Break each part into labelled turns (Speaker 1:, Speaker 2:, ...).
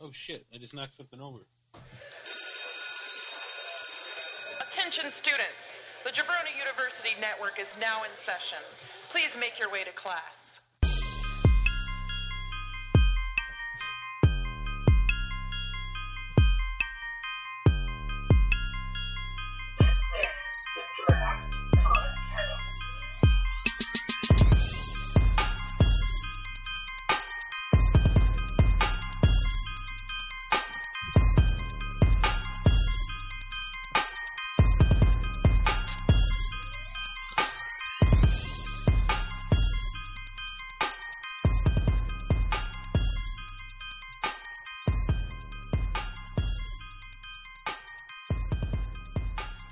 Speaker 1: oh shit, I just knocked something over.
Speaker 2: Attention students, the Jabrona University Network is now in session. Please make your way to class.
Speaker 3: This is the Draft Podcast.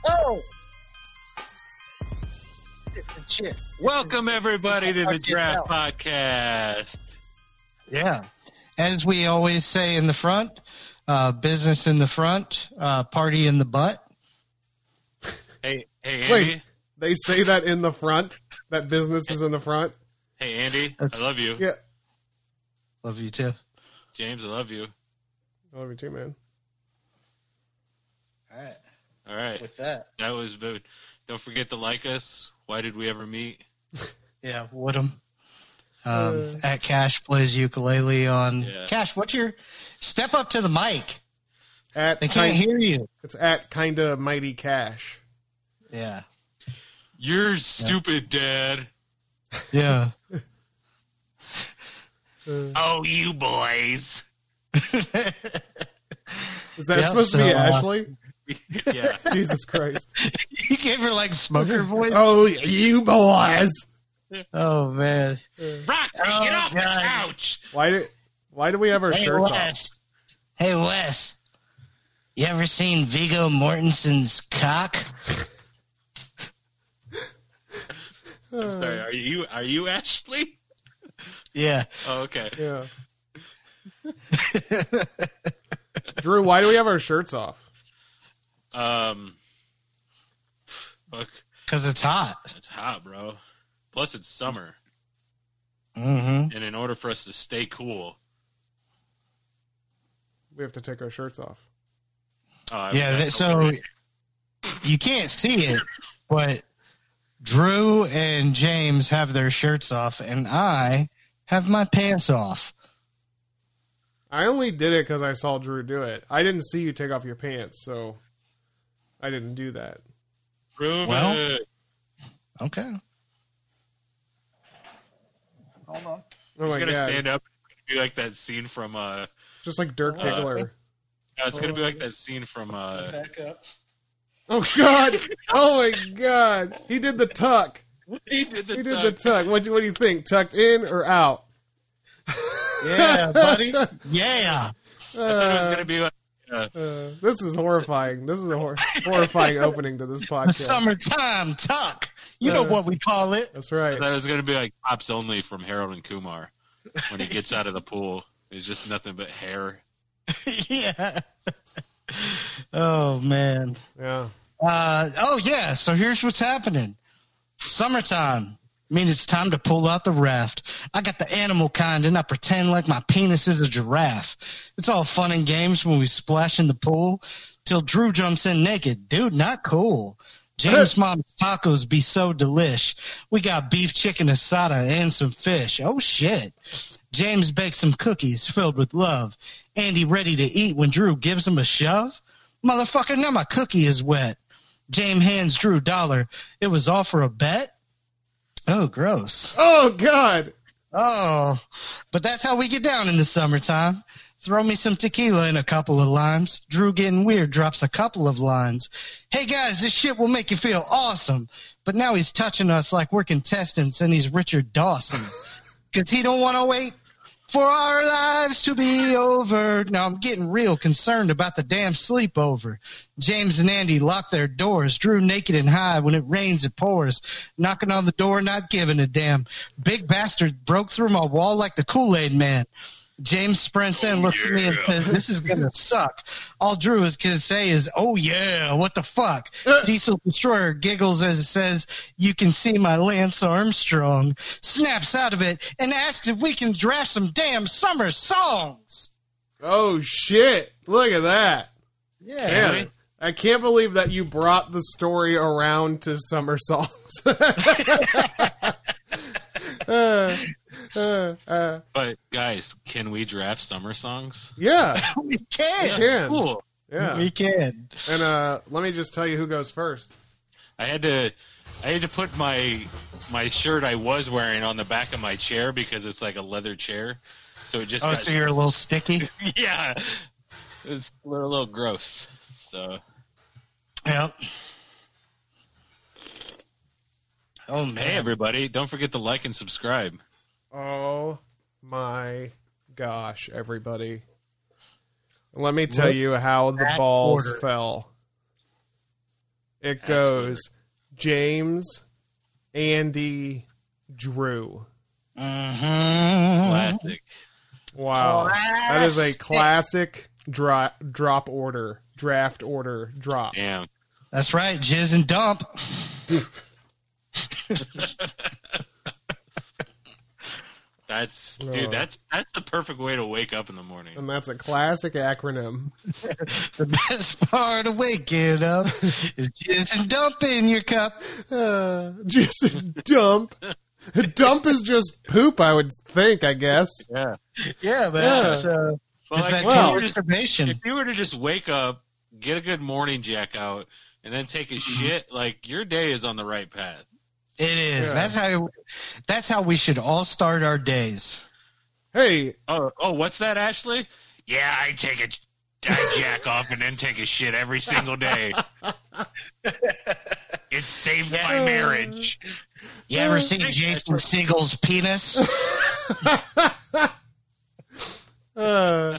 Speaker 4: Oh! It's legit.
Speaker 5: Welcome everybody to the
Speaker 4: Fuck
Speaker 5: Draft
Speaker 4: yourself.
Speaker 5: Podcast.
Speaker 6: Yeah. As we always say in the front, uh, business in the front, uh, party in the butt.
Speaker 5: Hey, hey Andy.
Speaker 7: Wait. They say that in the front, that business is in the front.
Speaker 5: Hey Andy,
Speaker 6: That's-
Speaker 5: I love you.
Speaker 7: Yeah.
Speaker 6: Love you too.
Speaker 5: James, I love you.
Speaker 7: I love you too, man.
Speaker 6: All right.
Speaker 5: All right,
Speaker 6: With that.
Speaker 5: that was but Don't forget to like us. Why did we ever meet?
Speaker 6: Yeah, Woodham. Um,
Speaker 7: Uh.
Speaker 6: at Cash plays ukulele on
Speaker 5: Yeah.
Speaker 6: Cash. What's your step up to the mic?
Speaker 7: At
Speaker 6: They can't
Speaker 7: kind,
Speaker 6: hear you.
Speaker 7: it's at kinda mighty cash.
Speaker 6: Yeah,
Speaker 5: You're stupid, Dad.
Speaker 6: yeah.
Speaker 5: Oh, you boys.
Speaker 7: Is that
Speaker 6: Yeah,
Speaker 7: supposed to
Speaker 6: so,
Speaker 7: be
Speaker 6: uh,
Speaker 7: Ashley?
Speaker 5: yeah,
Speaker 7: Jesus Christ!
Speaker 6: you gave her like smoker voice. Oh,
Speaker 7: Oh, you boys!
Speaker 6: man,
Speaker 5: Roxy,
Speaker 6: Oh,
Speaker 5: get off
Speaker 6: God.
Speaker 5: the couch.
Speaker 7: Why did why do we have our
Speaker 6: hey
Speaker 7: shirts on?
Speaker 6: Wes. Hey Wes, you ever seen Vigo Mortensen's cock?
Speaker 5: I'm sorry. Are you are you Ashley?
Speaker 6: Yeah,
Speaker 5: Oh, okay.
Speaker 7: Yeah. Drew, why do we have our shirts off?
Speaker 5: Um, fuck,
Speaker 6: because it's hot.
Speaker 5: that's hot, bro. Plus, it's summer,
Speaker 6: Mm-hmm.
Speaker 5: and in order for us to stay cool,
Speaker 7: We have to take our shirts off.
Speaker 5: oh, I-
Speaker 6: Yeah, that,
Speaker 5: that's
Speaker 6: so you can't see it, but Drew and James have their shirts off, and I have my pants off.
Speaker 7: I only did it because I saw Drew do it. I didn't see you take off your pants, so I didn't do that.
Speaker 5: Prove
Speaker 6: Well-
Speaker 5: it.
Speaker 6: Okay.
Speaker 7: Oh
Speaker 5: He's
Speaker 7: my
Speaker 5: gonna
Speaker 7: god!
Speaker 5: stand up. It's gonna be like that scene from. Uh,
Speaker 7: It's just like Dirk
Speaker 5: Uh,
Speaker 7: Diggler.
Speaker 5: no, it's gonna be like that scene from. Uh,
Speaker 6: up.
Speaker 7: Oh God! Oh my God! He did the tuck.
Speaker 5: he did the.
Speaker 7: He did
Speaker 5: tuck.
Speaker 7: the tuck. What do what do you think? Tucked in or out?
Speaker 6: Yeah, buddy. yeah.
Speaker 5: I thought it was gonna be like. Uh,
Speaker 7: Uh, this is horrifying. This is a hor- horrifying opening to this
Speaker 6: The
Speaker 7: podcast.
Speaker 6: summertime tuck. You know
Speaker 7: Uh,
Speaker 6: what we call it.
Speaker 7: That's
Speaker 5: I
Speaker 7: right.
Speaker 5: thought it was gonna be like pops only from Harold and Kumar when he gets out of the pool. It's just nothing but hair.
Speaker 6: yeah. Oh, man.
Speaker 7: Yeah.
Speaker 6: Uh, oh yeah. So here's what's happening. Summertime. I mean, it's time to pull out the raft. I got the animal kind, and I pretend like my penis is a giraffe. It's all fun and games when we splash in the pool, till Drew jumps in naked. Dude, not cool. James' mom's tacos be so delish. We got beef chicken asada and some fish. Oh shit. James bakes some cookies filled with love. Andy ready to eat when Drew gives him a shove. Motherfucker, now my cookie is wet. James hands Drew dollar. It was all for a bet. Oh, gross.
Speaker 7: Oh God!
Speaker 6: Oh, but that's how we get down in the summertime. Throw me some tequila and a couple of limes. Drew getting weird drops a couple of lines. Hey guys, this shit will make you feel awesome. But now he's touching us like we're contestants and he's Richard Dawson. Cause he don't want to wait for our lives to be over. Now I'm getting real concerned about the damn sleepover. James and Andy lock their doors. Drew naked and high. When it rains, it pours. Knocking on the door, not giving a damn. Big bastard broke through my wall like the Kool Aid man. James sprints in, looks at me, and says, "This is gonna suck." All Drew is gonna say is, "Oh yeah, what the fuck?"
Speaker 7: Uh.
Speaker 6: Diesel Destroyer giggles as it says, "You can see my Lance Armstrong." Snaps out of it and asks if we can draft some damn summer songs.
Speaker 7: Oh shit! Look at that.
Speaker 6: Yeah.
Speaker 7: Man,
Speaker 5: Really?
Speaker 7: I can't believe that you brought the story around to summer songs. Uh, uh, uh,
Speaker 5: But guys, can we draft summer songs?
Speaker 7: yeah,
Speaker 6: We can.
Speaker 7: can.
Speaker 5: Cool.
Speaker 7: yeah.
Speaker 6: We can.
Speaker 7: And uh, let me just tell you who goes first.
Speaker 5: I had to I had to put my my shirt I was wearing on the back of my chair because it's like a leather chair. So it just
Speaker 6: Oh,
Speaker 5: got
Speaker 6: so you're a little sticky?
Speaker 5: yeah. It's a little, little gross. So
Speaker 6: Yep. Oh, man.
Speaker 5: hey everybody, don't forget to like and subscribe.
Speaker 7: Oh my gosh, everybody! Let me tell you how the
Speaker 6: that
Speaker 7: balls
Speaker 6: order.
Speaker 7: fell. It
Speaker 5: That
Speaker 7: goes James, Andy, Drew.
Speaker 6: Mm-hmm. Mhm.
Speaker 5: Classic.
Speaker 7: Wow. That is a classic dro- drop order, draft order, drop.
Speaker 5: Damn.
Speaker 6: That's right. Jizz and dump.
Speaker 5: That's
Speaker 7: Oh.
Speaker 5: dude, that's that's the perfect way to wake up in the morning.
Speaker 7: And that's a classic acronym.
Speaker 6: The best part of waking up is jizz and dump in your cup.
Speaker 7: Uh, just dump. dump is just poop, I would think, I guess.
Speaker 5: Yeah.
Speaker 6: Yeah, man.
Speaker 7: Yeah.
Speaker 6: It's, uh,
Speaker 5: But
Speaker 6: it's
Speaker 5: like,
Speaker 6: that
Speaker 7: well,
Speaker 6: well, masturbation.
Speaker 5: if you were to just wake up, get a good morning jack out, and then take a shit, like your day is on the right path.
Speaker 6: It is.
Speaker 7: Yeah.
Speaker 6: That's how. That's how we should all start our days.
Speaker 7: Hey,
Speaker 5: Oh, oh, what's that, Ashley? Yeah, I take a I jack off and then take a shit every single day. it saved my marriage.
Speaker 6: You ever seen Jason Siegel's penis?
Speaker 7: uh,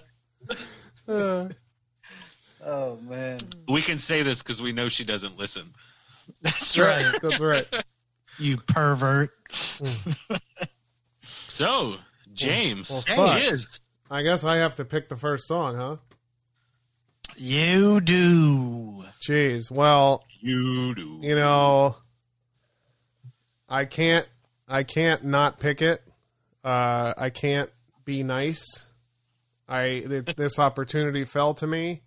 Speaker 7: uh,
Speaker 6: oh man,
Speaker 5: We can say this because we know she doesn't listen.
Speaker 6: that's right.
Speaker 7: That's right.
Speaker 6: You pervert.
Speaker 5: So, James,
Speaker 7: Well,
Speaker 5: Hey,
Speaker 7: fuck.
Speaker 5: jizz.
Speaker 7: I guess I have to pick the first song, huh?
Speaker 6: You do.
Speaker 7: Jeez. Well,
Speaker 5: you do.
Speaker 7: you know i can't i can't not pick it uh i can't be nice i th- this opportunity fell to me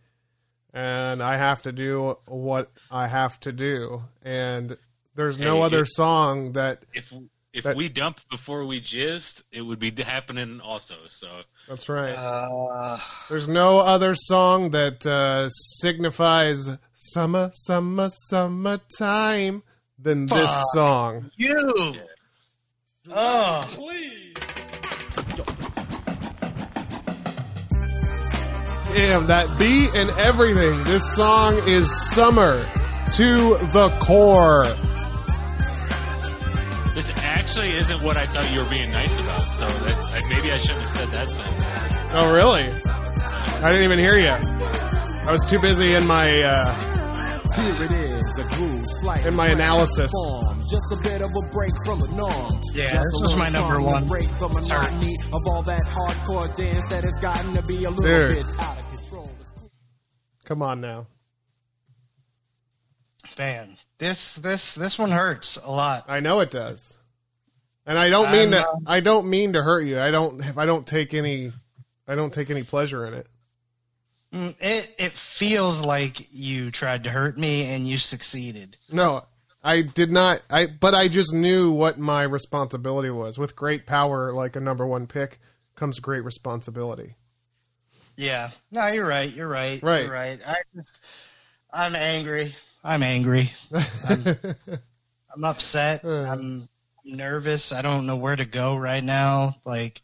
Speaker 7: and i have to do what i have to do and there's no
Speaker 5: Hey,
Speaker 7: other
Speaker 5: it-
Speaker 7: song that
Speaker 5: If if
Speaker 7: That-
Speaker 5: we dumped before we jizzed, it would be happening also. So
Speaker 7: that's right
Speaker 6: Uh,
Speaker 7: there's no other song that uh signifies summer summer summertime than this
Speaker 6: Fuck.
Speaker 7: song
Speaker 6: you. Oh,
Speaker 7: Damn, that beat and everything. This song is summer to the core.
Speaker 5: This actually isn't what I thought you were being nice about. So that, I, maybe I shouldn't have said that sentence.
Speaker 7: Oh, really? I didn't even hear you. I was too busy in my uh,
Speaker 8: Here it is, a groove slight
Speaker 7: in my analysis.
Speaker 8: form. Just a bit of a break from the norm.
Speaker 6: Yeah, this
Speaker 8: Just a
Speaker 6: was
Speaker 8: little
Speaker 6: my number
Speaker 8: song to
Speaker 6: one.
Speaker 8: Break the
Speaker 6: It's hard.
Speaker 8: monotony of all that hardcore dance that has gotten to be a little
Speaker 7: Dude.
Speaker 8: bit out of control.
Speaker 7: Come on now.
Speaker 6: man, this this this one hurts a lot.
Speaker 7: I know it does. And I don't mean
Speaker 6: I'm,
Speaker 7: to. I don't mean to hurt you. I don't. I don't take any. I don't take any pleasure in it.
Speaker 6: Mm, It it feels like you tried to hurt me and you succeeded.
Speaker 7: No, I did not. I but I just knew what my responsibility was. With great power, like a number one pick, comes great responsibility.
Speaker 6: Yeah. No, you're right. You're right.
Speaker 7: Right.
Speaker 6: You're right. I just, I'm angry. I'm angry. I'm upset.
Speaker 7: Uh.
Speaker 6: I'm nervous. I don't know where to go right now. Like,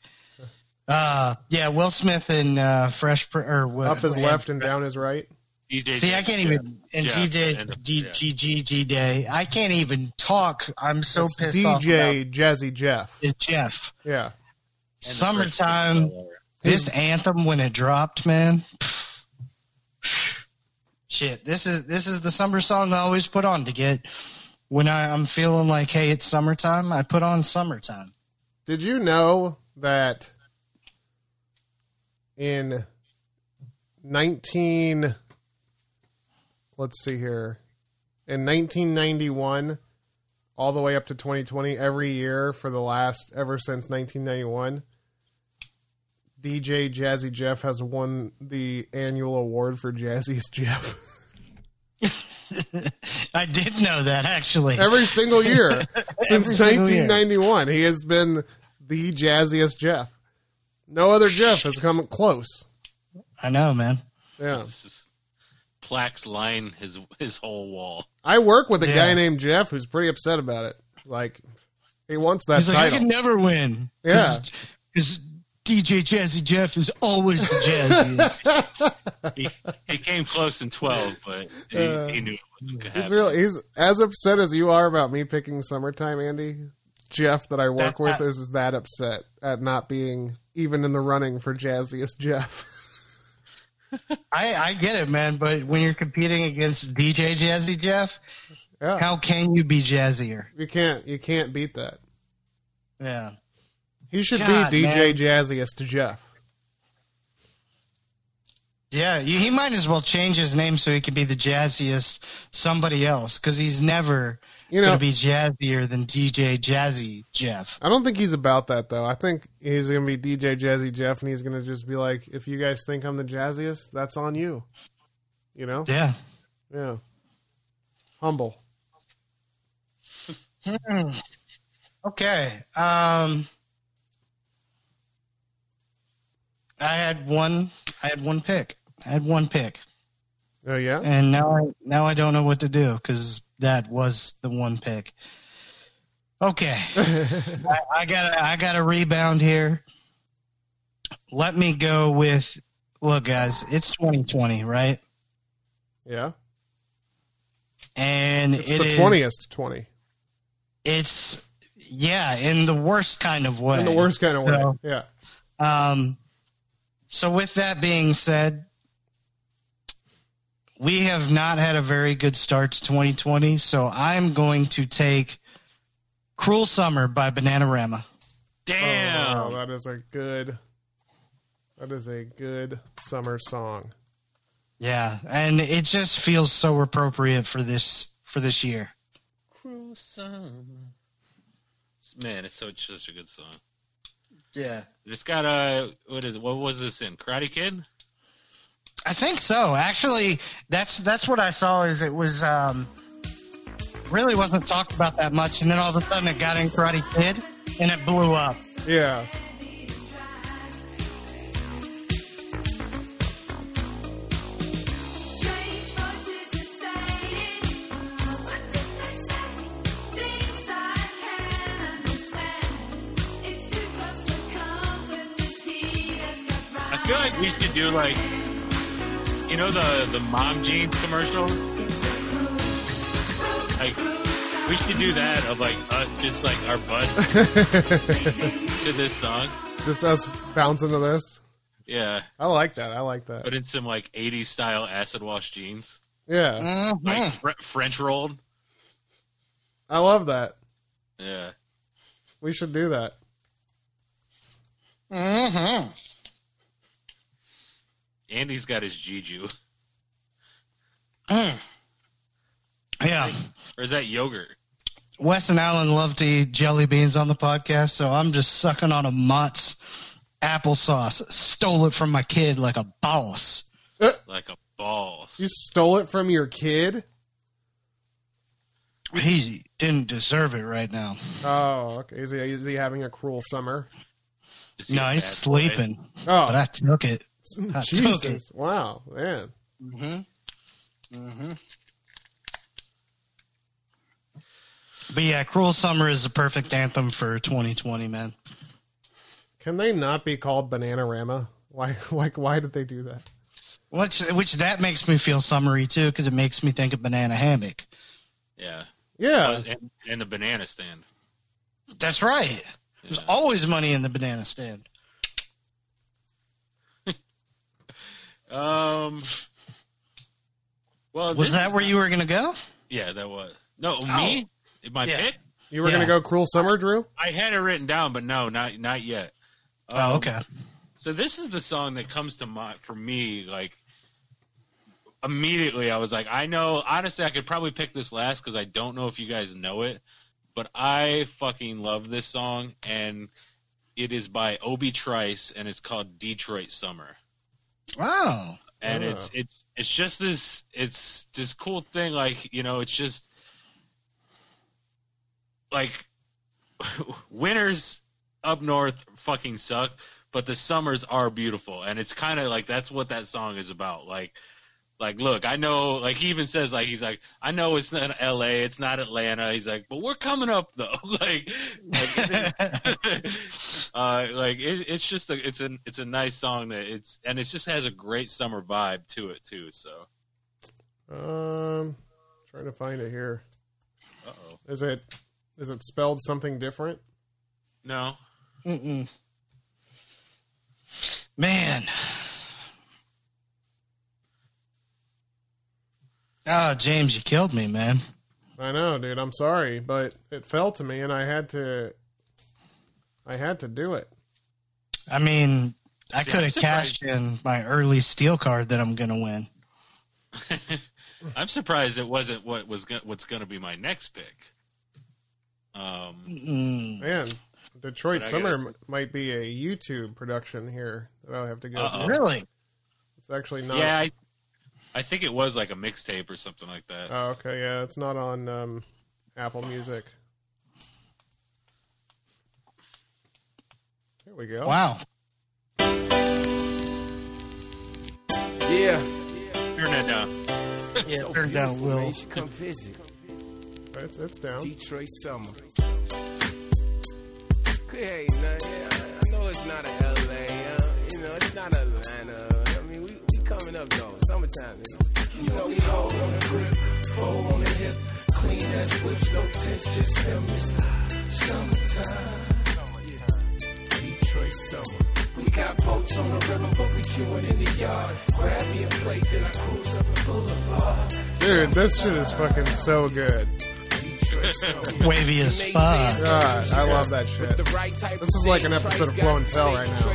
Speaker 6: uh, yeah, Will Smith and uh, Fresh Pr- or what,
Speaker 7: Up his
Speaker 6: and-
Speaker 7: left and down his right.
Speaker 5: DJ
Speaker 6: See, I can't even. And
Speaker 5: Yeah,
Speaker 6: GJ,
Speaker 5: and-
Speaker 6: G,
Speaker 5: yeah.
Speaker 6: G, G, G Day. I can't even talk. I'm so
Speaker 7: It's
Speaker 6: pissed off.
Speaker 7: DJ Jazzy Jeff.
Speaker 6: It's Jeff.
Speaker 7: Yeah.
Speaker 6: Summertime. This anthem when it dropped, man. Shit, this is this is the summer song I always put on to get when I, I'm feeling like, hey, it's summertime. I put on summertime.
Speaker 7: Did you know that in 19 let's see here. In 1991 all the way up to 2020 every year for the last ever since 1991 DJ Jazzy Jeff has won the annual award for Jazziest Jeff
Speaker 6: I did know that actually.
Speaker 7: every single year since
Speaker 6: Every single year.
Speaker 7: 1991. He has been the Jazziest Jeff. No other Jeff has come close.
Speaker 6: I know, man.
Speaker 7: Yeah.
Speaker 5: This is- plaques line his his whole wall.
Speaker 7: I work with a guy
Speaker 6: Yeah.
Speaker 7: named Jeff who's pretty upset about it. Like, he wants that
Speaker 6: He's like, I
Speaker 7: title.
Speaker 6: can never win.
Speaker 7: Yeah.
Speaker 6: Because DJ Jazzy Jeff is always the jazziest.
Speaker 5: He, he came close in twelve, but he,
Speaker 7: Uh,
Speaker 5: he knew it wasn't gonna
Speaker 7: He's
Speaker 5: happen.
Speaker 7: really he's as upset as you are about me picking summertime, Andy. Jeff that I work
Speaker 6: That-
Speaker 7: with
Speaker 6: that-
Speaker 7: is that upset at not being even in the running for jazziest Jeff.
Speaker 6: I, I get it, man. But when you're competing against DJ Jazzy Jeff,
Speaker 7: Yeah.
Speaker 6: how can you be jazzier?
Speaker 7: you can't you can't beat that.
Speaker 6: Yeah.
Speaker 7: He should
Speaker 6: God,
Speaker 7: be DJ
Speaker 6: man.
Speaker 7: Jazziest Jeff.
Speaker 6: Yeah, he he might as well change his name so he can be the jazziest somebody else because he's never
Speaker 7: You know-
Speaker 6: going to be jazzier than DJ Jazzy Jeff.
Speaker 7: I don't think he's about that though. I think he's gonna be DJ Jazzy Jeff and he's gonna just be like, if you guys think I'm the jazziest, that's on you. You know?
Speaker 6: Yeah.
Speaker 7: Yeah. Humble. Hmm.
Speaker 6: Okay. Um, I had one. I had one pick. I had one pick,
Speaker 7: Oh yeah?
Speaker 6: and now I now I don't know what to do because that was the one pick. Okay, I, I got I got a rebound here. Let me go with. Look, guys, it's 2020, right?
Speaker 7: Yeah.
Speaker 6: And
Speaker 7: It's
Speaker 6: it
Speaker 7: the
Speaker 6: is-
Speaker 7: twentieth twenty.
Speaker 6: It's yeah, in the worst kind of way.
Speaker 7: In the worst kind of
Speaker 6: So-
Speaker 7: way. Yeah.
Speaker 6: Um, so, with that being said, we have not had a very good start to 2020. So, I'm going to take "Cruel Summer" by Bananarama.
Speaker 5: Damn.
Speaker 7: Oh, that is a good. That is a good summer song.
Speaker 6: Yeah, and it just feels so appropriate for this for this year.
Speaker 5: Gruesome. Man, it's such such a good song.
Speaker 6: Yeah,
Speaker 5: It's got a what is it? What was this in Karate Kid?
Speaker 6: I think so. Actually, that's that's what I saw. Is it was um, really wasn't talked about that much, and then all of a sudden it got in Karate Kid, and it blew up.
Speaker 7: Yeah.
Speaker 5: I feel like we should do like you know the the mom jeans commercial. Like we should do that of like us just like our butts to this song.
Speaker 7: Just us bouncing to this.
Speaker 5: Yeah,
Speaker 7: I like that. I like that.
Speaker 5: but in some like '80s style acid wash jeans,
Speaker 7: Yeah.
Speaker 5: like fr- French rolled.
Speaker 7: I love that.
Speaker 5: Yeah,
Speaker 7: We should do that.
Speaker 5: Andy's got his Juju,
Speaker 6: Yeah.
Speaker 5: or is that yogurt?
Speaker 6: Wes and Alan love to eat jelly beans on the podcast, so I'm just sucking on a Mott's applesauce. Stole it from my kid like a boss.
Speaker 5: Like a boss.
Speaker 7: You stole it from your kid.
Speaker 6: He didn't deserve it right now.
Speaker 7: Oh, okay. Is he is he having a cruel summer?
Speaker 5: Is he a
Speaker 6: No, he's
Speaker 5: bad boy?
Speaker 6: sleeping. But I
Speaker 7: Oh,
Speaker 6: took it. I took it.
Speaker 7: Jesus! Wow, man.
Speaker 6: But yeah, Cruel Summer is the perfect anthem for 2020, man.
Speaker 7: Can they not be called Bananarama? Why? Like, why did they do that?
Speaker 6: Which, which that makes me feel summery too, because it makes me think of banana hammock.
Speaker 5: Yeah,
Speaker 7: Yeah,
Speaker 5: and, and the banana stand.
Speaker 6: That's right. There's
Speaker 5: Yeah.
Speaker 6: always money in the banana stand.
Speaker 5: Um. Well,
Speaker 6: Was
Speaker 5: Oh, this
Speaker 6: that
Speaker 5: is
Speaker 6: where
Speaker 5: not-
Speaker 6: you were gonna go?
Speaker 5: Yeah, that was. No, me. My
Speaker 6: Yeah.
Speaker 5: pick.
Speaker 7: you were
Speaker 6: Yeah.
Speaker 7: gonna go cruel summer, Drew.
Speaker 5: I had it written down, but no, not not yet.
Speaker 6: oh,
Speaker 5: Um,
Speaker 6: okay.
Speaker 5: So this is the song that comes to mind for me. Like immediately, I was like, I know. Honestly, I could probably pick this last because I don't know if you guys know it, but I fucking love this song, and It is by Obi Trice, and it's called Detroit Summer.
Speaker 6: Oh,
Speaker 5: and
Speaker 7: Ah.
Speaker 5: it's it's it's just this it's this cool thing like you know it's just like winters up north fucking suck but the summers are beautiful and it's kind of like that's what that song is about like like look i know like he even says like he's like i know it's not la it's not atlanta he's like but we're coming up though like, like it is- uh, like it, it's just a, it's an it's a nice song that it's and it just has a great summer vibe to it too. So,
Speaker 7: Um, trying to find it here.
Speaker 5: oh,
Speaker 7: Is it is it spelled something different?
Speaker 5: no,
Speaker 6: Mm-mm. man. Oh, James, you killed me, man.
Speaker 7: I know, dude. I'm sorry, but it fell to me, and I had to. I had to do it.
Speaker 6: I mean, I
Speaker 5: See,
Speaker 6: could
Speaker 5: I'm
Speaker 6: have cashed in my early steel card that I'm going to win.
Speaker 5: I'm surprised it wasn't what was go- what's going to be my next pick. Um,
Speaker 6: Mm.
Speaker 7: Man, Detroit
Speaker 5: But I
Speaker 7: Summer
Speaker 5: gotta-
Speaker 7: m- might be a YouTube production here that I'll have to go.
Speaker 5: Uh-oh.
Speaker 7: to.
Speaker 6: Really?
Speaker 7: It's actually not.
Speaker 5: yeah, I, I think it was like a mixtape or something like that.
Speaker 7: Oh, okay. Yeah, it's not on um, Apple Music. There we go.
Speaker 6: Oh. Wow.
Speaker 8: Yeah.
Speaker 5: Turn it down.
Speaker 6: Yeah, it turned out Will.
Speaker 8: come visit
Speaker 7: It's, it's down.
Speaker 8: Detroit summer. Hey, man, yeah, I know it's not a LA, uh, you know, it's not Atlanta. I mean, we, we coming up though, summertime. You know, we hold on the grip, fold on the hip, clean as whips, no tits, just him. It's the summertime. Detroit summer. We got boats on the river, but we queuing in the yard. Grab me a plate, then I cruise up the boulevard.
Speaker 7: Dude, this shit is fucking so good.
Speaker 8: Detroit summer.
Speaker 6: Wavy as fuck.
Speaker 7: God, I love that
Speaker 8: With
Speaker 7: shit.
Speaker 8: the right type
Speaker 7: This is like an episode of Blow and Tell right now.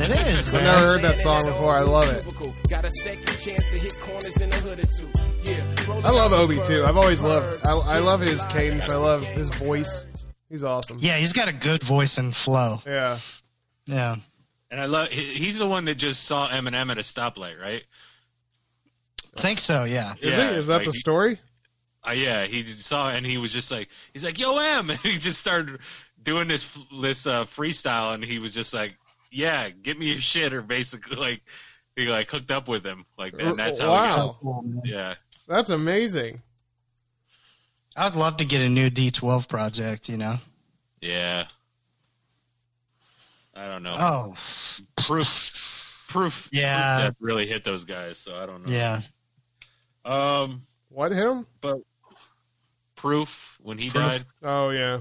Speaker 6: It is,
Speaker 7: I've never
Speaker 6: man.
Speaker 7: heard that song before. I love it.
Speaker 8: Got a second chance to hit corners in the hood or two. Yeah,
Speaker 7: I love Obi too. I've always loved. I, I love his cadence. I love his voice. He's awesome.
Speaker 6: Yeah, he's got a good voice and flow.
Speaker 7: Yeah.
Speaker 6: Yeah.
Speaker 5: And I love he- he's the one that just saw Eminem at a stoplight, right?
Speaker 6: Think so, yeah.
Speaker 7: Is
Speaker 5: Yeah,
Speaker 7: it? Is that
Speaker 5: like,
Speaker 7: the
Speaker 5: he-
Speaker 7: story?
Speaker 5: Uh, yeah, he just saw it and he was just like, he's like, "Yo, M," and he just started doing this this uh, freestyle, and he was just like, "Yeah, get me your shit," or basically like he like hooked up with him like that. And that's how.
Speaker 7: Uh, Wow.
Speaker 6: So cool, man.
Speaker 5: yeah,
Speaker 7: That's amazing.
Speaker 6: I'd love to get a new D12 project, you know?
Speaker 5: yeah. I don't know.
Speaker 6: Oh,
Speaker 5: Proof, proof.
Speaker 6: Yeah.
Speaker 5: proof that really hit those guys. So I don't know.
Speaker 6: yeah.
Speaker 5: Um,
Speaker 7: What hit him?
Speaker 5: proof when he
Speaker 6: Proof.
Speaker 5: died.
Speaker 7: Oh yeah.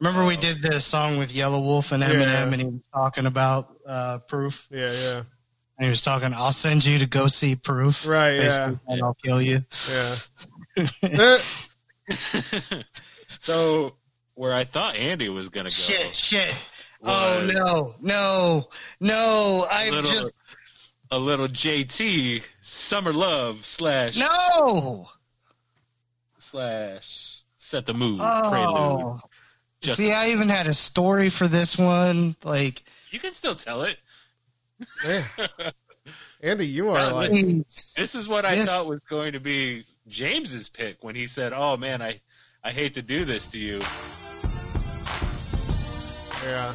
Speaker 6: Remember we
Speaker 5: Oh.
Speaker 6: did this song with Yellow Wolf and Eminem,
Speaker 7: Yeah.
Speaker 6: and he was talking about uh, Proof,
Speaker 7: Yeah yeah
Speaker 6: and he was talking, "I'll send you to go see Proof,
Speaker 7: Right,
Speaker 6: Basically, And I'll kill you."
Speaker 7: yeah. Eh,
Speaker 5: so where I thought Andy was gonna go.
Speaker 6: Shit, shit. Oh
Speaker 5: was-
Speaker 6: no, no, no! I've
Speaker 5: little,
Speaker 6: just
Speaker 5: a little JT summer love slash
Speaker 6: no.
Speaker 5: slash set the mood prelude.
Speaker 6: Oh,
Speaker 5: Just-
Speaker 6: see, I even had a story for this one. Like,
Speaker 5: you can still tell it.
Speaker 7: yeah. Andy, you are like
Speaker 6: please.
Speaker 5: This is what I
Speaker 6: This-
Speaker 5: thought was going to be James's pick when he said, "Oh man, I I hate to do this to you."
Speaker 7: yeah.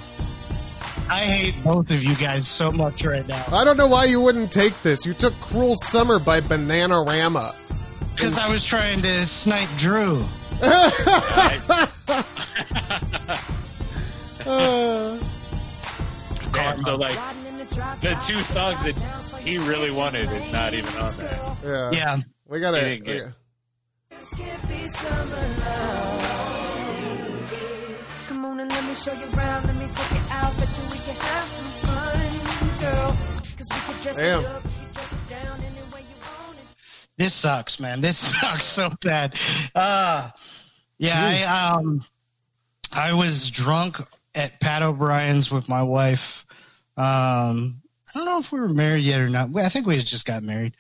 Speaker 6: I hate both of you guys so much right now
Speaker 7: I don't know why you wouldn't take this. You took "Cruel Summer" by Bananarama.
Speaker 6: because I was trying to snipe Drew.
Speaker 7: Uh,
Speaker 5: And so like the two songs that he really wanted is not even on that.
Speaker 7: yeah.
Speaker 6: Yeah,
Speaker 7: We gotta.
Speaker 5: You didn't get-
Speaker 7: we-
Speaker 9: Come on and let me show you around. Let me take you out. Bet you we can have some fun, girl. 'Cause we could dress
Speaker 7: Damn.
Speaker 9: it up, we could dress it down any way you want it.
Speaker 6: this sucks, man. This sucks so bad. Uh, yeah, I um, I was drunk at Pat O'Brien's with my wife. Um, I don't know if we were married yet or not. We- I think we had just got married.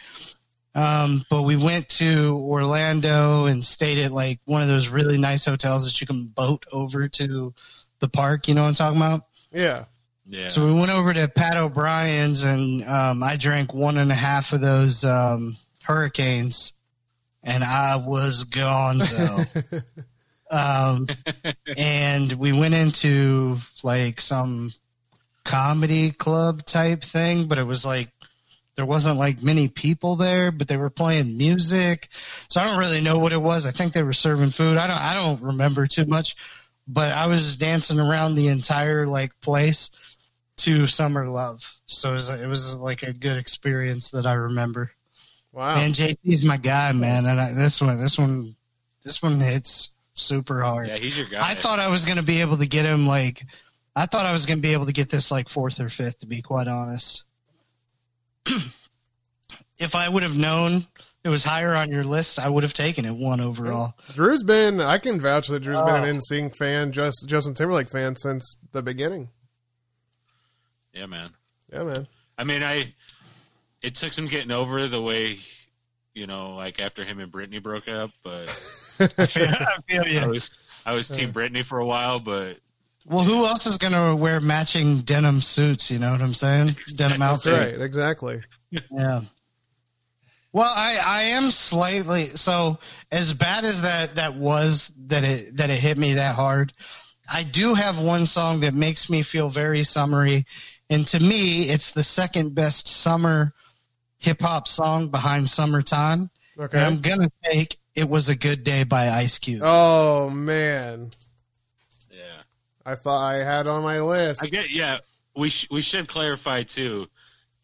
Speaker 6: Um, but we went to Orlando and stayed at like one of those really nice hotels that you can boat over to the park. You know what I'm talking about?
Speaker 7: Yeah.
Speaker 5: Yeah.
Speaker 6: So we went over to Pat O'Brien's, and um, I drank one and a half of those um, hurricanes, and I was gonzo. um, and we went into like some comedy club type thing, but it was like there wasn't like many people there, but they were playing music. So I don't really know what it was. I think they were serving food. I don't. I don't remember too much. But I was dancing around the entire like place to Summer Love. So it was, it was like a good experience that I remember.
Speaker 7: Wow.
Speaker 6: Man, JT's my guy, man. And I, this one, this one, this one hits super hard.
Speaker 5: yeah, he's your guy.
Speaker 6: I thought I was going to be able to get him like, I thought I was going to be able to get this like fourth or fifth, to be quite honest. if I would have known it was higher on your list, I would have taken it one overall.
Speaker 7: Drew's been. I can vouch that Drew's been
Speaker 5: Oh.
Speaker 7: an NSYNC fan, just Justin Timberlake fan since the beginning.
Speaker 5: Yeah, man.
Speaker 7: Yeah, man.
Speaker 5: I mean, I it took some getting over the way, you know, like after him and Brittany broke up, but
Speaker 6: I feel, I feel
Speaker 5: I
Speaker 6: you.
Speaker 5: was I was
Speaker 6: Uh.
Speaker 5: team Brittany for a while, but
Speaker 6: Well, who else is going to wear matching denim suits? You know what I'm saying? Denim
Speaker 5: That's
Speaker 7: That's
Speaker 6: outfits.
Speaker 7: right. Exactly.
Speaker 6: Yeah. Well, I, I am slightly so as bad as that that was that it that it hit me that hard. I do have one song that makes me feel very summery, and to me, it's the second best summer hip hop song behind "Summertime." And I'm
Speaker 7: Okay.
Speaker 6: gonna take "It Was a Good Day" by Ice Cube.
Speaker 7: Oh man,
Speaker 5: yeah,
Speaker 7: I thought I had on my list.
Speaker 5: I get yeah. We sh- we should clarify too.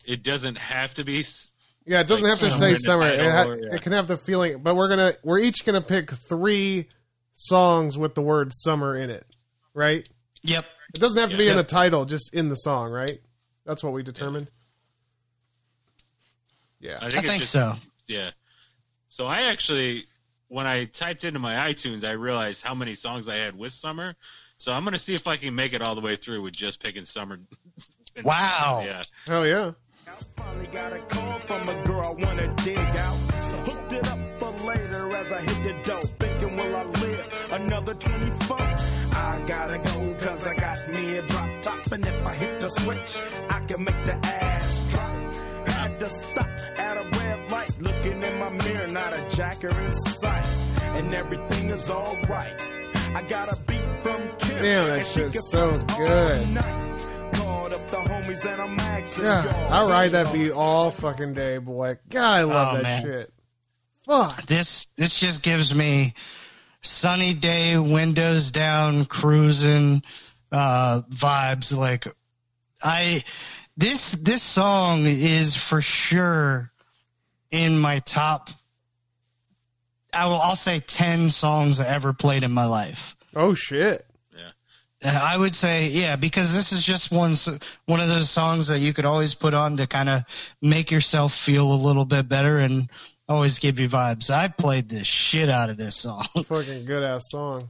Speaker 5: It doesn't have to be. s-
Speaker 7: Yeah, it doesn't
Speaker 5: Like,
Speaker 7: have to
Speaker 5: summer
Speaker 7: say
Speaker 5: in the
Speaker 7: summer. It,
Speaker 5: title
Speaker 7: has,
Speaker 5: or- yeah.
Speaker 7: it can have the feeling, but we're gonna we're each gonna pick three songs with the word summer in it, right?
Speaker 6: Yep.
Speaker 7: It doesn't have to be
Speaker 5: Yeah.
Speaker 7: in the title, just in the song, right? That's what we determined. Yeah,
Speaker 5: I
Speaker 6: I
Speaker 5: think,
Speaker 6: think
Speaker 5: it's just,
Speaker 6: so.
Speaker 5: Yeah. So I actually, when I typed into my iTunes, I realized how many songs I had with summer. So I'm gonna see if I can make it all the way through with just picking summer.
Speaker 6: Wow.
Speaker 5: Yeah.
Speaker 7: hell yeah.
Speaker 8: Finally got a call from a girl I wanna dig out. So hooked it up for later as I hit the dope. Thinking, will I live another 24? I gotta go, cause I got me a drop top. And if I hit the switch, I can make the ass drop. Had to stop at a red light. Looking in my mirror, not a jacker in sight. And everything is alright. I got a beat from Kim.
Speaker 7: Damn, that
Speaker 8: and she
Speaker 7: shit's
Speaker 8: can
Speaker 7: so
Speaker 8: pump all
Speaker 7: good.
Speaker 8: night. Called up the homies and I'm asking,
Speaker 7: Yeah,
Speaker 8: y'all,
Speaker 7: I ride that
Speaker 8: y'all
Speaker 7: beat all fucking day, boy. God, I love
Speaker 6: Oh,
Speaker 7: that
Speaker 6: man.
Speaker 7: shit. Fuck.
Speaker 6: this this just gives me sunny day windows down cruising uh vibes like i this this song is for sure in my top i will i'll say 10 songs i ever played in my life
Speaker 7: Oh shit.
Speaker 6: uh, I would say, yeah, because this is just one s- one of those songs that you could always put on to kind of make yourself feel a little bit better and always give you vibes. I played the shit out of this song.
Speaker 7: Fucking good ass song.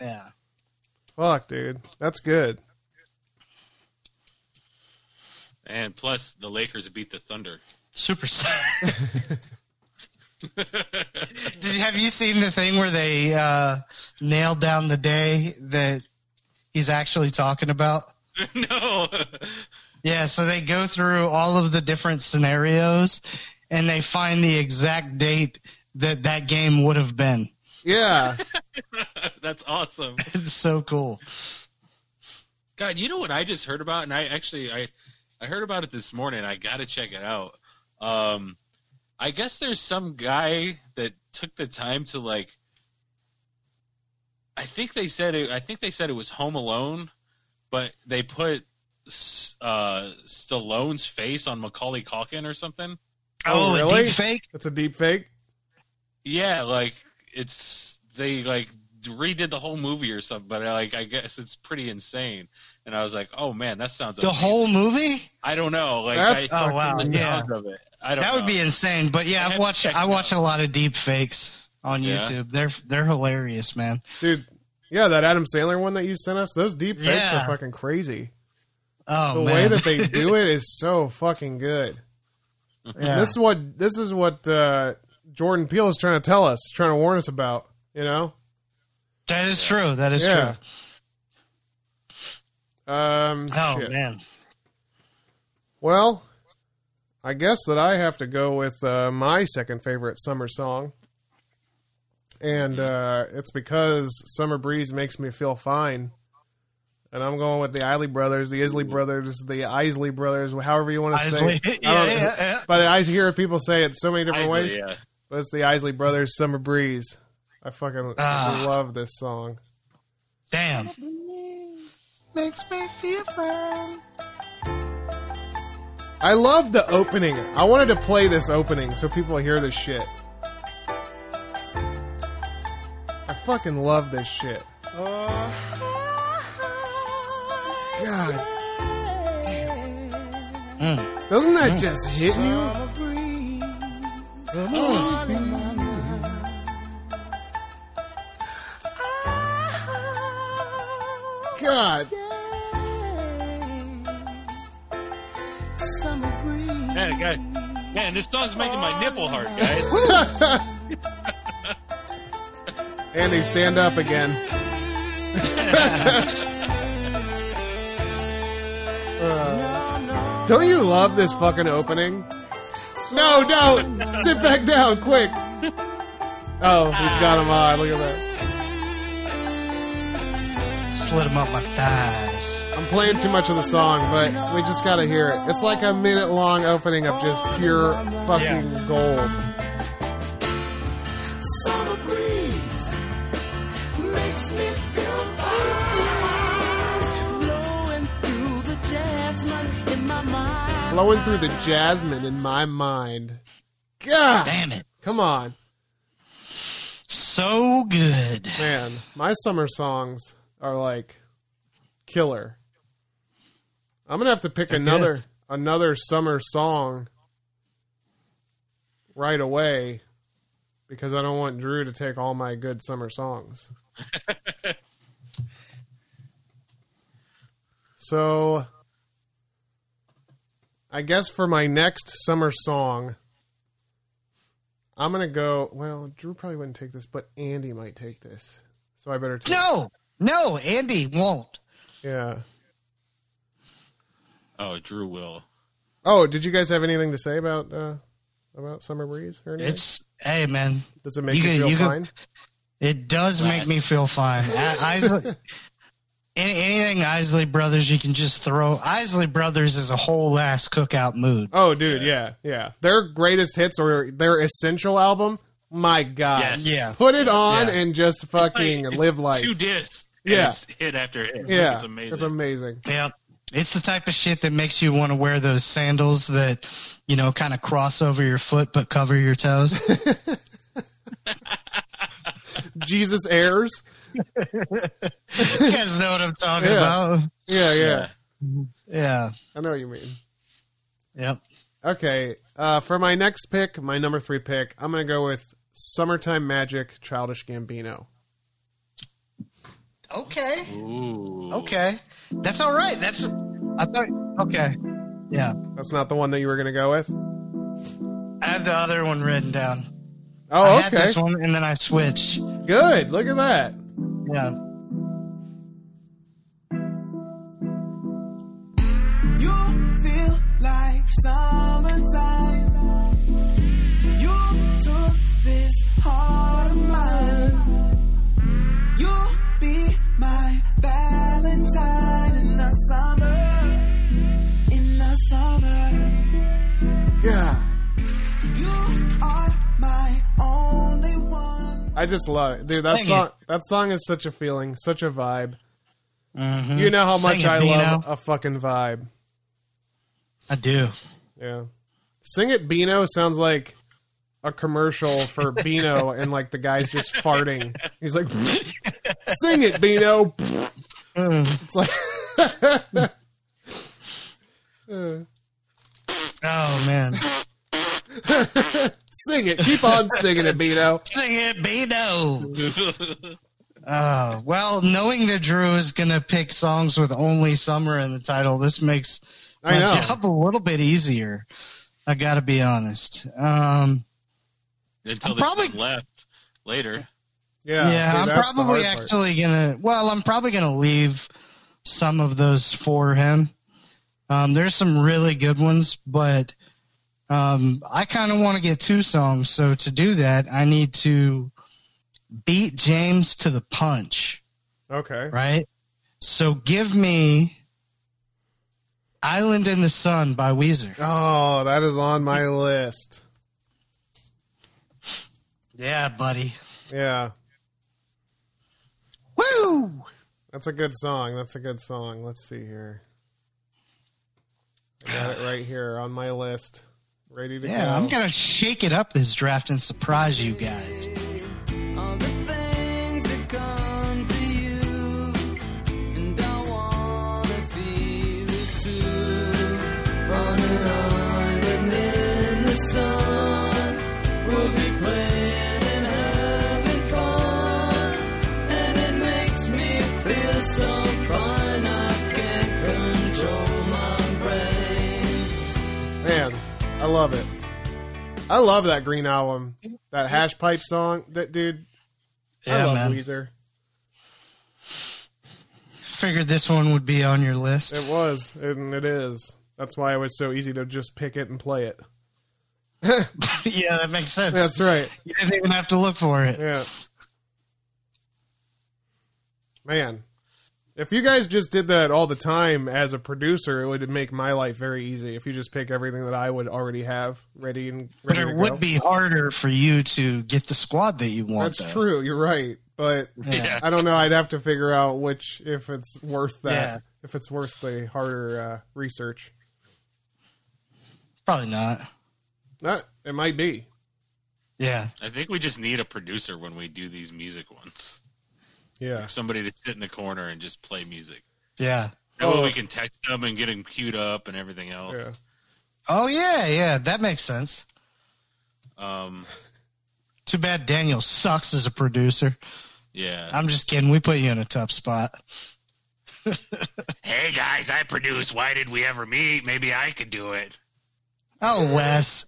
Speaker 6: yeah,
Speaker 7: Fuck, dude. That's good.
Speaker 5: And plus, the Lakers beat the Thunder.
Speaker 6: super. s- Did, have you seen the thing where they uh, nailed down the day that he's actually talking about?
Speaker 5: no.
Speaker 6: Yeah, so they go through all of the different scenarios and they find the exact date that that game would have been.
Speaker 7: Yeah.
Speaker 5: That's awesome.
Speaker 6: It's so cool.
Speaker 5: God, you know what I just heard about, and I actually I I heard about it this morning. I got to check it out. Um, I guess there's some guy that took the time to like. I think they said it. I think they said it was Home Alone, but they put S- uh, Stallone's face on Macaulay Calkin or something.
Speaker 7: Oh, really?
Speaker 6: a deep fake?
Speaker 7: That's a deep fake.
Speaker 5: Yeah, like it's they like redid the whole movie or something. But like I guess it's pretty insane. And I was like, oh man, that sounds
Speaker 6: The
Speaker 5: amazing.
Speaker 6: whole movie?
Speaker 5: I don't know. Like
Speaker 7: That's
Speaker 5: I,
Speaker 6: Oh wow.
Speaker 5: the
Speaker 6: Yeah.
Speaker 5: sound of it. I don't
Speaker 6: That would
Speaker 5: know.
Speaker 6: be insane. But
Speaker 5: I
Speaker 6: yeah, I've
Speaker 5: haven't
Speaker 6: watched
Speaker 5: checked
Speaker 6: I
Speaker 5: it
Speaker 6: watch
Speaker 5: out.
Speaker 6: a lot of deep fakes on
Speaker 5: Yeah.
Speaker 6: YouTube. They're they're hilarious, man.
Speaker 7: Dude, yeah, that Adam Sandler one that you sent us, those deep fakes
Speaker 6: Yeah.
Speaker 7: are fucking crazy.
Speaker 6: Oh
Speaker 7: The
Speaker 6: man.
Speaker 7: way that they do it is so fucking good.
Speaker 6: yeah.
Speaker 7: This is what this is what uh, Jordan Peele is trying to tell us, trying to warn us about, you know?
Speaker 6: that is true. That is
Speaker 7: Yeah.
Speaker 6: true.
Speaker 7: Um,
Speaker 6: Oh
Speaker 7: shit.
Speaker 6: man,
Speaker 7: Well, I guess that I have to go with uh, my second favorite summer song.
Speaker 6: Mm.
Speaker 7: And uh, it's because Summer Breeze makes me feel fine. And I'm going with the Isley Brothers, the Isley Brothers, the Isley Brothers, however you want to say
Speaker 6: Isley.
Speaker 7: it. I
Speaker 6: yeah,
Speaker 7: don't-
Speaker 6: yeah, yeah.
Speaker 7: But I hear people say it so many different
Speaker 5: Isley,
Speaker 7: ways.
Speaker 5: yeah.
Speaker 7: But it's the Isley Brothers, Summer Breeze. I fucking
Speaker 6: Ah.
Speaker 7: love this song.
Speaker 6: Damn.
Speaker 7: Makes me feel fine. I love the opening. I wanted to play this opening so people hear this shit. I fucking love this shit. God,
Speaker 6: Mm.
Speaker 7: doesn't that just hit you? Oh, God,
Speaker 5: Man, guy, man, this song's making my nipple hard, guys.
Speaker 7: Andy, stand up again. Uh, don't you love this fucking opening? No, don't! Sit back down, quick! Oh, he's got him on. Look at that.
Speaker 6: Slid him up my thighs.
Speaker 7: I'm playing too much of the song, but we just gotta hear it. It's like a minute long opening of just pure fucking gold. Blowing through the jasmine in my mind. God,
Speaker 6: Damn it.
Speaker 7: come on,
Speaker 6: So good.
Speaker 7: man. My summer songs are like killer. I'm gonna have to pick another another summer song right away because I don't want Drew to take all my good summer songs. so I guess for my next summer song I'm going to go well Drew probably wouldn't take this but Andy might take this. So I better take
Speaker 6: No, no, Andy won't.
Speaker 7: Yeah.
Speaker 5: Oh, Drew will.
Speaker 7: Oh, did you guys have anything to say about uh about Summer Breeze or anything?
Speaker 6: It's hey man,
Speaker 7: Does it make you,
Speaker 6: you could-
Speaker 7: feel
Speaker 6: you could-
Speaker 7: fine?
Speaker 6: it does make me feel fine. I, Isley, any, anything Isley Brothers, you can just throw. Isley Brothers is a whole ass cookout mood.
Speaker 7: Oh, dude, yeah. yeah, Their greatest hits or their essential album. My God,
Speaker 5: Yes.
Speaker 6: Yeah.
Speaker 7: Put it on
Speaker 6: Yeah.
Speaker 7: and just fucking
Speaker 5: It's
Speaker 7: live life.
Speaker 5: Two discs.
Speaker 7: Yeah.
Speaker 5: Yeah. It's hit after hit.
Speaker 7: yeah,
Speaker 5: It's amazing.
Speaker 7: It's amazing.
Speaker 6: Yep. It's the type of shit that makes you want to wear those sandals that, you know, kind of cross over your foot but cover your toes.
Speaker 7: Jesus airs.
Speaker 6: you guys know what I'm talking
Speaker 7: Yeah.
Speaker 6: about.
Speaker 7: Yeah,
Speaker 5: Yeah.
Speaker 7: yeah,
Speaker 6: Yeah.
Speaker 7: I know what you mean.
Speaker 6: Yep.
Speaker 7: Okay, uh, for my next pick, my number three pick, I'm gonna go with "Summertime Magic" Childish Gambino.
Speaker 6: Okay.
Speaker 5: Ooh.
Speaker 6: Okay. That's all right. That's I thought okay. Yeah.
Speaker 7: That's not the one that you were gonna go with.
Speaker 6: I have the other one written down. I
Speaker 7: Oh,
Speaker 6: had
Speaker 7: okay,
Speaker 6: this one and then I switched.
Speaker 7: good. Look at that.
Speaker 6: Yeah.
Speaker 10: You feel like summertime. You took this heart of mine. You'll be my Valentine in the summer. In the summer.
Speaker 7: Yeah,
Speaker 10: You are my only one.
Speaker 7: I just love it, dude. That
Speaker 6: Sing it.
Speaker 7: song. That song is such a feeling, such a vibe.
Speaker 6: Mhm.
Speaker 7: You know how
Speaker 6: Sing
Speaker 7: much
Speaker 6: it,
Speaker 7: I
Speaker 6: Dino.
Speaker 7: love a fucking vibe.
Speaker 6: I do.
Speaker 7: Yeah. Sing It Beano sounds like a commercial for Beano and like the guy's just farting. He's like Sing it Beano.
Speaker 6: Mm.
Speaker 7: It's like
Speaker 6: Oh man.
Speaker 7: Sing it. Keep on singing it, Beano.
Speaker 6: Sing it, Beano. uh, well, knowing that Drew is going to pick songs with only summer in the title, this makes
Speaker 7: I
Speaker 6: my
Speaker 7: know.
Speaker 6: job a little bit easier. I got to be honest. Um,
Speaker 5: Until
Speaker 6: I'm
Speaker 5: there's
Speaker 6: probably-
Speaker 5: some left later.
Speaker 7: Yeah.
Speaker 6: yeah,
Speaker 7: see,
Speaker 6: I'm
Speaker 7: that's the
Speaker 6: probably
Speaker 7: hard part.
Speaker 6: actually going to, well, I'm probably going to leave some of those for him. Um, there's some really good ones, but um, I kind of want to get two songs. So to do that, I need to beat James to the punch,
Speaker 7: Okay.
Speaker 6: right? So give me "Island in the Sun" by Weezer.
Speaker 7: Oh, that is on my list.
Speaker 6: Yeah, buddy.
Speaker 7: Yeah.
Speaker 6: Woo!
Speaker 7: That's a good song. That's a good song. Let's see here. I got it right here on my list. Ready to go.
Speaker 6: Yeah, I'm gonna shake it up this draft and surprise you guys.
Speaker 10: All the things that come to you, and I wanna feel it too. On an island in the sun, we'll be playing and having fun, and it makes me feel so fine. I can't control my brain.
Speaker 7: Man, I love it. I love that Green album. That hash pipe song. That dude. I
Speaker 6: Yeah,
Speaker 7: love
Speaker 6: man.
Speaker 7: Weezer.
Speaker 6: Figured this one would be on your list.
Speaker 7: It was, and it is. That's why it was so easy to just pick it and play it.
Speaker 6: yeah, that makes sense.
Speaker 7: That's right.
Speaker 6: You didn't even have to look for it.
Speaker 7: Yeah. Man, if you guys just did that all the time as a producer, it would make my life very easy. If you just pick everything that I would already have ready and
Speaker 6: But
Speaker 7: ready
Speaker 6: it
Speaker 7: to
Speaker 6: would
Speaker 7: go.
Speaker 6: be harder for you to get the squad that you want.
Speaker 7: That's
Speaker 6: though.
Speaker 7: true. You're right, but
Speaker 6: Yeah.
Speaker 7: I don't know. I'd have to figure out which if it's worth that.
Speaker 6: Yeah.
Speaker 7: If it's worth the harder uh, research,
Speaker 6: Probably not.
Speaker 7: that it might be.
Speaker 6: Yeah.
Speaker 5: I think we just need a producer when we do these music ones.
Speaker 7: Yeah.
Speaker 5: Somebody to sit in the corner and just play music.
Speaker 6: Yeah.
Speaker 5: That way
Speaker 7: Oh.
Speaker 5: we can text them and get them queued up and everything else.
Speaker 7: Yeah.
Speaker 6: Oh yeah, yeah. That makes sense.
Speaker 5: Um,
Speaker 6: Too bad Daniel sucks as a producer.
Speaker 5: yeah.
Speaker 6: I'm just kidding. We put you in a tough spot.
Speaker 5: hey guys, I produce. Why did we ever meet? Maybe I could do it.
Speaker 6: Oh, Wes.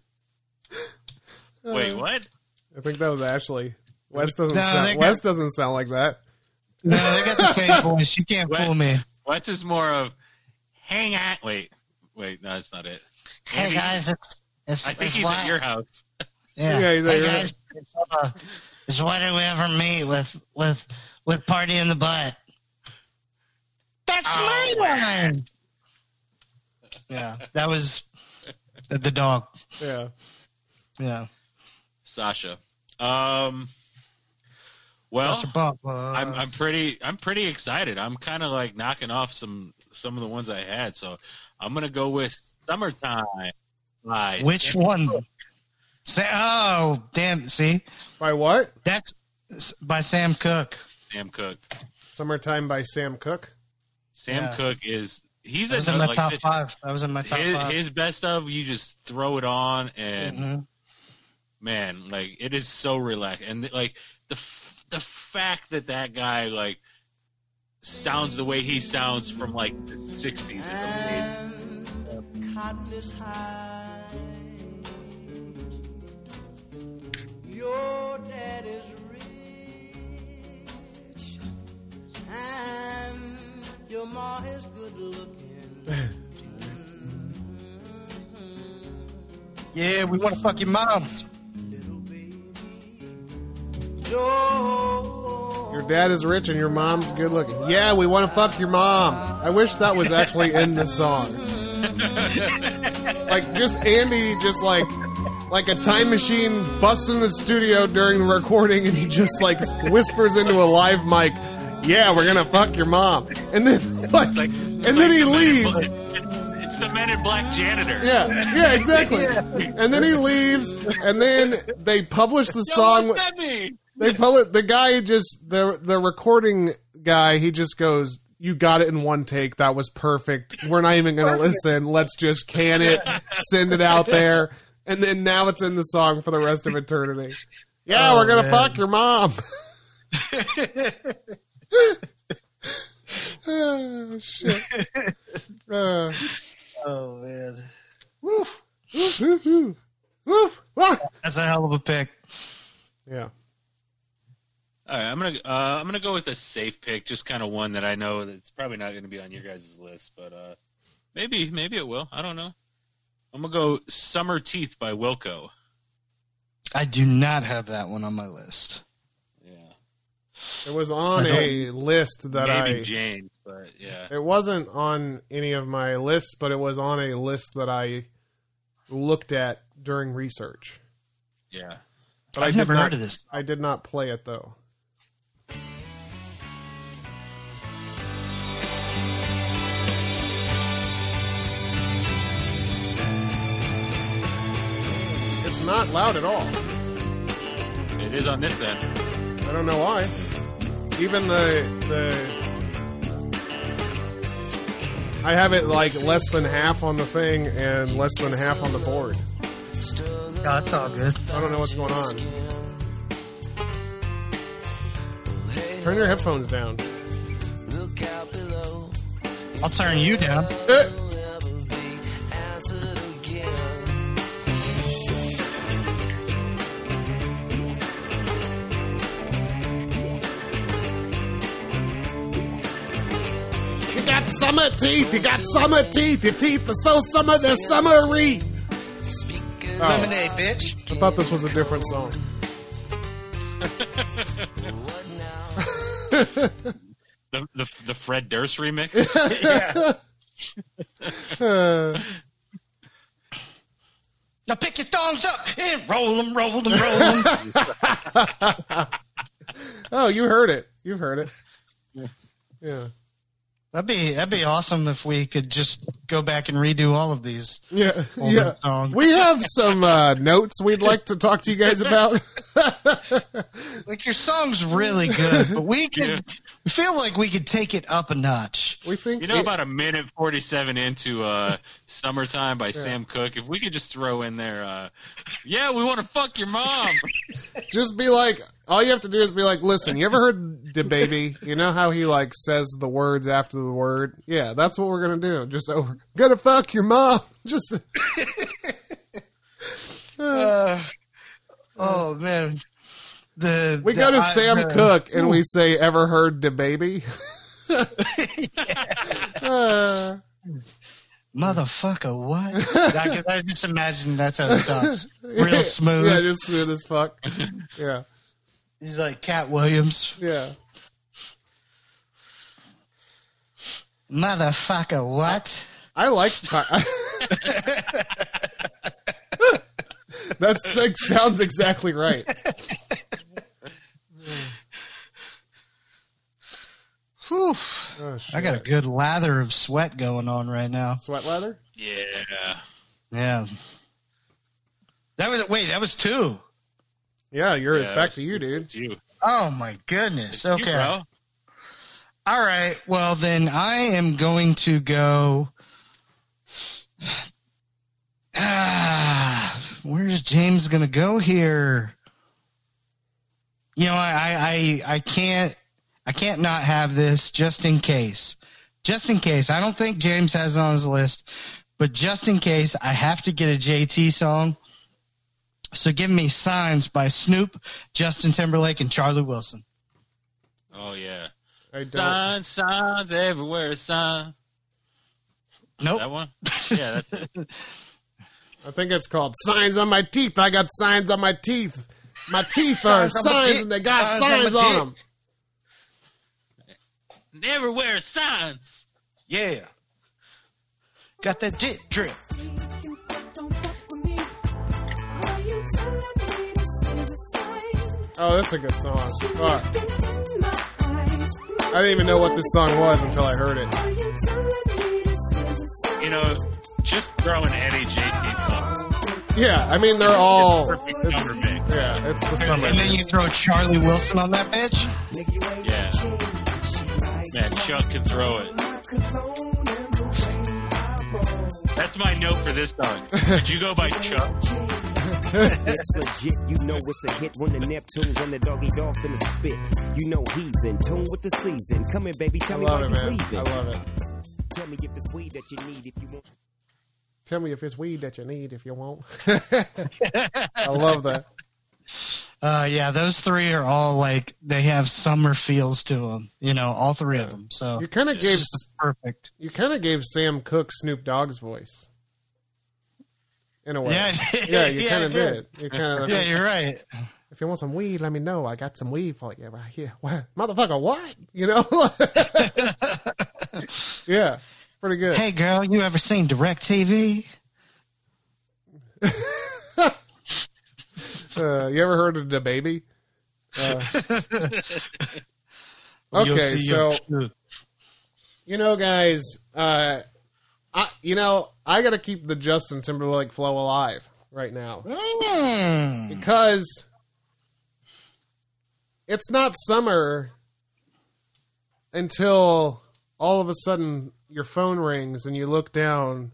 Speaker 5: Wait,
Speaker 7: Uh,
Speaker 5: what?
Speaker 7: I think that was Ashley. West doesn't
Speaker 6: No,
Speaker 7: sound.
Speaker 6: they got-
Speaker 7: West doesn't sound like that.
Speaker 6: No, they got the same voice. You can't
Speaker 5: Wes-
Speaker 6: fool me.
Speaker 5: What's is more of hang out? Wait, wait, no, that's not it.
Speaker 6: Hey
Speaker 5: Andy-
Speaker 6: guys, it's, it's
Speaker 5: I think
Speaker 6: it's
Speaker 5: he's
Speaker 6: Wes.
Speaker 5: at your house.
Speaker 6: Yeah,
Speaker 7: Yeah, he's like,
Speaker 6: hey
Speaker 7: "Right."
Speaker 6: guys, it's, uh, it's why did we ever meet with with with party in the butt? That's
Speaker 5: Oh,
Speaker 6: my line. Yeah, that was the the dog.
Speaker 7: Yeah.
Speaker 6: Yeah,
Speaker 5: Sasha. Um. Well,
Speaker 6: Buster Bump. Uh,
Speaker 5: I'm, I'm pretty I'm pretty excited. I'm kind of like knocking off some some of the ones I had, so I'm gonna go with "Summertime." by
Speaker 6: which
Speaker 5: Sam
Speaker 6: one?
Speaker 5: Cooke.
Speaker 6: Say, oh damn! See,
Speaker 7: By what?
Speaker 6: that's s- by Sam Cooke.
Speaker 5: Sam Cook.
Speaker 7: Summertime by Sam Cooke.
Speaker 5: Sam
Speaker 6: Yeah.
Speaker 5: Cook is he's
Speaker 6: That was in my
Speaker 5: another- like,
Speaker 6: top
Speaker 5: this-
Speaker 6: five. That was in my top
Speaker 5: his,
Speaker 6: five.
Speaker 5: his best of you just throw it on and
Speaker 6: Mhm.
Speaker 5: man like it is so relaxed and like the f- the fact that that guy like sounds the way he sounds from like the 60s is amazing.
Speaker 10: Cotton is high. Your dad is rich. And your ma is good looking.
Speaker 6: Yeah, we want to fuck your mom.
Speaker 10: Little baby. Don't
Speaker 7: Your dad is rich and your mom's good looking. Yeah, we want to fuck your mom. I wish that was actually in the song. like just Andy, just like like a time machine busts in the studio during the recording, and he just like whispers into a live mic. Yeah, we're gonna fuck your mom, and then like,
Speaker 5: It's like
Speaker 7: and
Speaker 5: it's
Speaker 7: then
Speaker 5: like
Speaker 7: he
Speaker 5: the Men in Bla-
Speaker 7: leaves.
Speaker 5: it's, it's the men in black janitor
Speaker 7: Yeah, yeah, exactly. And then he leaves, and then they publish the song.
Speaker 5: what's that mean?
Speaker 7: They public the guy just the the recording guy. He just goes, "You got it in one take. That was perfect. We're not even going to listen. Let's just can it, send it out there, and then now it's in the song for the rest of eternity." Yeah,
Speaker 6: Oh,
Speaker 7: we're gonna
Speaker 6: man.
Speaker 7: fuck your mom. oh, shit. Uh,
Speaker 6: Oh man,
Speaker 7: woof, woof, woof. Woof, woof.
Speaker 6: that's a hell of a pick.
Speaker 7: Yeah.
Speaker 5: All right, I'm gonna uh, I'm gonna go with a safe pick, just kind of one that I know that's probably not gonna be on your guys' list, but uh, maybe maybe it will. I don't know. I'm gonna go "Summer Teeth" by Wilco.
Speaker 6: I do not have that one on my list.
Speaker 5: Yeah,
Speaker 7: It was on
Speaker 6: I don't-
Speaker 7: a list that
Speaker 5: maybe
Speaker 7: I.
Speaker 5: James, but yeah,
Speaker 7: It wasn't on any of my lists, but it was on a list that I looked at during research.
Speaker 5: yeah.
Speaker 7: But I
Speaker 6: I've
Speaker 7: did
Speaker 6: never
Speaker 7: not-
Speaker 6: heard of this.
Speaker 7: I did not play it though. It's not loud at all.
Speaker 5: It is on this end.
Speaker 7: I don't know why. Even the the I have it like less than half on the thing and less than half on the board.
Speaker 6: No, it's all good.
Speaker 7: I don't know what's going on. Turn your headphones down.
Speaker 6: I'll turn you down.
Speaker 7: Eh. You got summer teeth. You got summer teeth. Your teeth are so summer, they're summery. Oh,
Speaker 6: Lemonade, bitch.
Speaker 7: I thought this was a different song.
Speaker 5: The the, the Fred Durst remix.
Speaker 7: Uh,
Speaker 6: Now pick your thongs up and roll them, roll them, roll them.
Speaker 7: oh, you heard it. You've heard it. Yeah.
Speaker 6: that'd be that'd be awesome if we could just go back and redo all of these.
Speaker 7: Yeah,
Speaker 6: All
Speaker 7: yeah.
Speaker 6: them songs.
Speaker 7: We have some uh, notes we'd like to talk to you guys about.
Speaker 6: Like your song's really good, but we could we feel like we could take it up a notch.
Speaker 7: we think
Speaker 5: You know, about a minute forty-seven into uh, "Summertime" by Sam Cooke. If we could just throw in there, uh, yeah, we want to fuck your mom.
Speaker 7: just be like, all you have to do is be like, listen, you ever heard the baby? You know how he like says the words after the word? Yeah, that's what we're gonna do. Just over, gonna fuck your mom. Just
Speaker 6: Uh, oh man, the
Speaker 7: we
Speaker 6: the-
Speaker 7: go to
Speaker 6: I-
Speaker 7: Sam
Speaker 6: the-
Speaker 7: Cook and we say, ever heard the baby? Uh,
Speaker 6: motherfucker. What? I, can- I just imagine that's how he talks. Real smooth.
Speaker 7: Yeah, just smooth as fuck. Yeah,
Speaker 6: He's like Cat Williams.
Speaker 7: yeah.
Speaker 6: Motherfucker, what?
Speaker 7: I like Ty- That's that sounds exactly right.
Speaker 6: Whew.
Speaker 7: Oh,
Speaker 6: I got a
Speaker 7: shit.
Speaker 6: good lather of sweat going on right now.
Speaker 7: sweat leather.
Speaker 5: yeah,
Speaker 6: Yeah. That was wait, that was two.
Speaker 7: Yeah, you're. it's
Speaker 5: Yeah,
Speaker 7: back to you, dude.
Speaker 5: it's you.
Speaker 6: Oh my goodness.
Speaker 5: You,
Speaker 6: Okay.
Speaker 5: bro.
Speaker 6: All right. Well, then I am going to go. Ah, where's James going to go here? You know, I, I, I can't, I can't not have this just in case. Just in case. I don't think James has it on his list, but just in case, I have to get a JT song. So give me Signs by Snoop, Justin Timberlake, and Charlie Wilson.
Speaker 5: Oh yeah.
Speaker 7: I don't.
Speaker 5: Signs, signs everywhere. Sign.
Speaker 6: Nope.
Speaker 5: That one? Yeah, that's it.
Speaker 7: I think it's called signs on my teeth. I got signs on my teeth. My teeth are
Speaker 6: Signs on my
Speaker 7: signs,
Speaker 6: teeth.
Speaker 7: and they got
Speaker 6: Signs on my
Speaker 7: signs on
Speaker 6: teeth.
Speaker 7: them.
Speaker 5: everywhere. Signs.
Speaker 6: Yeah. Got that jet drip.
Speaker 7: Oh, that's a good song. Fuck. I didn't even know what this song was until I heard it.
Speaker 5: You know, just throwing any JT song.
Speaker 7: Yeah, I mean they're all.
Speaker 5: Perfect summer mix.
Speaker 7: Yeah, it's the summer.
Speaker 6: And then you throw Charlie Wilson on that bitch.
Speaker 5: Yeah. Man, Chuck can throw it. That's my note for this song. Did you go by Chuck?
Speaker 11: That's legit. You know it's a hit when the Neptune's on the doggy dog finna spit. You know he's in tune with the season. Come in, baby,
Speaker 7: I
Speaker 11: tell me
Speaker 7: love
Speaker 11: why
Speaker 7: it,
Speaker 11: you
Speaker 7: man. I
Speaker 11: leaving.
Speaker 7: love it.
Speaker 11: Tell me if it's weed that you need. If you want,
Speaker 7: Tell me if it's weed that you need if you want. I love that.
Speaker 6: Uh, yeah, those three are all like they have summer feels to them. You know, all three of them. So
Speaker 7: You kind of
Speaker 6: it's
Speaker 7: gave
Speaker 6: just perfect.
Speaker 7: You kind of gave Sam Cooke Snoop Dogg's voice. In a way,
Speaker 6: Yeah, I did.
Speaker 7: yeah, you
Speaker 6: Yeah,
Speaker 7: kind
Speaker 6: I
Speaker 7: of
Speaker 6: did.
Speaker 7: did. You kind of,
Speaker 6: Yeah, you're right.
Speaker 7: If you want some weed, let me know. I got some weed for you right here. What, motherfucker? What? You know? yeah, it's pretty good.
Speaker 6: Hey, girl, you ever seen Directv?
Speaker 7: Uh, you ever heard of the baby? Uh,
Speaker 6: You'll
Speaker 7: okay,
Speaker 6: see
Speaker 7: so
Speaker 6: your truth.
Speaker 7: you know, guys, uh, I you know I got to keep the Justin Timberlake flow alive right now.
Speaker 6: Mm.
Speaker 7: because it's not summer until all of a sudden your phone rings and you look down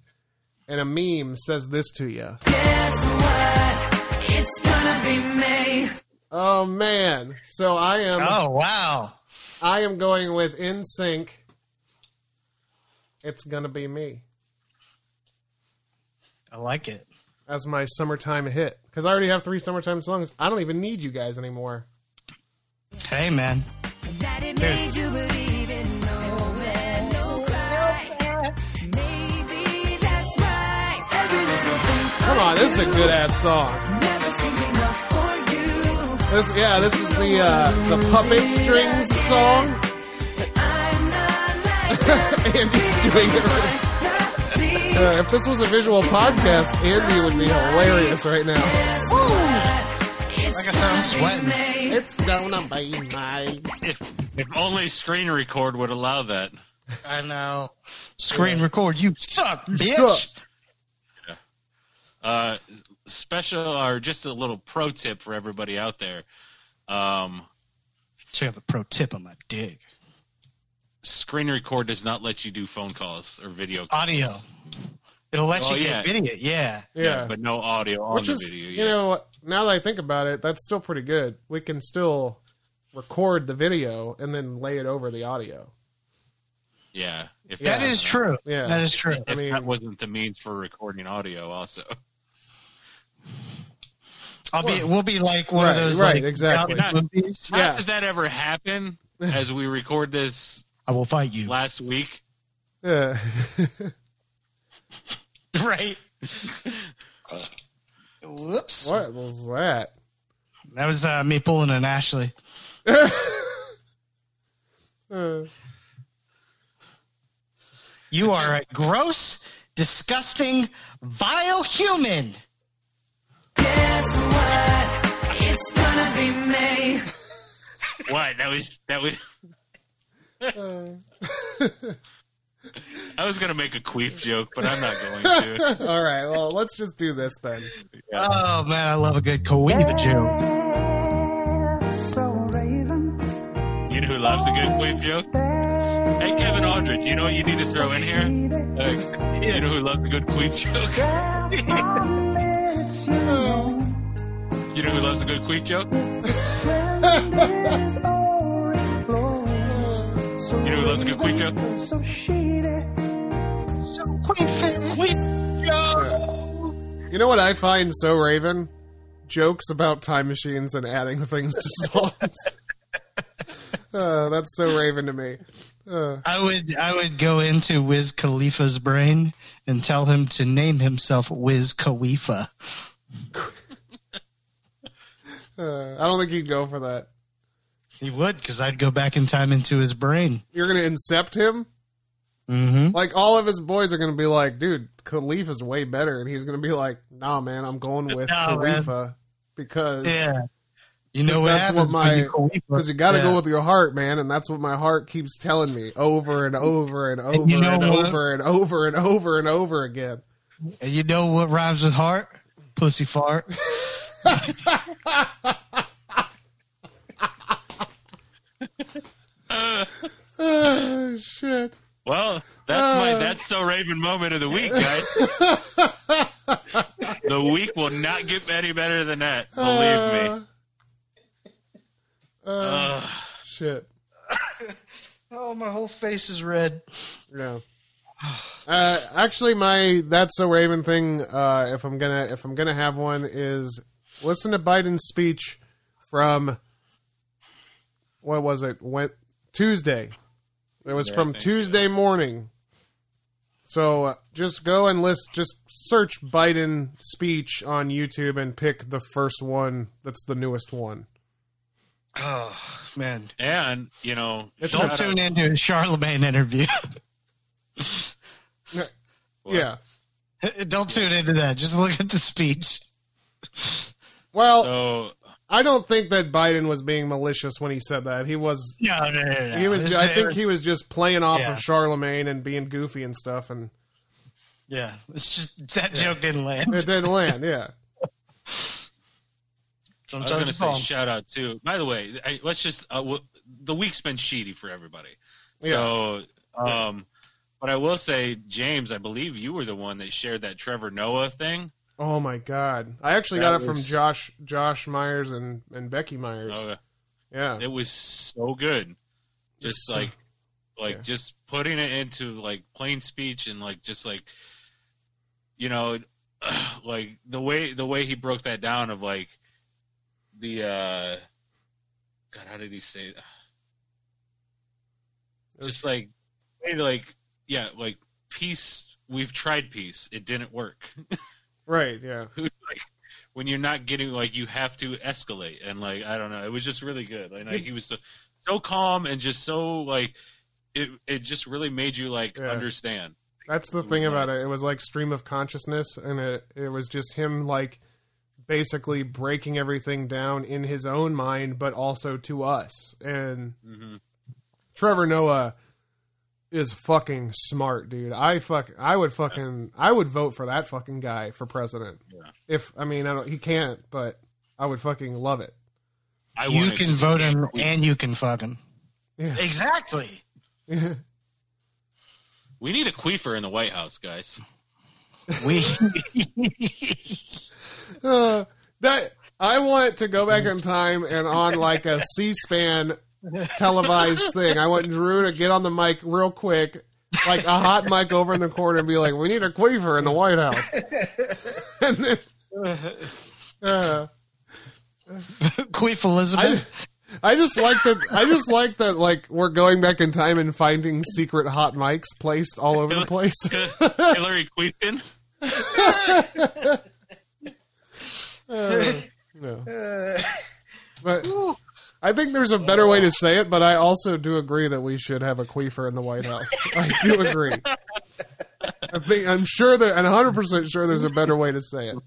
Speaker 7: and a meme says this to you.
Speaker 10: It's gonna be me.
Speaker 7: Oh man. So I am
Speaker 6: oh wow,
Speaker 7: I am going with in sync. It's gonna be me
Speaker 6: I like it.
Speaker 7: as my summertime hit because I already have three summertime songs. I don't even need you guys anymore.
Speaker 6: Hey, man.
Speaker 10: That it made you believe in nowhere, no cry. Maybe that's why every little thing
Speaker 7: Come on, this is a good ass song.
Speaker 10: never seemed enough for you.
Speaker 7: This yeah, this is the uh, the puppet strings song. Andy's doing it. Right. Uh, if this was a visual podcast, Andy would be hilarious right now.
Speaker 6: Like I said, I'm sweating.
Speaker 7: It's gonna be my.
Speaker 5: If, if only Screen Record would allow that.
Speaker 6: I know. Screen record. You suck, bitch.
Speaker 7: suck.
Speaker 5: Uh, special or just a little pro tip for everybody out there. Um,
Speaker 6: Check out the pro tip on my dick.
Speaker 5: screen Record does not let you do phone calls or video. Calls.
Speaker 6: Audio. It'll let
Speaker 5: Oh,
Speaker 6: you
Speaker 5: yeah.
Speaker 6: get video. Yeah.
Speaker 7: Yeah,
Speaker 5: but no audio on
Speaker 7: which
Speaker 5: the
Speaker 7: is
Speaker 5: video.
Speaker 7: you
Speaker 5: yeah.
Speaker 7: know now that I think about it, that's still pretty good. We can still record the video and then lay it over the audio.
Speaker 5: yeah. If
Speaker 7: Yeah.
Speaker 6: That is true.
Speaker 7: Yeah.
Speaker 6: That is true.
Speaker 5: If
Speaker 7: I mean-
Speaker 5: that wasn't the means for recording audio, also.
Speaker 6: I'll be. We'll be like one
Speaker 7: Right,
Speaker 6: of those.
Speaker 7: right,
Speaker 6: like,
Speaker 7: exactly.
Speaker 6: out movies.
Speaker 5: How
Speaker 7: Yeah.
Speaker 5: did that ever happen? As we record this
Speaker 6: I will fight you.
Speaker 5: last week,
Speaker 7: Yeah.
Speaker 6: right. Whoops.
Speaker 7: what was that?
Speaker 6: That was uh, me pulling an Ashley.
Speaker 7: Uh,
Speaker 6: You are a gross, disgusting, vile human.
Speaker 10: Guess what? It's gonna be me.
Speaker 5: what that was that was
Speaker 7: Uh.
Speaker 5: I was gonna make a queef joke, but I'm not going to.
Speaker 7: all right, well, let's just do this then.
Speaker 6: Oh man, I love a good Cohiba joke.
Speaker 5: You know who loves a good queef joke? Hey, Kevin Aldridge, you know what you need to throw in here? Uh, you know who loves a good queef joke? You know who loves a good queef joke? You know who loves a good queef joke?
Speaker 7: You know what I find so Raven? Jokes about time machines and adding things to songs. uh, that's so Raven to me. Uh,
Speaker 6: I would I would go into Wiz Khalifa's brain and tell him to name himself Wiz Khalifa.
Speaker 7: uh, I don't think you'd go for that.
Speaker 6: He would, because I'd go back in time into his brain.
Speaker 7: You're gonna incept him.
Speaker 6: Mm-hmm.
Speaker 7: Like all of his boys are gonna be like, "Dude, Khalifa's way better," and he's gonna be like, "Nah, man, I'm going with
Speaker 6: No, man.
Speaker 7: Khalifa because
Speaker 6: Yeah. You know what
Speaker 7: that's
Speaker 6: happens when
Speaker 7: what my
Speaker 6: you Khalifa-
Speaker 7: because you got to
Speaker 6: Yeah.
Speaker 7: go with your heart, man, and that's what my heart keeps telling me over and over and over and,
Speaker 6: you know what?
Speaker 7: over and over and over and over again."
Speaker 6: And you know what rhymes with heart? Pussy fart.
Speaker 7: Oh shit.
Speaker 5: Well, that's my that's so Raven moment of the week, guys. the week will not get any better than that. Believe me. Uh, Ugh.
Speaker 7: Shit.
Speaker 6: Oh, my whole face is red.
Speaker 7: Yeah. Uh, actually, my that's so Raven thing. Uh, if I'm gonna if I'm gonna have one, is listen to Biden's speech from what was it? Went Tuesday. It was
Speaker 12: Yeah, I
Speaker 7: from
Speaker 12: think
Speaker 7: Tuesday morning. So uh, just go and list. Just search Biden speech on YouTube and pick the first one. That's the newest one.
Speaker 6: Oh man!
Speaker 5: And you know,
Speaker 6: Let's
Speaker 5: shout out-
Speaker 6: tune into his Charlemagne interview.
Speaker 7: Yeah.
Speaker 6: Don't tune into that. Just look at the speech.
Speaker 7: Well, I don't think that Biden was being malicious when he said that. He was.
Speaker 6: No, no, no, no.
Speaker 7: He was.
Speaker 6: It's-
Speaker 7: I think he was just playing off
Speaker 6: Yeah.
Speaker 7: of Charlemagne and being goofy and stuff. And
Speaker 6: Yeah, it's just that joke didn't land.
Speaker 7: it didn't land. Yeah.
Speaker 5: I was going to say shout out too. By the way, I, let's just uh, w- the week's been shitty for everybody. So, um, but I will say, James, I believe you were the one that shared that Trevor Noah thing.
Speaker 7: Oh my god! I actually
Speaker 5: That
Speaker 7: got it from
Speaker 5: was-
Speaker 7: Josh, Josh Myers, and and Becky Myers.
Speaker 5: Oh,
Speaker 7: yeah,
Speaker 5: it was so good. Just
Speaker 7: So-
Speaker 5: like, like
Speaker 7: yeah.
Speaker 5: just putting it into like plain speech and like just like, you know, like the way the way he broke that down of like the uh, God, how did he say? It? Just like, way to, like yeah, like peace. We've tried peace. It didn't work.
Speaker 7: Right. Yeah.
Speaker 5: when you're not getting like you have to escalate and like I don't know, it was just really good. Like, like, he was so, so calm and just so like it it just really made you like understand.
Speaker 7: That's the thing about it. It was like stream of consciousness, and it it was just him like basically breaking everything down in his own mind, but also to us. And Trevor Noah is fucking smart, dude. I fuck. I would fucking. I would vote for that fucking guy for president. If I mean, I don't. He can't, but I would fucking love it.
Speaker 5: I
Speaker 6: you can vote him and you can fuck him.
Speaker 7: Yeah.
Speaker 6: Exactly.
Speaker 5: We need a queefer in the White House, guys.
Speaker 6: We
Speaker 7: Uh, that I want to go back in time and on like a C-SPAN televised thing. I want Drew to get on the mic real quick, like a hot mic over in the corner, and be like, "We need a quaver in the White House." and then, uh,
Speaker 6: Queef Elizabeth.
Speaker 7: I just like that. I just like that. Like we're going back in time and finding secret hot mics placed all over the place.
Speaker 5: Hillary Queefin.
Speaker 7: Uh, no. But I think there's a better way to say it, but I also do agree that we should have a queefer in the White House. I do agree. I think I'm sure that and 100% sure there's a better way to say it.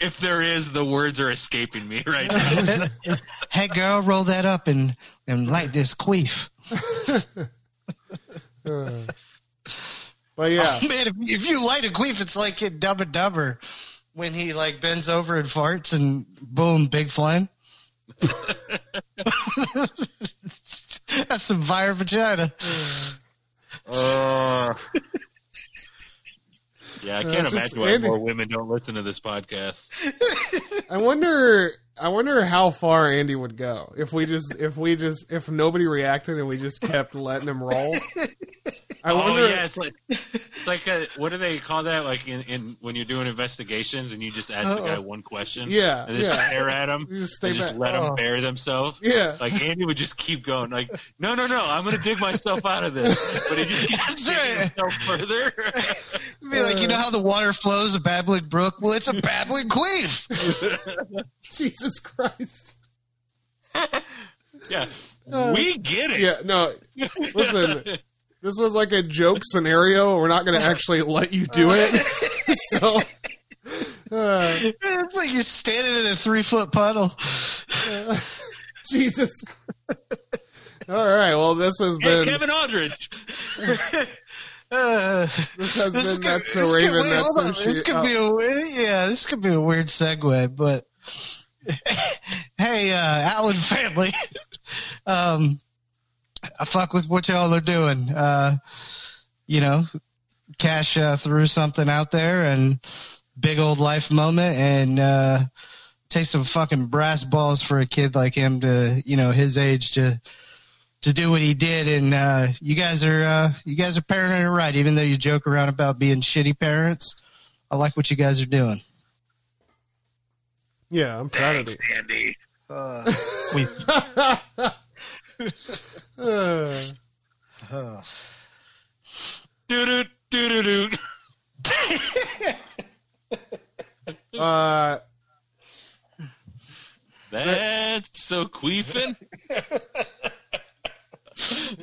Speaker 5: If there is, the words are escaping me right now.
Speaker 6: hey girl, roll that up and and light this queef.
Speaker 7: Uh, but yeah,
Speaker 6: Oh, man, if, if you light a queef, it's like in Dumb and Dumber when he like bends over and farts and boom, big flame. That's some fire vagina.
Speaker 5: yeah, I
Speaker 7: Uh,
Speaker 5: can't
Speaker 7: just
Speaker 5: imagine why
Speaker 7: Andy-
Speaker 5: more women don't listen to this podcast.
Speaker 7: I wonder I wonder how far Andy would go if we just if we just if nobody reacted and we just kept letting him roll. I wonder
Speaker 5: oh yeah, it's like it's like a, what do they call that? Like in, in when you're doing investigations and you just ask the
Speaker 7: Oh.
Speaker 5: guy one question,
Speaker 7: Yeah,
Speaker 5: and just
Speaker 7: yeah.
Speaker 5: stare at him,
Speaker 7: You just stay
Speaker 5: and just
Speaker 7: back.
Speaker 5: let
Speaker 7: Oh.
Speaker 5: them bury themselves.
Speaker 7: Yeah.
Speaker 5: like Andy would just keep going, like no, no, no, I'm gonna dig myself out of this, but he just keeps digging himself further.
Speaker 6: It'd be like, you
Speaker 7: Uh,
Speaker 6: know how the water flows a babbling brook? Well, it's a babbling queef.
Speaker 7: Jesus Christ.
Speaker 5: yeah,
Speaker 7: Uh,
Speaker 5: we get it.
Speaker 7: Yeah, no. Listen, this was like a joke scenario. We're not going to actually let you do it. so, uh,
Speaker 6: it's like you're standing in a three foot puddle.
Speaker 7: Jesus. All right. Well, this has
Speaker 5: Hey,
Speaker 7: been
Speaker 5: Kevin Aldridge.
Speaker 6: Uh,
Speaker 7: this has
Speaker 6: this could-
Speaker 7: been
Speaker 6: this
Speaker 7: that's so
Speaker 6: could-
Speaker 7: Raven.
Speaker 6: wait,
Speaker 7: that's
Speaker 6: hold
Speaker 7: so
Speaker 6: on.
Speaker 7: shit.
Speaker 6: This could
Speaker 7: Oh,
Speaker 6: be a we- yeah. This could be a weird segue, but hey, uh, Alan family, um, I fuck with what y'all are doing. Uh, you know, Cash uh, threw something out there and big old life moment, and uh, take some fucking brass balls for a kid like him to you know his age to to do what he did and uh, you guys are uh, you guys are parenting it right even though you joke around about being shitty parents i like what you guys are doing
Speaker 7: yeah, I'm proud of it.
Speaker 5: Andy.
Speaker 12: Uh,
Speaker 6: we.
Speaker 12: Huh.
Speaker 5: Do do do do do.
Speaker 7: Uh,
Speaker 5: That's so queefing.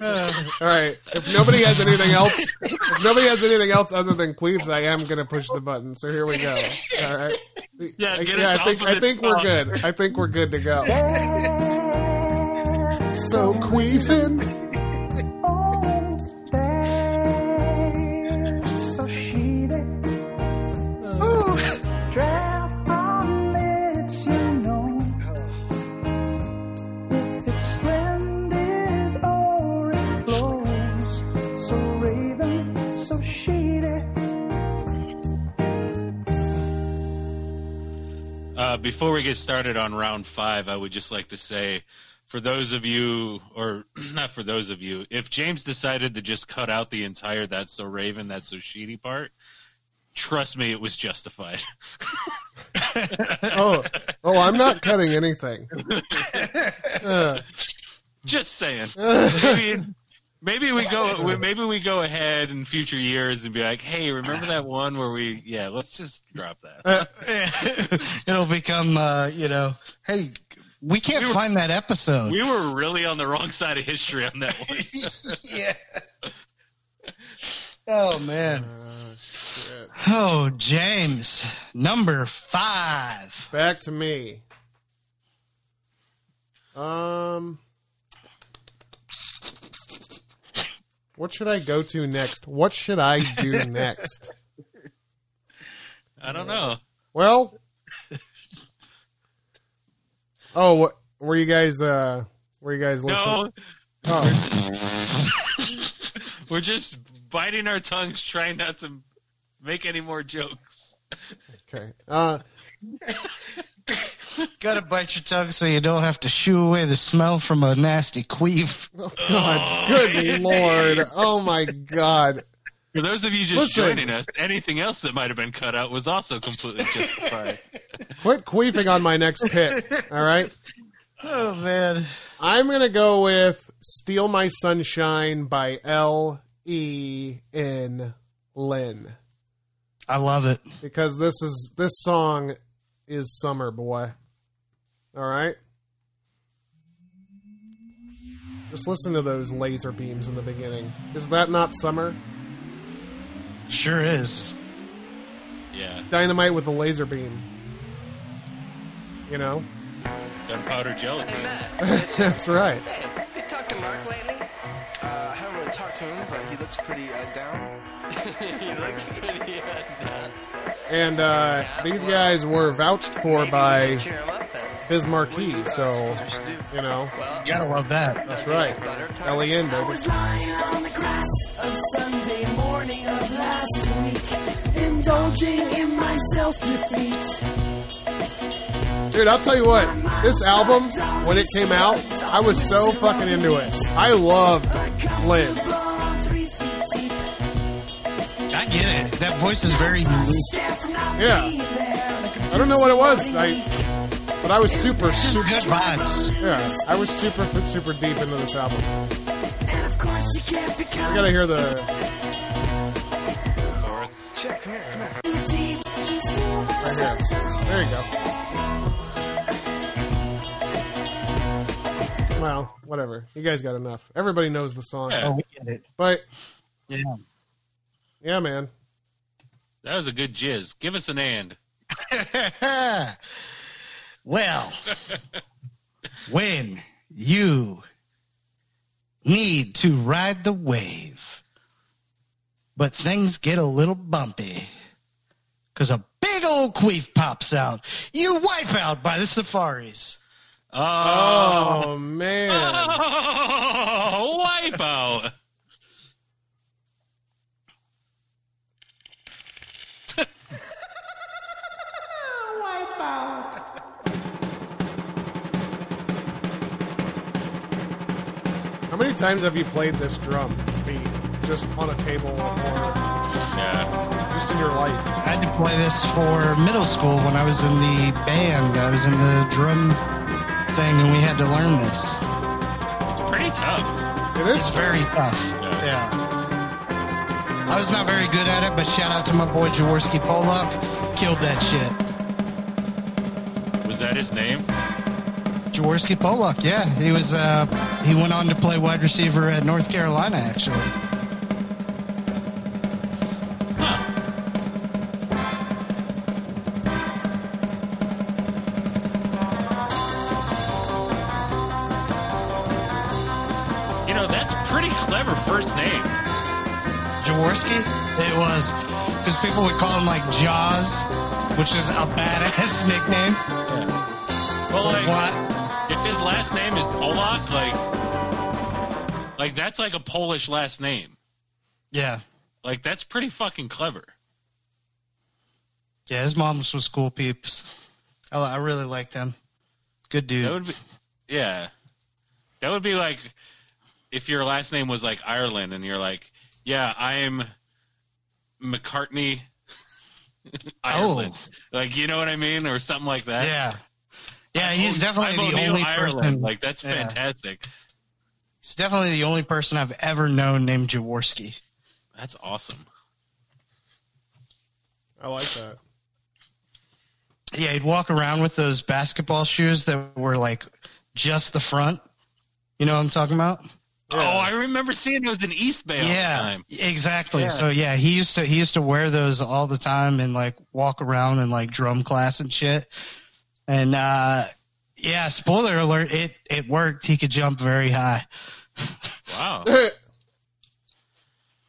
Speaker 7: all right. If nobody has anything else, if nobody has anything else other than queefs, I am gonna push the button. So here we go. All right.
Speaker 5: Yeah,
Speaker 7: I,
Speaker 5: get
Speaker 7: yeah,
Speaker 5: us
Speaker 7: I think
Speaker 5: off of
Speaker 7: I
Speaker 5: this
Speaker 7: think we're
Speaker 5: song.
Speaker 7: good. I think we're good to go. So queefing.
Speaker 5: Uh, before we get started on round five, I would just like to say, for those of you, or not for those of you, if James decided to just cut out the entire "That's So Raven, That's So Sheedy" part, trust me, it was justified.
Speaker 7: Oh, oh, I'm not cutting anything. Uh,
Speaker 5: Just saying. Maybe, maybe we go. we- Maybe we go ahead in future years and be like, "Hey, remember that one where we? Yeah, let's just drop that."
Speaker 6: It'll become, uh, you know, hey, we can't find that episode.
Speaker 5: We were really on the wrong side of history on that one.
Speaker 6: yeah. Oh man.
Speaker 7: shit.
Speaker 6: Oh, James, number five.
Speaker 7: Back to me. Um, what should I go to next? What should I do next?
Speaker 5: I don't know.
Speaker 7: Well, oh, what, were you guys? Uh, were you guys
Speaker 5: No,
Speaker 7: listening? Oh,
Speaker 5: we're just biting our tongues, trying not to make any more jokes.
Speaker 7: okay. Uh,
Speaker 6: Gotta bite your tongue so you don't have to shoo away the smell from a nasty queef.
Speaker 7: oh God, good lord! Oh my God!
Speaker 5: For those of you just
Speaker 7: Listen.
Speaker 5: joining us, anything else that might have been cut out was also completely justified.
Speaker 7: Quit queefing on my next pick. All right.
Speaker 6: Oh man.
Speaker 7: I'm gonna go with "Steal My Sunshine" by L. E. N. Lynn
Speaker 6: I love it.
Speaker 7: because this is this song is summer boy. All right. Just listen to those laser beams in the beginning. Is that not summer?
Speaker 6: Sure is.
Speaker 5: yeah,
Speaker 7: Dynamite with a laser beam. You know?
Speaker 5: gunpowder gelatin.
Speaker 7: That's right.
Speaker 8: Hey, you talked to Mark lately? Uh, I haven't really talked to him, but he looks pretty uh, down. he looks pretty uh, down.
Speaker 7: And uh, these guys were vouched for by
Speaker 8: Cheer him up then.
Speaker 7: his marquee, so, you know.
Speaker 6: Gotta love that.
Speaker 7: That's right. L.E.N.,
Speaker 9: I
Speaker 7: baby.
Speaker 9: was lying on the grass of Sunday morning of last week, indulging in my self defeat.
Speaker 7: Dude, I'll tell you what. This album, when it came out, I was so fucking into it. I loved Lynn.
Speaker 6: I get it. That voice is very unique.
Speaker 7: Yeah. I don't know what it was. I, but I was super, super
Speaker 6: good vibes.
Speaker 7: Yeah, I was super, super deep into this album. Oh,
Speaker 9: And of course, you can't
Speaker 7: I
Speaker 9: become
Speaker 7: gotta hear the.
Speaker 8: Check, come here, come here.
Speaker 9: deep.
Speaker 7: Right here. There you go. Well, whatever. You guys got enough. Everybody knows the song.
Speaker 5: Yeah.
Speaker 6: Oh, we get it.
Speaker 7: But,
Speaker 6: Yeah.
Speaker 7: yeah, man.
Speaker 5: That was a good jizz. Give us an and.
Speaker 6: well, when you need to ride the wave, but things get a little bumpy because a big old queef pops out, you wipe out by the safaris.
Speaker 5: Oh,
Speaker 7: Oh, man.
Speaker 5: oh wipeout.
Speaker 7: How many times have you played this drum beat just on a table or
Speaker 5: Yeah.
Speaker 7: just in your life?
Speaker 6: I had to play this for middle school when I was in the band. I was in the drum thing, and we had to learn this.
Speaker 5: It's pretty tough.
Speaker 7: It is
Speaker 6: very tough. Yeah. I was not very good at it, but shout out to my boy Jaworski Polak. Killed that shit.
Speaker 5: Was that his name?
Speaker 6: Jaworski Polak, yeah. He was uh he went on to play wide receiver at North Carolina actually.
Speaker 5: You know, that's pretty clever first name.
Speaker 6: Jaworski? It was because people would call him like Jaws, which is a badass nickname.
Speaker 5: Well, like, if his last name is Polak, like, like that's like a Polish last name.
Speaker 6: Yeah.
Speaker 5: Like that's pretty fucking clever.
Speaker 6: Yeah, his moms was cool peeps. Oh, I, I really liked them. Good dude.
Speaker 5: That would be, yeah, that would be like if your last name was like Ireland, and you're like, yeah, I'm McCartney. Ireland, like you know what I mean, or something like that.
Speaker 6: Oh.
Speaker 5: Oh,
Speaker 6: Yeah, yeah, he's definitely
Speaker 5: I'm
Speaker 6: the
Speaker 5: O'Neill,
Speaker 6: only
Speaker 5: Ireland.
Speaker 6: person-
Speaker 5: Like that's
Speaker 6: yeah.
Speaker 5: fantastic.
Speaker 6: He's definitely the only person I've ever known named Jaworski.
Speaker 5: That's awesome.
Speaker 7: I like that.
Speaker 6: Yeah, he'd walk around with those basketball shoes that were like just the front. You know what I'm talking about?
Speaker 5: Oh, I remember seeing those in East Bay all the
Speaker 6: yeah,
Speaker 5: time.
Speaker 6: exactly.
Speaker 5: Yeah.
Speaker 6: So yeah, he used to he used to wear those all the time and like walk around in like drum class and shit. And uh yeah, spoiler alert, it it worked. He could jump very high.
Speaker 5: Wow.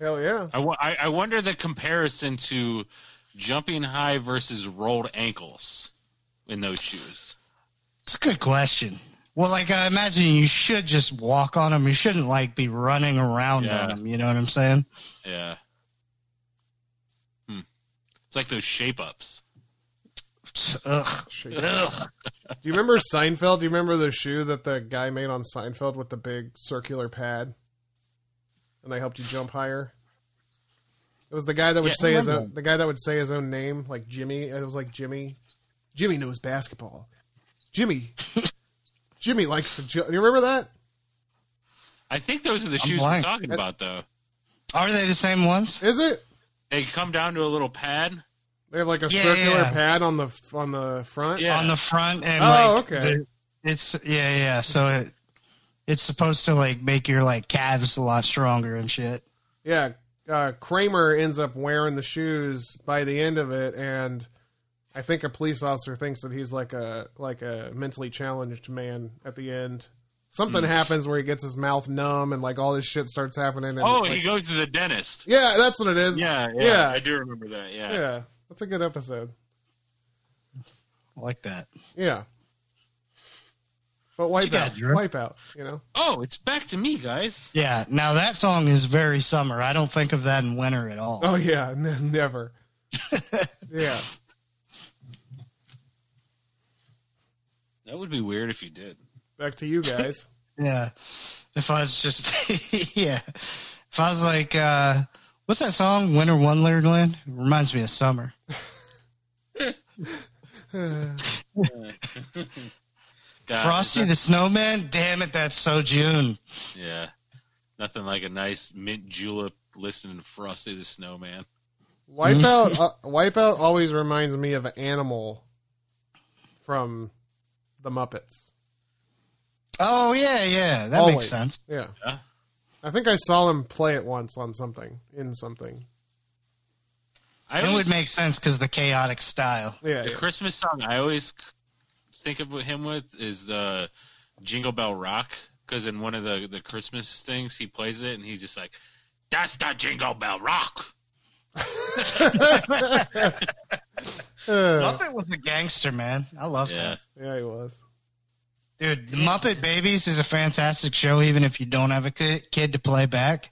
Speaker 7: Hell yeah.
Speaker 5: I, wo- I, I wonder the comparison to jumping high versus rolled ankles in those shoes.
Speaker 6: It's a good question. Well, like I imagine you should just walk on them. You shouldn't like be running around
Speaker 5: Yeah.
Speaker 6: on them. You know what I'm saying?
Speaker 5: Yeah. Hmm. It's like those shape ups.
Speaker 6: Ugh. Ugh.
Speaker 7: Do you remember Seinfeld? Do you remember the shoe that the guy made on Seinfeld with the big circular pad? And they helped you jump higher? It was the guy that would
Speaker 5: Yeah, I
Speaker 7: say his
Speaker 5: remember
Speaker 7: own, the guy that would say his own name, like Jimmy. It was like Jimmy. Jimmy knows basketball. Jimmy. Jimmy likes to jump. You remember that?
Speaker 5: I think those are the
Speaker 7: I'm
Speaker 5: shoes
Speaker 7: blank.
Speaker 5: we're talking about, though.
Speaker 6: Are they the same ones?
Speaker 7: Is it?
Speaker 5: They come down to a little pad.
Speaker 7: They have like a
Speaker 5: Yeah,
Speaker 7: circular
Speaker 5: yeah.
Speaker 7: pad on the on the front.
Speaker 5: Yeah.
Speaker 6: on the front and
Speaker 7: Oh,
Speaker 6: like
Speaker 7: okay.
Speaker 6: the- it's yeah yeah so it it's supposed to like make your like calves a lot stronger and shit
Speaker 7: yeah, uh, Kramer ends up wearing the shoes by the end of it, and I think a police officer thinks that he's like a like a mentally challenged man at the end. Something
Speaker 5: Hmm.
Speaker 7: happens where he gets his mouth numb and like all this shit starts happening. And
Speaker 5: Oh,
Speaker 7: like-
Speaker 5: he goes to the dentist.
Speaker 7: yeah, that's what it is.
Speaker 5: Yeah, yeah,
Speaker 7: yeah,
Speaker 5: I do remember that. Yeah.
Speaker 7: yeah. That's a good episode.
Speaker 6: I like that
Speaker 7: Yeah, but
Speaker 6: What you
Speaker 7: wipe
Speaker 6: got,
Speaker 7: out,
Speaker 6: Drew?
Speaker 7: wipe out. You know,
Speaker 5: Oh, it's back to me, guys.
Speaker 6: yeah now that song is very summer i don't think of that in winter at all
Speaker 7: Oh yeah, n- never. yeah,
Speaker 5: That would be weird if you did.
Speaker 7: back to you guys.
Speaker 6: yeah if i was just yeah if i was like uh what's that song winter wonderland It reminds me of summer
Speaker 5: God,
Speaker 6: frosty the snowman damn it that's so june
Speaker 5: Yeah. Nothing like a nice mint julep listening to Frosty the Snowman.
Speaker 7: Wipeout,
Speaker 6: Hmm?
Speaker 7: uh, Wipeout always reminds me of an animal from the Muppets.
Speaker 6: oh yeah yeah that
Speaker 7: always.
Speaker 6: makes sense
Speaker 7: Yeah.
Speaker 5: Yeah.
Speaker 7: I think I saw him play it once on something in something.
Speaker 5: I
Speaker 6: it
Speaker 5: always,
Speaker 6: would make sense because the chaotic style.
Speaker 7: Yeah,
Speaker 5: the
Speaker 7: yeah.
Speaker 5: Christmas song I always think of him with is the Jingle Bell Rock because in one of the the Christmas things he plays it and he's just like, "That's the Jingle Bell Rock."
Speaker 7: Uh,
Speaker 6: Muppet was a gangster, man. I loved
Speaker 5: Yeah.
Speaker 6: him.
Speaker 7: yeah, he was.
Speaker 6: Dude, The Muppet Babies is a fantastic show, even if you don't have a ki- kid to play back.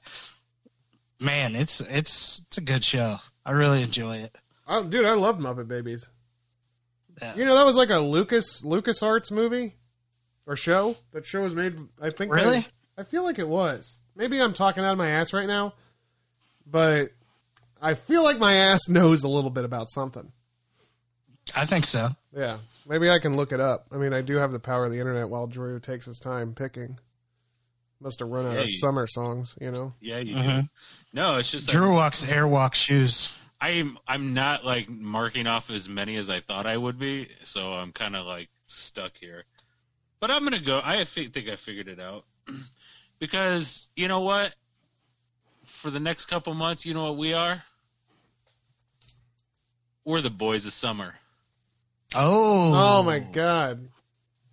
Speaker 6: Man, it's it's it's a good show. I really enjoy it.
Speaker 7: Oh, dude, I love Muppet Babies.
Speaker 6: Yeah.
Speaker 7: You know that was like a Lucas Lucas Arts movie or show. That show was made. I think
Speaker 6: Really?
Speaker 7: I, I feel like it was. Maybe I'm talking out of my ass right now, but I feel like my ass knows a little bit about something.
Speaker 6: I think so.
Speaker 7: Yeah, Maybe I can look it up. I mean, I do have the power of the internet while Drew takes his time picking. Must have run out
Speaker 5: Yeah,
Speaker 7: of
Speaker 5: you-
Speaker 7: summer songs, you know?
Speaker 5: Yeah, you
Speaker 6: Uh-huh.
Speaker 5: do. No, it's just
Speaker 6: Drew
Speaker 5: like,
Speaker 6: walks airwalk shoes.
Speaker 5: I'm I'm not like marking off as many as I thought I would be, so I'm kind of like stuck here. But I'm gonna go. I fi- think I figured it out because you know what? For the next couple months, you know what we are? We're the boys of summer.
Speaker 6: Oh,
Speaker 7: Oh my god.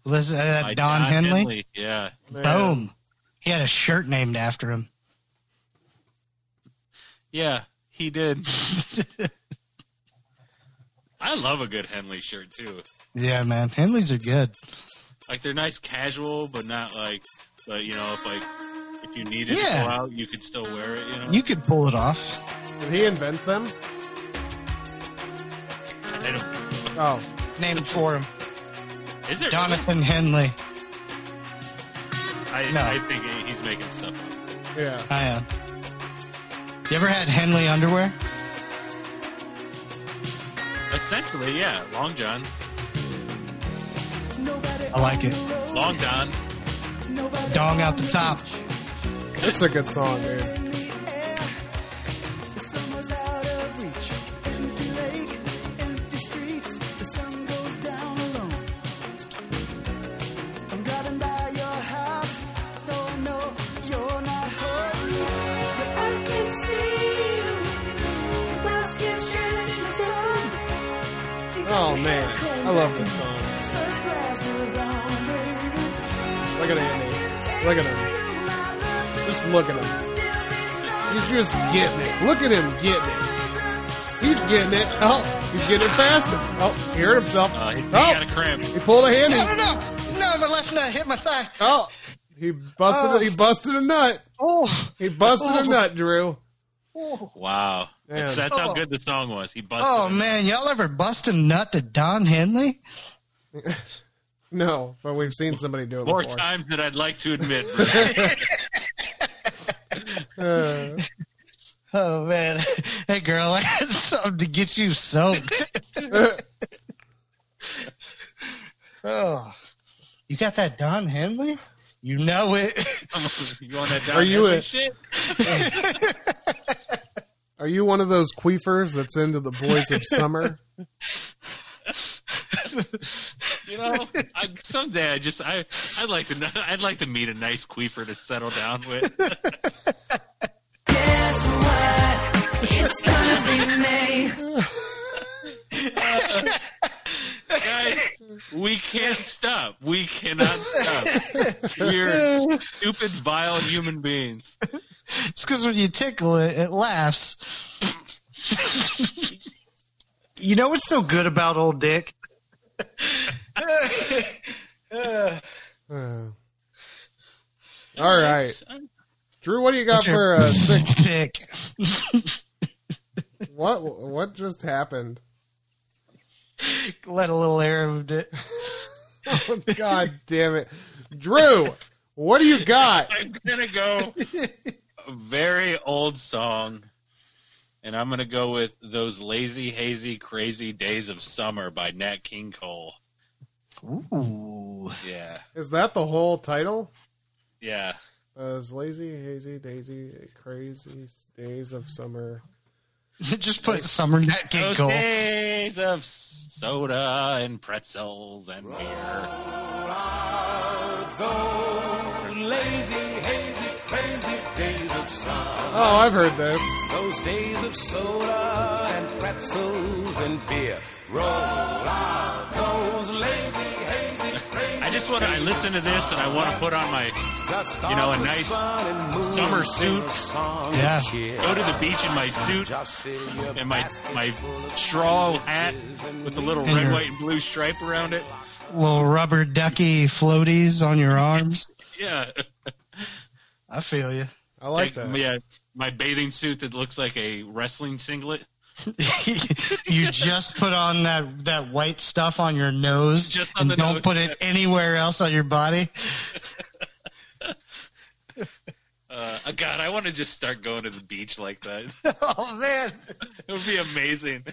Speaker 6: Listen, uh,
Speaker 5: By
Speaker 6: that Don, Henley.
Speaker 5: Yeah,
Speaker 7: Man.
Speaker 6: Boom. He had a shirt named after him.
Speaker 5: yeah, he did. I love a good Henley shirt too.
Speaker 6: yeah, man. Henleys are good.
Speaker 5: like they're nice casual, but not like, but you know, if like if you needed
Speaker 6: Yeah.
Speaker 5: to go out, you could still wear it. You know,
Speaker 6: You could pull it off.
Speaker 7: Did he invent them?
Speaker 5: I don't-
Speaker 7: Oh.
Speaker 6: Named for him.
Speaker 5: is there?
Speaker 6: Jonathan Henley.
Speaker 5: I,
Speaker 6: no.
Speaker 5: I think he's making stuff. up.
Speaker 7: Yeah.
Speaker 6: I am. You ever had Henley underwear?
Speaker 5: Essentially, yeah, long john,
Speaker 6: I like it.
Speaker 5: long john.
Speaker 6: Dong out the top.
Speaker 7: This is a good song, dude. Oh man. I love this song. Look at Andy. Look at him. Just look at him. He's just getting it. Look at him getting it. He's getting it. Oh, he's getting it faster. Oh, he hurt himself.
Speaker 5: Uh, he, he got a
Speaker 7: oh,
Speaker 5: cramp.
Speaker 7: he pulled a
Speaker 6: No, no,
Speaker 7: handy.
Speaker 6: no. No, my left nut hit my thigh.
Speaker 7: Oh, he busted.
Speaker 6: Oh.
Speaker 7: He busted a nut.
Speaker 6: Oh,
Speaker 7: He busted
Speaker 6: Oh.
Speaker 7: a nut, Drew.
Speaker 6: oh.
Speaker 5: Wow, that's,
Speaker 7: Man.
Speaker 5: that's how
Speaker 6: Oh.
Speaker 5: good the song was. He busted.
Speaker 6: Oh,
Speaker 5: it.
Speaker 6: man. Y'all ever bust a nut to Don Henley?
Speaker 7: No, but we've seen somebody do it
Speaker 5: More
Speaker 7: before.
Speaker 5: times than I'd like to admit. Brad.
Speaker 7: Uh,
Speaker 6: Oh, man. Hey, girl, I had something to get you soaked. oh. You got that Don Henley? You know it.
Speaker 5: you on that? Don
Speaker 7: Are you
Speaker 5: Henley
Speaker 7: a-
Speaker 5: shit?
Speaker 7: are you one of those queefers that's into the boys of summer?
Speaker 5: You know, I, someday I just I I'd like to know- I'd like to meet a nice queefer to settle down with. Guys, we can't stop. We cannot stop. We're stupid, vile human beings.
Speaker 6: It's because when you tickle it, it laughs. you know what's so good about old Dick?
Speaker 7: Uh, all right, Drew, what do you
Speaker 6: What's
Speaker 7: got
Speaker 6: your-
Speaker 7: for uh, six?
Speaker 6: Dick.
Speaker 7: What what just happened?
Speaker 6: Let a little air of it.
Speaker 7: Oh, God damn it, Drew! What do you got?
Speaker 5: I'm gonna go a very old song, and I'm gonna go with those lazy, hazy, crazy days of summer by Nat King Cole.
Speaker 6: Ooh.
Speaker 5: Yeah,
Speaker 7: Is that the whole title?
Speaker 5: yeah.
Speaker 7: Uh, it's lazy, hazy, daisy, crazy days of summer.
Speaker 6: Just put summer net
Speaker 5: Those
Speaker 6: get goal.
Speaker 5: days of soda and pretzels and beer.
Speaker 7: Oh, I've heard this.
Speaker 8: Those days of soda and pretzels and beer. Roll out those lazy, hazy, crazy.
Speaker 5: I just want to. I listen to this and I want to put on my
Speaker 8: Dust
Speaker 5: you know,
Speaker 8: off
Speaker 5: a
Speaker 8: the
Speaker 5: nice
Speaker 8: sun and moon
Speaker 5: summer
Speaker 8: and sing
Speaker 5: suit.
Speaker 8: a song and
Speaker 6: Yeah.
Speaker 8: cheer.
Speaker 5: go to the beach in my suit
Speaker 8: Just fill your
Speaker 5: and my
Speaker 8: basket
Speaker 5: my
Speaker 8: full of
Speaker 5: straw
Speaker 8: sandwiches
Speaker 5: hat
Speaker 8: and
Speaker 5: with the little
Speaker 6: And
Speaker 5: red,
Speaker 6: your-
Speaker 5: white, and blue stripe around it.
Speaker 6: Little rubber ducky floaties on your arms.
Speaker 5: Yeah,
Speaker 6: I feel you.
Speaker 7: I like that.
Speaker 5: Yeah, my bathing suit that looks like a wrestling singlet.
Speaker 6: you just put on that, that white stuff on your nose
Speaker 5: Just on
Speaker 6: and
Speaker 5: the
Speaker 6: don't
Speaker 5: nose.
Speaker 6: put it anywhere else on your body.
Speaker 5: Uh, God, I want to just start going to the beach like that.
Speaker 6: oh, man.
Speaker 5: it would be amazing.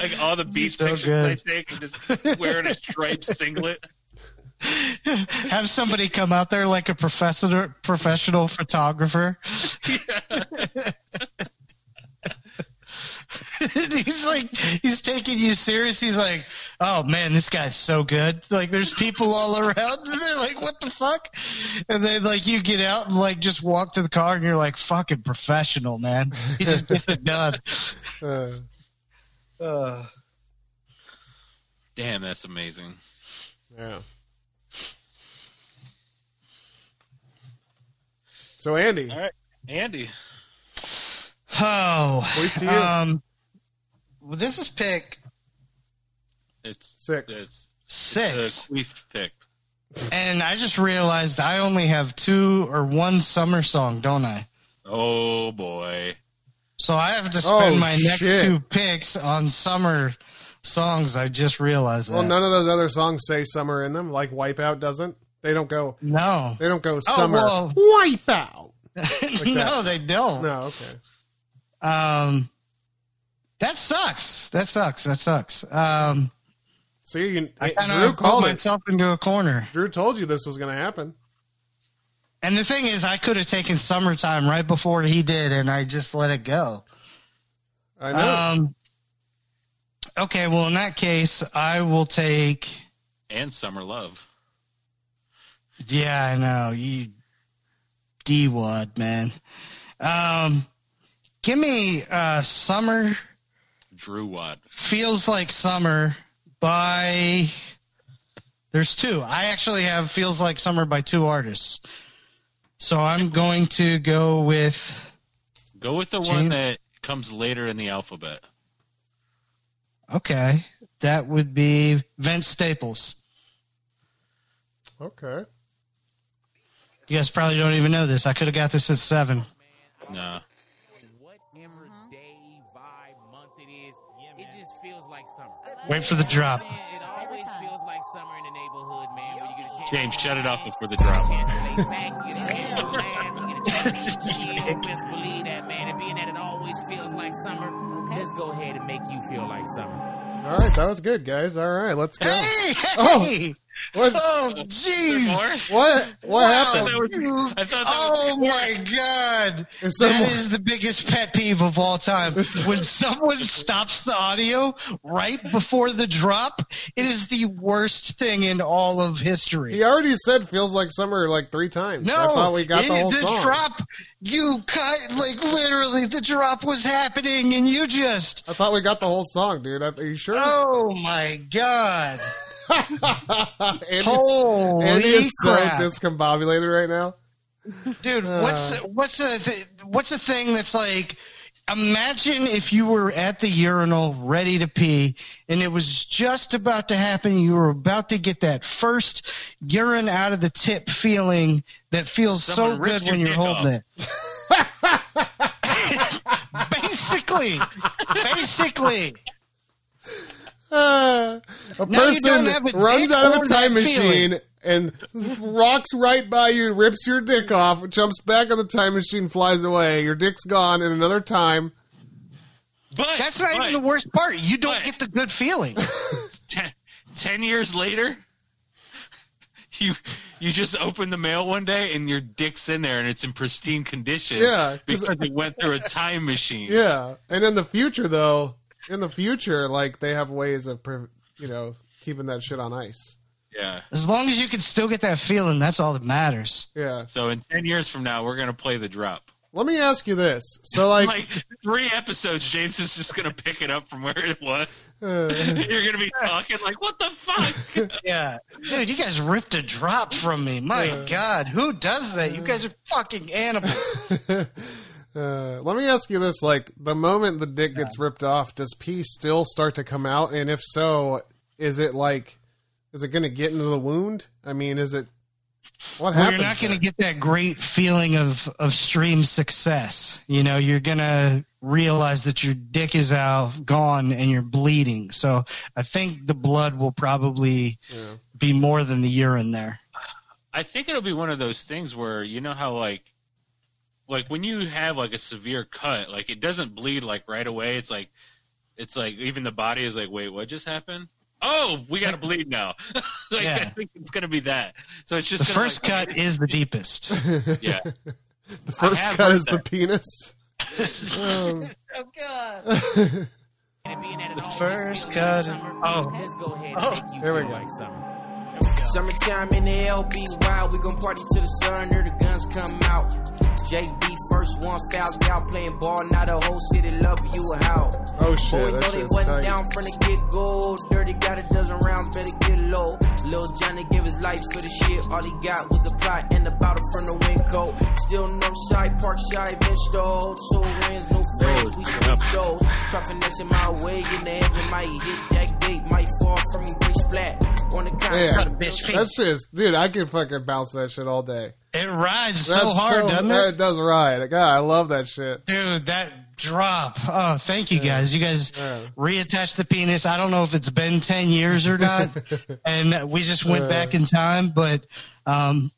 Speaker 5: Like all the beach
Speaker 6: So
Speaker 5: pictures
Speaker 6: good.
Speaker 5: I take, and just wearing a striped singlet.
Speaker 6: Have somebody come out there like a professor, professional photographer. he's like, he's taking you serious. He's like, oh man, this guy's so good. Like, there's people all around, and they're like, what the fuck? And then like you get out and like just walk to the car, and you're like, fucking professional, man. He just gets it done.
Speaker 7: Uh,
Speaker 6: Uh,
Speaker 5: Damn, that's amazing.
Speaker 7: yeah. So Andy,
Speaker 5: All right, Andy.
Speaker 6: oh,
Speaker 7: Wait to you.
Speaker 6: um, well, this is pick
Speaker 5: It's
Speaker 7: Six.
Speaker 5: It's
Speaker 6: six.
Speaker 5: uh, Queef pick.
Speaker 6: And I just realized I only have two or one summer song, don't I?
Speaker 5: Oh boy.
Speaker 6: So I have to spend
Speaker 7: Oh,
Speaker 6: my next
Speaker 7: shit.
Speaker 6: two picks on summer songs. I just realized that.
Speaker 7: well, none of those other songs say summer in them. Like Wipeout doesn't. They don't go.
Speaker 6: no,
Speaker 7: They don't go summer.
Speaker 6: Oh, well.
Speaker 7: Wipeout.
Speaker 6: no, they don't.
Speaker 7: No. Okay.
Speaker 6: Um, that sucks. That sucks. That sucks. Um,
Speaker 7: See, you,
Speaker 6: I kind
Speaker 7: Drew
Speaker 6: of pulled
Speaker 7: called it.
Speaker 6: myself into a corner.
Speaker 7: Drew told you this was going to happen.
Speaker 6: And the thing is, I could have taken summertime right before he did, and I just let it go.
Speaker 7: I know.
Speaker 6: Um, okay, well, in that case, I will take.
Speaker 5: And summer love.
Speaker 6: Yeah, I know. You D wad, man. Um give me uh summer
Speaker 5: Drew Watt.
Speaker 6: feels like summer by there's two. I actually have feels like summer by two artists. So I'm going to go with
Speaker 5: Go with the
Speaker 6: Gene-
Speaker 5: one that comes later in the alphabet.
Speaker 6: okay. That would be Vince Staples.
Speaker 7: okay.
Speaker 6: You guys probably don't even know this. I could have got this at seven.
Speaker 5: Nah.
Speaker 8: Whatever day, vibe, month it is, it just feels like summer.
Speaker 6: Wait for the drop.
Speaker 8: It always feels like summer in the neighborhood, man. When you get a chance
Speaker 5: James, shut it off before the drop.
Speaker 8: to lay back, you get a chance to laugh, you get a chance to chill. Best believe that, man. And being that it always feels like summer, let's go ahead and make you feel like summer.
Speaker 7: All right, that was good, guys. All right, let's go.
Speaker 6: Hey,
Speaker 7: Oh.
Speaker 6: hey!
Speaker 7: What's-
Speaker 6: Oh, jeez!
Speaker 5: More?
Speaker 7: what? What happened?
Speaker 5: That was- I thought that
Speaker 6: oh
Speaker 5: was
Speaker 6: my god
Speaker 7: If
Speaker 6: that
Speaker 7: someone-
Speaker 6: is the biggest pet peeve of all time when someone stops the audio right before the drop it is the worst thing in all of history
Speaker 7: He already said feels like summer like three times. I thought we got the
Speaker 6: it-
Speaker 7: whole song.
Speaker 6: drop you cut like literally the drop was happening and you just
Speaker 7: I thought we got the whole song, dude. I- Are you sure?
Speaker 6: oh my god
Speaker 7: Andy's,
Speaker 6: Holy
Speaker 7: Andy is so
Speaker 6: crap.
Speaker 7: discombobulated right now.
Speaker 6: dude what's what's a th- what's a thing that's like imagine if you were at the urinal ready to pee and it was just about to happen you were about to get that first urine out of the tip feeling that feels
Speaker 5: Someone
Speaker 6: so good
Speaker 5: rips
Speaker 6: when
Speaker 5: your
Speaker 6: you're
Speaker 5: dick
Speaker 6: holding it basically basically
Speaker 7: Ah, a
Speaker 6: Now you
Speaker 7: person
Speaker 6: don't have a
Speaker 7: runs
Speaker 6: dick
Speaker 7: out of
Speaker 6: or
Speaker 7: a time
Speaker 6: that feeling.
Speaker 7: machine and rocks right by you, rips your dick off, jumps back on the time machine, flies away. Your dick's gone in another time.
Speaker 5: But
Speaker 6: that's not
Speaker 5: but,
Speaker 6: even the worst part you don't
Speaker 5: but-
Speaker 6: get the good feeling
Speaker 5: ten, ten years later, you you just open the mail one day and your dick's in there and it's in pristine condition.
Speaker 7: Yeah, 'cause-
Speaker 5: because it went through a time machine.
Speaker 7: Yeah, and in the future though, in the future, like they have ways of pre- you know keeping that shit on ice.
Speaker 5: yeah.
Speaker 6: as long as you can still get that feeling that's all that matters
Speaker 7: Yeah.
Speaker 5: So in ten years from now, we're gonna play the drop.
Speaker 7: Let me ask you this. So like,
Speaker 5: Like three episodes, James is just gonna pick it up from where it was.
Speaker 7: uh,
Speaker 5: You're gonna be talking like, "What the fuck?"
Speaker 6: Yeah, dude, you guys ripped a drop from me. My
Speaker 7: Yeah.
Speaker 6: God, who does that? You guys are fucking animals.
Speaker 7: uh, let me ask you this. Like, the moment the dick gets ripped off, does pee still start to come out? And if so, is it like, is it going to get into the wound? I mean, is it? What
Speaker 6: well,
Speaker 7: happens?
Speaker 6: you're not going to
Speaker 7: there?
Speaker 6: get that great feeling of of stream success. You know, you're going to realize that your dick is out, gone, and you're bleeding. So I think the blood will probably
Speaker 7: Yeah.
Speaker 6: be more than the urine there.
Speaker 5: I think it'll be one of those things where you know how like like when you have like a severe cut, like it doesn't bleed like right away. It's like it's like even the body is like, wait, what just happened? Oh, we got to bleed now. like I
Speaker 6: Yeah.
Speaker 5: think it's gonna be that. So it's just
Speaker 6: the
Speaker 5: gonna,
Speaker 6: first
Speaker 5: like,
Speaker 6: cut is the deepest.
Speaker 5: Yeah.
Speaker 7: The first
Speaker 5: have
Speaker 7: cut
Speaker 5: heard
Speaker 7: is the
Speaker 5: that.
Speaker 7: penis. Oh.
Speaker 6: Oh God. the first cut. Is, oh,
Speaker 8: Go ahead.
Speaker 6: oh,
Speaker 7: There we go.
Speaker 8: Summertime in the LB wild, we gon' party till the sun or the guns come out. JB first one foul out playing ball, now the whole city love you how.
Speaker 7: Oh
Speaker 8: Boy,
Speaker 7: shit, that
Speaker 8: know they
Speaker 7: shit's
Speaker 8: wasn't
Speaker 7: tight.
Speaker 8: down from the get go. Dirty got a dozen rounds, better get low. Lil Johnny gave his life for the shit, all he got was a plot and a bottle from the window. Still no side, park shy, bench stole. Two wins, no friends, we switched those. Truffin' that's in my way, in the heaven might hit that gate, might fall from a grace flat. On the
Speaker 7: Yeah,
Speaker 8: contract,
Speaker 6: bitch,
Speaker 7: that's just, dude. I can fucking bounce that shit all day.
Speaker 6: it rides
Speaker 7: That's
Speaker 6: so hard, doesn't
Speaker 7: yeah,
Speaker 6: it?
Speaker 7: It does ride. God, I love that shit.
Speaker 6: Dude, that drop. Oh, thank you guys. You guys
Speaker 7: Yeah.
Speaker 6: reattached the penis. I don't know if it's been 10 years or not. and we just went
Speaker 7: Yeah.
Speaker 6: back in time, but um,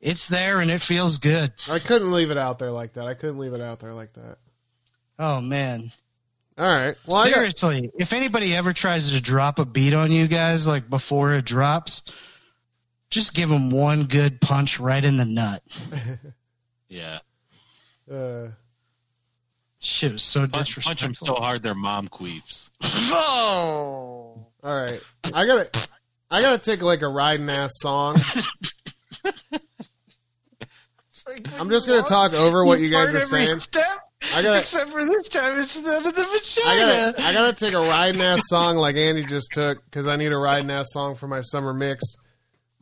Speaker 6: it's there and it feels good.
Speaker 7: I couldn't leave it out there like that. I couldn't leave it out there like that.
Speaker 6: Oh, man.
Speaker 7: All right. Well, I got,
Speaker 6: Seriously, if anybody ever tries to drop a beat on you guys, like before it drops, just give them one good punch right in the nut.
Speaker 5: Yeah.
Speaker 7: uh,
Speaker 6: Shit, it was so
Speaker 5: Punch, punch
Speaker 6: disrespectful.
Speaker 5: them so hard their mom queefs.
Speaker 6: Oh!
Speaker 7: all right. I gotta, I gotta take like a riding ass song. I'm just gonna talk over what you guys are saying. I gotta,
Speaker 6: Except for this time, it's the, the
Speaker 7: I
Speaker 6: vagina.
Speaker 7: gotta, I gotta take a riding ass song like Andy just took because I need a riding ass song for my summer mix.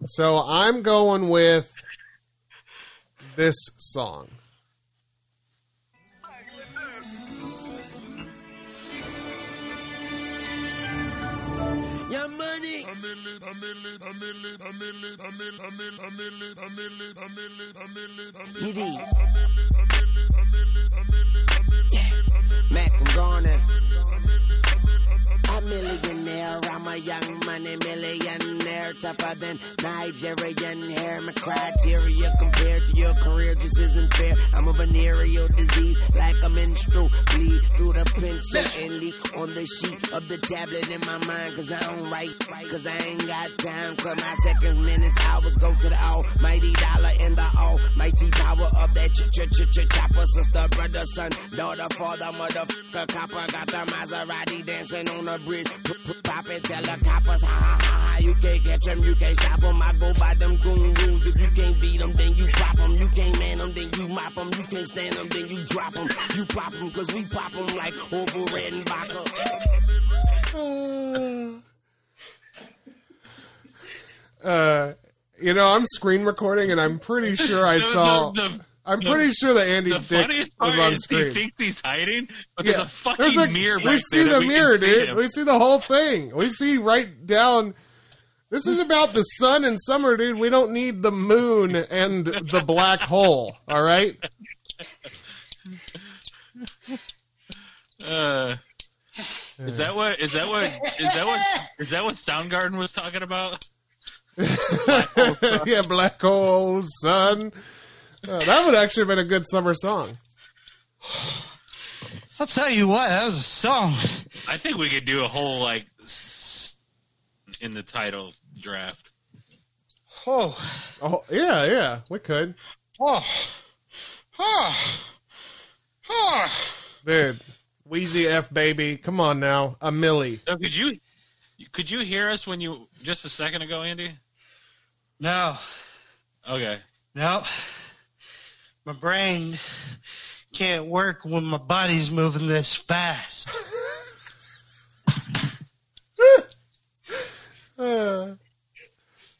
Speaker 7: So I'm going with this song.
Speaker 8: Your money.
Speaker 11: Get it.
Speaker 8: Mac, I'm gonna. A millionaire, I'm a young money millionaire, tougher than Nigerian hair. My criteria compared to your career just isn't fair. I'm a venereal disease, like a menstrual bleed through the pencil and leak on the sheet of the tablet in my mind. Cause I don't write, cause I ain't got time. Cause my seconds, minutes, hours go to the almighty dollar and the almighty power of that ch ch ch ch chopper. Sister, brother, son, daughter, father, motherfucker, copper. Got the Maserati dancing on the bridge. P- p- Pop it, tell the coppers, ha ha ha ha. You can't catch 'em, you can't stop 'em. I go by them goon rules. If you can't beat 'em, then you pop 'em. You can't man 'em, then you mop 'em. You can't stand 'em, then you drop 'em. You pop 'em 'cause we pop 'em like over red and vodka.
Speaker 7: Uh, you know, I'm screen recording, and I'm pretty sure I
Speaker 5: The-
Speaker 7: saw.
Speaker 5: the- the-
Speaker 7: I'm
Speaker 5: the-
Speaker 7: pretty sure that Andy's
Speaker 5: The
Speaker 7: dick
Speaker 5: funniest part
Speaker 7: was on
Speaker 5: is
Speaker 7: screen.
Speaker 5: he thinks he's hiding, but
Speaker 7: Yeah.
Speaker 5: there's a fucking mirror.
Speaker 7: We
Speaker 5: back
Speaker 7: see
Speaker 5: there that
Speaker 7: the
Speaker 5: we can
Speaker 7: mirror,
Speaker 5: see
Speaker 7: dude.
Speaker 5: him.
Speaker 7: We see the whole thing. We see right down. This is about the sun and summer, dude. We don't need the moon and the black hole. All right.
Speaker 5: Uh, is that what is that what is that what is that what Soundgarden was talking about?
Speaker 7: yeah, black hole sun. Uh, that would actually have been a good summer song.
Speaker 6: I'll tell you what, that was a song.
Speaker 5: I think we could do a whole like s- in the title draft.
Speaker 6: Oh,
Speaker 7: Oh yeah, yeah, we could,
Speaker 5: Ah.
Speaker 6: oh, oh,
Speaker 5: Ah.
Speaker 6: oh.
Speaker 7: dude. Wheezy F baby, come on now, a millie.
Speaker 5: So could you could you hear us when you just a second ago, Andy?
Speaker 6: No,
Speaker 5: Okay.
Speaker 6: no. My brain can't work when my body's moving this fast.
Speaker 7: Uh,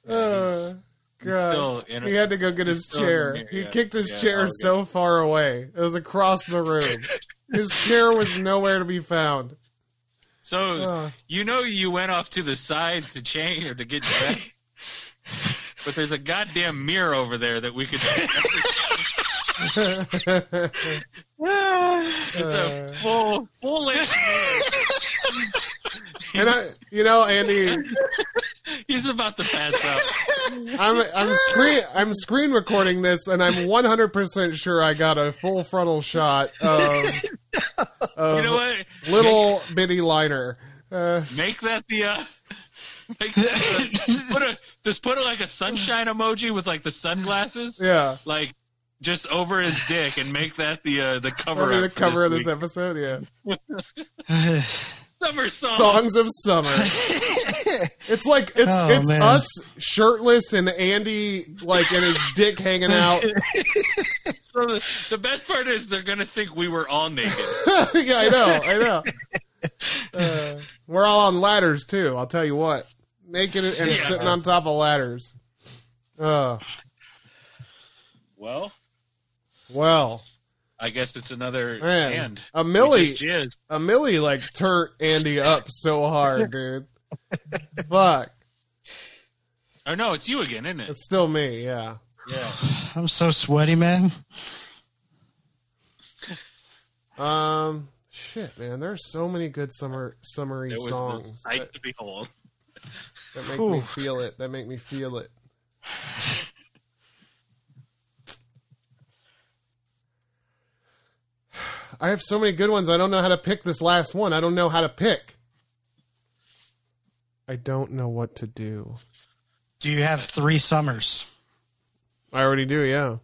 Speaker 7: uh, God.
Speaker 5: Still inter-
Speaker 7: He had to go get his
Speaker 5: still in the
Speaker 7: chair.
Speaker 5: mirror,
Speaker 7: He
Speaker 5: yeah.
Speaker 7: kicked his
Speaker 5: Yeah,
Speaker 7: chair
Speaker 5: okay.
Speaker 7: so far away. It was across the room. his chair was nowhere to be found.
Speaker 5: so
Speaker 7: Uh.
Speaker 5: you know you went off to the side to change or to get dressed, but there's a goddamn mirror over there that we could. It's a full full length mirror.
Speaker 7: And I, you know, Andy,
Speaker 5: He's about to pass out.
Speaker 7: I'm I'm screen I'm screen recording this, and I'm 100 percent sure I got a full frontal shot of, of
Speaker 5: You know what?
Speaker 7: Uh, little bitty liner. Uh,
Speaker 5: Make that the. Uh, make that the put a, just put like a sunshine emoji with like the sunglasses.
Speaker 7: yeah,
Speaker 5: Like just over his dick and make that the uh, the cover.
Speaker 7: that'll be
Speaker 5: up
Speaker 7: the
Speaker 5: for
Speaker 7: cover of this
Speaker 5: week.
Speaker 7: episode. Yeah,
Speaker 5: Summer songs.
Speaker 7: songs of summer. It's like it's
Speaker 6: Oh,
Speaker 7: it's
Speaker 6: man.
Speaker 7: us shirtless and Andy like and his dick hanging out.
Speaker 5: So the, the best part is they're gonna think we were all naked.
Speaker 7: yeah, I know, I know. Uh, we're all on ladders too. I'll tell you what, naked and
Speaker 5: Yeah.
Speaker 7: sitting on top of ladders. Uh,
Speaker 5: Well,
Speaker 7: well,
Speaker 5: I guess it's another
Speaker 7: Man,
Speaker 5: hand.
Speaker 7: a Millie-
Speaker 5: We just jizzed.
Speaker 7: a Millie like turned Andy up so hard, dude. Fuck,
Speaker 5: Or Oh, no, it's you again, isn't it?
Speaker 7: it's still me. Yeah,
Speaker 5: yeah.
Speaker 6: I'm so sweaty, man.
Speaker 7: um, shit, man. There's so many good summer summery
Speaker 5: It was the
Speaker 7: songs
Speaker 5: sight
Speaker 7: that,
Speaker 5: to behold.
Speaker 7: that make me
Speaker 6: Whew.
Speaker 7: feel it. That make me feel it. I have so many good ones. I don't know how to pick this last one. I don't know how to pick. I don't know what to do.
Speaker 6: Do you have three summers?
Speaker 7: I already do, yeah.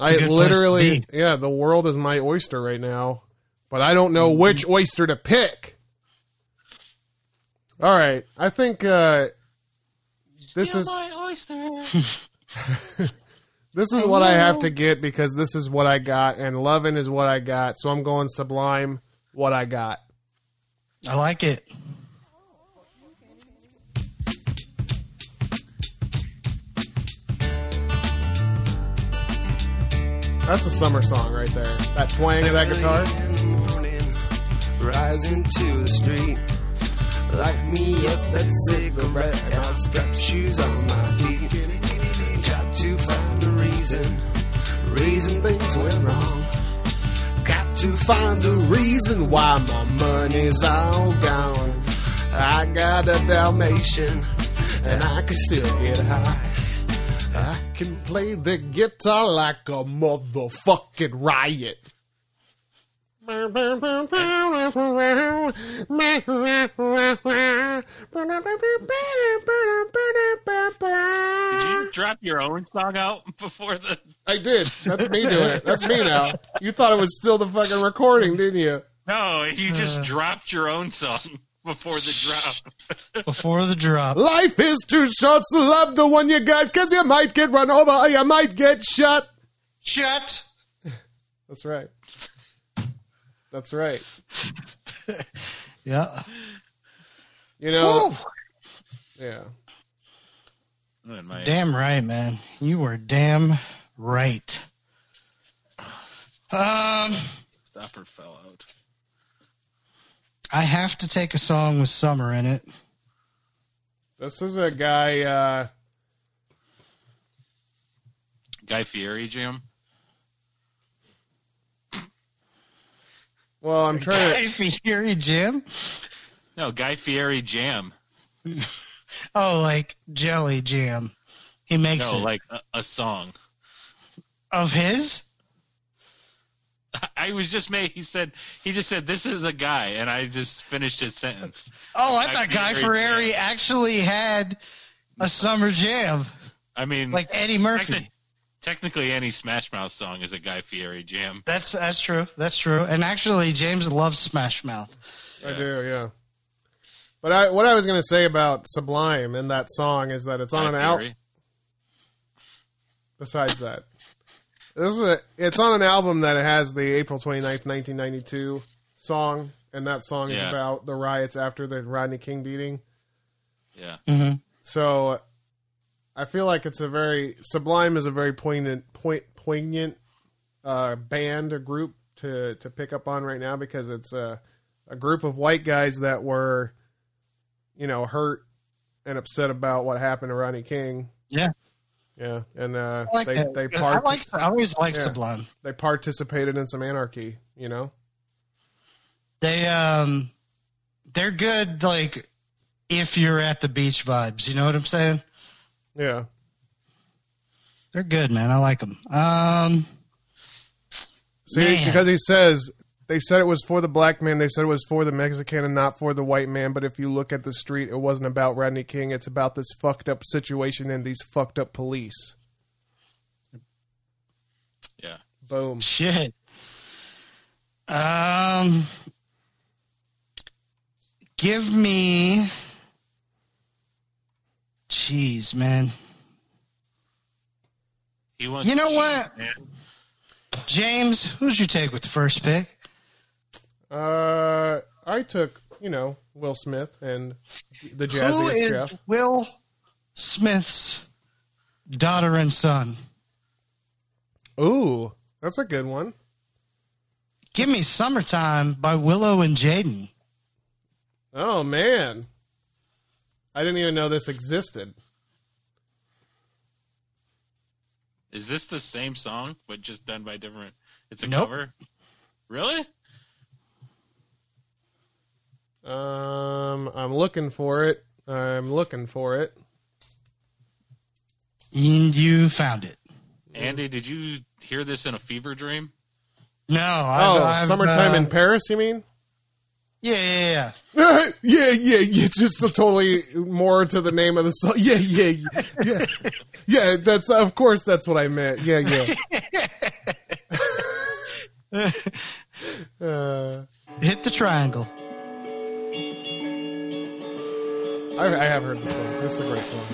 Speaker 6: a
Speaker 7: I
Speaker 6: good place to
Speaker 7: literally,
Speaker 6: be.
Speaker 7: yeah, the world is my oyster right now, but I don't
Speaker 6: Mm-hmm.
Speaker 7: know which oyster to pick. All right, I think uh, this is this is what I have to get because this is what I got, and loving is what I got. So I'm going sublime. What I got.
Speaker 6: I like it.
Speaker 7: That's a summer song right there. That twang of that guitar.
Speaker 8: In the morning, rising to the street. Light me up that cigarette. and I'll strap shoes on my feet. Got to find a reason. Reason things went wrong. Got to find a reason why my money's all gone. I got a Dalmatian, and I can still get high.
Speaker 7: I can play the guitar like a motherfucking riot.
Speaker 5: Did
Speaker 7: I
Speaker 5: you drop your own song out before the?
Speaker 7: did. That's me doing it. That's me now. You thought it was still the fucking recording, didn't you?
Speaker 5: No, you
Speaker 7: Uh.
Speaker 5: just dropped your own song before the drop.
Speaker 6: Before the drop.
Speaker 7: Life is too short, so love the one you got, cause you might get run over or you might get shot.
Speaker 6: Shut.
Speaker 7: That's right. That's right.
Speaker 6: Yeah.
Speaker 7: You know,
Speaker 6: Woo.
Speaker 7: yeah.
Speaker 5: Man, Oh, my-
Speaker 6: Damn right, man. You were damn right. Um,
Speaker 5: stopper fell out.
Speaker 6: I have to take a song with summer in it.
Speaker 7: This is a guy, uh,
Speaker 5: Guy Fieri, Jim.
Speaker 7: well, I'm trying to.
Speaker 6: Guy Fieri Jim.
Speaker 5: No, Guy Fieri jam.
Speaker 6: Oh, like jelly jam. He makes
Speaker 5: No,
Speaker 6: it
Speaker 5: like a, a song.
Speaker 6: of his.
Speaker 5: I was just made. He said he just said this is a guy, and I just finished his sentence.
Speaker 6: Oh, I
Speaker 5: Guy
Speaker 6: thought Guy
Speaker 5: Fieri
Speaker 6: Ferrari
Speaker 5: jam.
Speaker 6: actually had a summer jam
Speaker 5: I mean,
Speaker 6: like Eddie
Speaker 5: techni-
Speaker 6: Murphy.
Speaker 5: technically, any Smash Mouth song is a Guy Fieri jam.
Speaker 6: That's that's true. That's true. And actually, James loves Smash Mouth.
Speaker 7: I do, yeah. But I, what I was going to say about Sublime and that song is that it's on an
Speaker 5: Guy
Speaker 7: album.
Speaker 5: Fieri.
Speaker 7: Besides that, this is a, it's on an album that has the April 29th, 1992 song, and that song is
Speaker 5: Yeah.
Speaker 7: about the riots after the Rodney King beating.
Speaker 5: Yeah.
Speaker 6: Mm-hmm.
Speaker 7: So I feel like it's a very Sublime is a very poignant point poignant uh, band or group to to pick up on right now because it's a a group of white guys that were you know hurt and upset about what happened to Ronnie King.
Speaker 6: Yeah.
Speaker 7: Yeah, and uh,
Speaker 6: I like
Speaker 7: they
Speaker 6: that.
Speaker 7: they
Speaker 6: I
Speaker 7: part-
Speaker 6: like. I always like
Speaker 7: Yeah.
Speaker 6: Sublime.
Speaker 7: they participated in some anarchy, you know.
Speaker 6: They um, they're good. Like if you're at the beach vibes. You know what I'm saying?
Speaker 7: Yeah.
Speaker 6: They're good, man. I like them. Um,
Speaker 7: See,
Speaker 6: Man.
Speaker 7: because he says they said it was for the black man, they said it was for the Mexican and not for the white man. But if you look at the street, it wasn't about Rodney King. It's about this fucked up situation and these fucked up police.
Speaker 5: Yeah.
Speaker 7: Boom.
Speaker 6: Shit. Um, give me. Jeez, man.
Speaker 5: He wants
Speaker 6: You know
Speaker 5: cheese,
Speaker 6: what?
Speaker 5: man.
Speaker 6: James, who'd you take with the first pick?
Speaker 7: Uh, I took you know Will Smith and the
Speaker 6: Who
Speaker 7: jazziest
Speaker 6: is
Speaker 7: Jeff.
Speaker 6: Will Smith's daughter and son?
Speaker 7: Ooh, that's a good one.
Speaker 6: Give me Summertime by Willow and Jaden.
Speaker 7: Oh man, I didn't even know this existed.
Speaker 5: Is this the same song but just done by different? It's a
Speaker 6: Nope. Mm-hmm.
Speaker 5: cover. Really?
Speaker 7: Um, I'm looking for it. I'm looking for it.
Speaker 6: And you found it.
Speaker 5: Andy, did you hear this in a fever dream?
Speaker 6: No. I've,
Speaker 7: Oh,
Speaker 6: I've,
Speaker 7: summertime
Speaker 6: uh,
Speaker 7: in Paris. You mean?
Speaker 6: Yeah, yeah, yeah.
Speaker 7: yeah, yeah, yeah. It's just a totally more to the name of the song. Yeah, yeah, yeah, yeah. yeah that's of course that's what I meant. Yeah, yeah. uh,
Speaker 6: Hit the triangle.
Speaker 7: I, I have heard this song. This is a great song.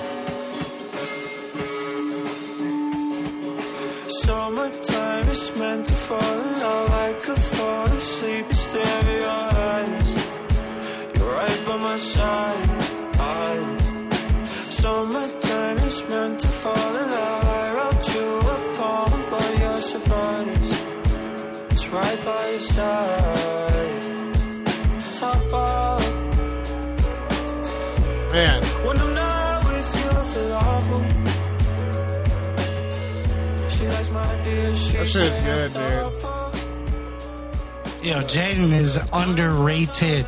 Speaker 10: Summertime is meant to fall in love. I could fall asleep and stare at your eyes. You're right by my side. Summertime is meant to fall in love. I wrote you a poem for your surprise. It's right by your side. Top off.
Speaker 7: Man,
Speaker 10: When I'm not with you, I feel awful. She likes my ideas. She
Speaker 7: that shit is good, dude.
Speaker 6: You know, Jaden is underrated.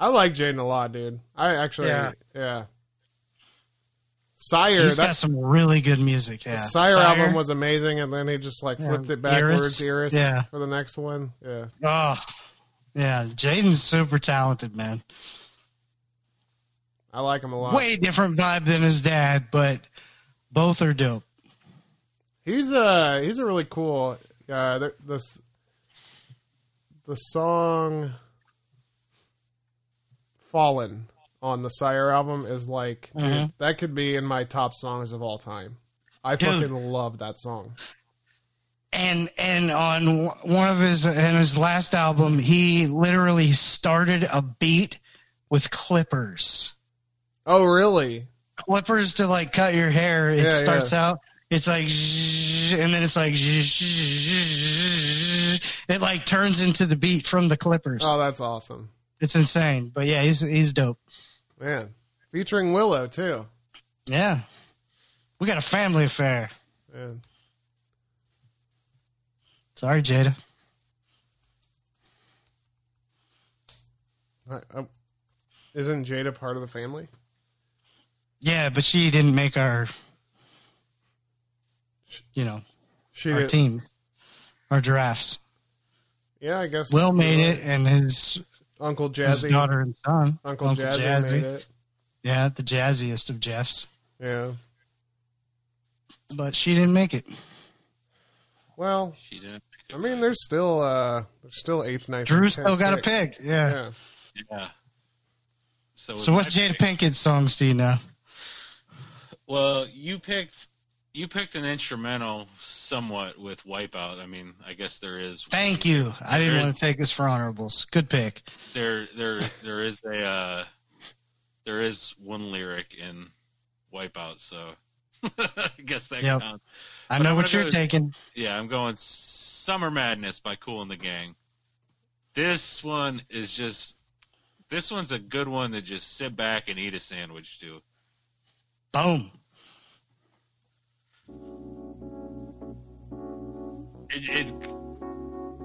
Speaker 7: I like Jaden a lot, dude. I actually,
Speaker 6: Yeah.
Speaker 7: yeah. Sire,
Speaker 6: He's got
Speaker 7: that
Speaker 6: some really good music. Yeah.
Speaker 7: Sire, album was amazing, and then he just like
Speaker 6: Yeah.
Speaker 7: flipped it
Speaker 6: Iris.
Speaker 7: backwards, Iris,
Speaker 6: Yeah.
Speaker 7: for the next one. Yeah,
Speaker 6: Oh, yeah. Jaden's super talented, man.
Speaker 7: I like him a lot.
Speaker 6: Way different vibe than his dad, but both are dope.
Speaker 7: He's a he's a really cool. Uh, there- this the song "Fallen" on the Sire album is like dude,
Speaker 6: Mhm.
Speaker 7: that could be in my top songs of all time. I
Speaker 6: Dude.
Speaker 7: fucking love that song.
Speaker 6: and and on w- one of his and his last album he literally started a beat with clippers
Speaker 7: Oh, really?
Speaker 6: clippers to like cut your hair it
Speaker 7: Yeah,
Speaker 6: starts out it's like zzz, and then it's like zzz, it like turns into the beat from the clippers
Speaker 7: Oh, that's awesome,
Speaker 6: it's insane but yeah he's he's dope
Speaker 7: man. Featuring Willow too.
Speaker 6: yeah we got a family affair
Speaker 7: Man.
Speaker 6: sorry jada
Speaker 7: I, I, isn't Jada part of the family?
Speaker 6: yeah but she didn't make our you know
Speaker 7: She
Speaker 6: our
Speaker 7: did.
Speaker 6: team our drafts
Speaker 7: Yeah, I guess
Speaker 6: Will made it, and his,
Speaker 7: Uncle
Speaker 6: his
Speaker 7: Jazzy,
Speaker 6: daughter and son,
Speaker 7: Uncle, Jazzy, made it.
Speaker 6: Yeah, the jazziest of Jeffs,
Speaker 7: Yeah.
Speaker 6: but she didn't make it.
Speaker 7: Well,
Speaker 5: She didn't.
Speaker 7: I mean, there's still uh, there's still eighth, ninth.
Speaker 6: Drew
Speaker 7: and
Speaker 6: still
Speaker 7: tenth
Speaker 6: got a
Speaker 7: pick.
Speaker 6: pick. Yeah.
Speaker 7: Yeah.
Speaker 5: Yeah. So,
Speaker 6: So
Speaker 5: with
Speaker 6: what
Speaker 5: my
Speaker 6: Jada
Speaker 5: pick-
Speaker 6: Pinkett songs do you know?
Speaker 5: Well, you picked you picked an instrumental somewhat with Wipeout. I mean, I guess there is
Speaker 6: Thank you. I didn't
Speaker 5: There is-
Speaker 6: want to take this for honorables. Good pick.
Speaker 5: there there there is a uh, there is one lyric in Wipeout, so I guess that
Speaker 6: Yep.
Speaker 5: counts.
Speaker 6: I
Speaker 5: But
Speaker 6: know
Speaker 5: I'm
Speaker 6: what
Speaker 5: gonna
Speaker 6: you're
Speaker 5: go-
Speaker 6: taking.
Speaker 5: Yeah, I'm going Summer Madness by Cool and the Gang. This one is just this one's a good one to just sit back and eat a sandwich to.
Speaker 6: Boom.
Speaker 5: It it,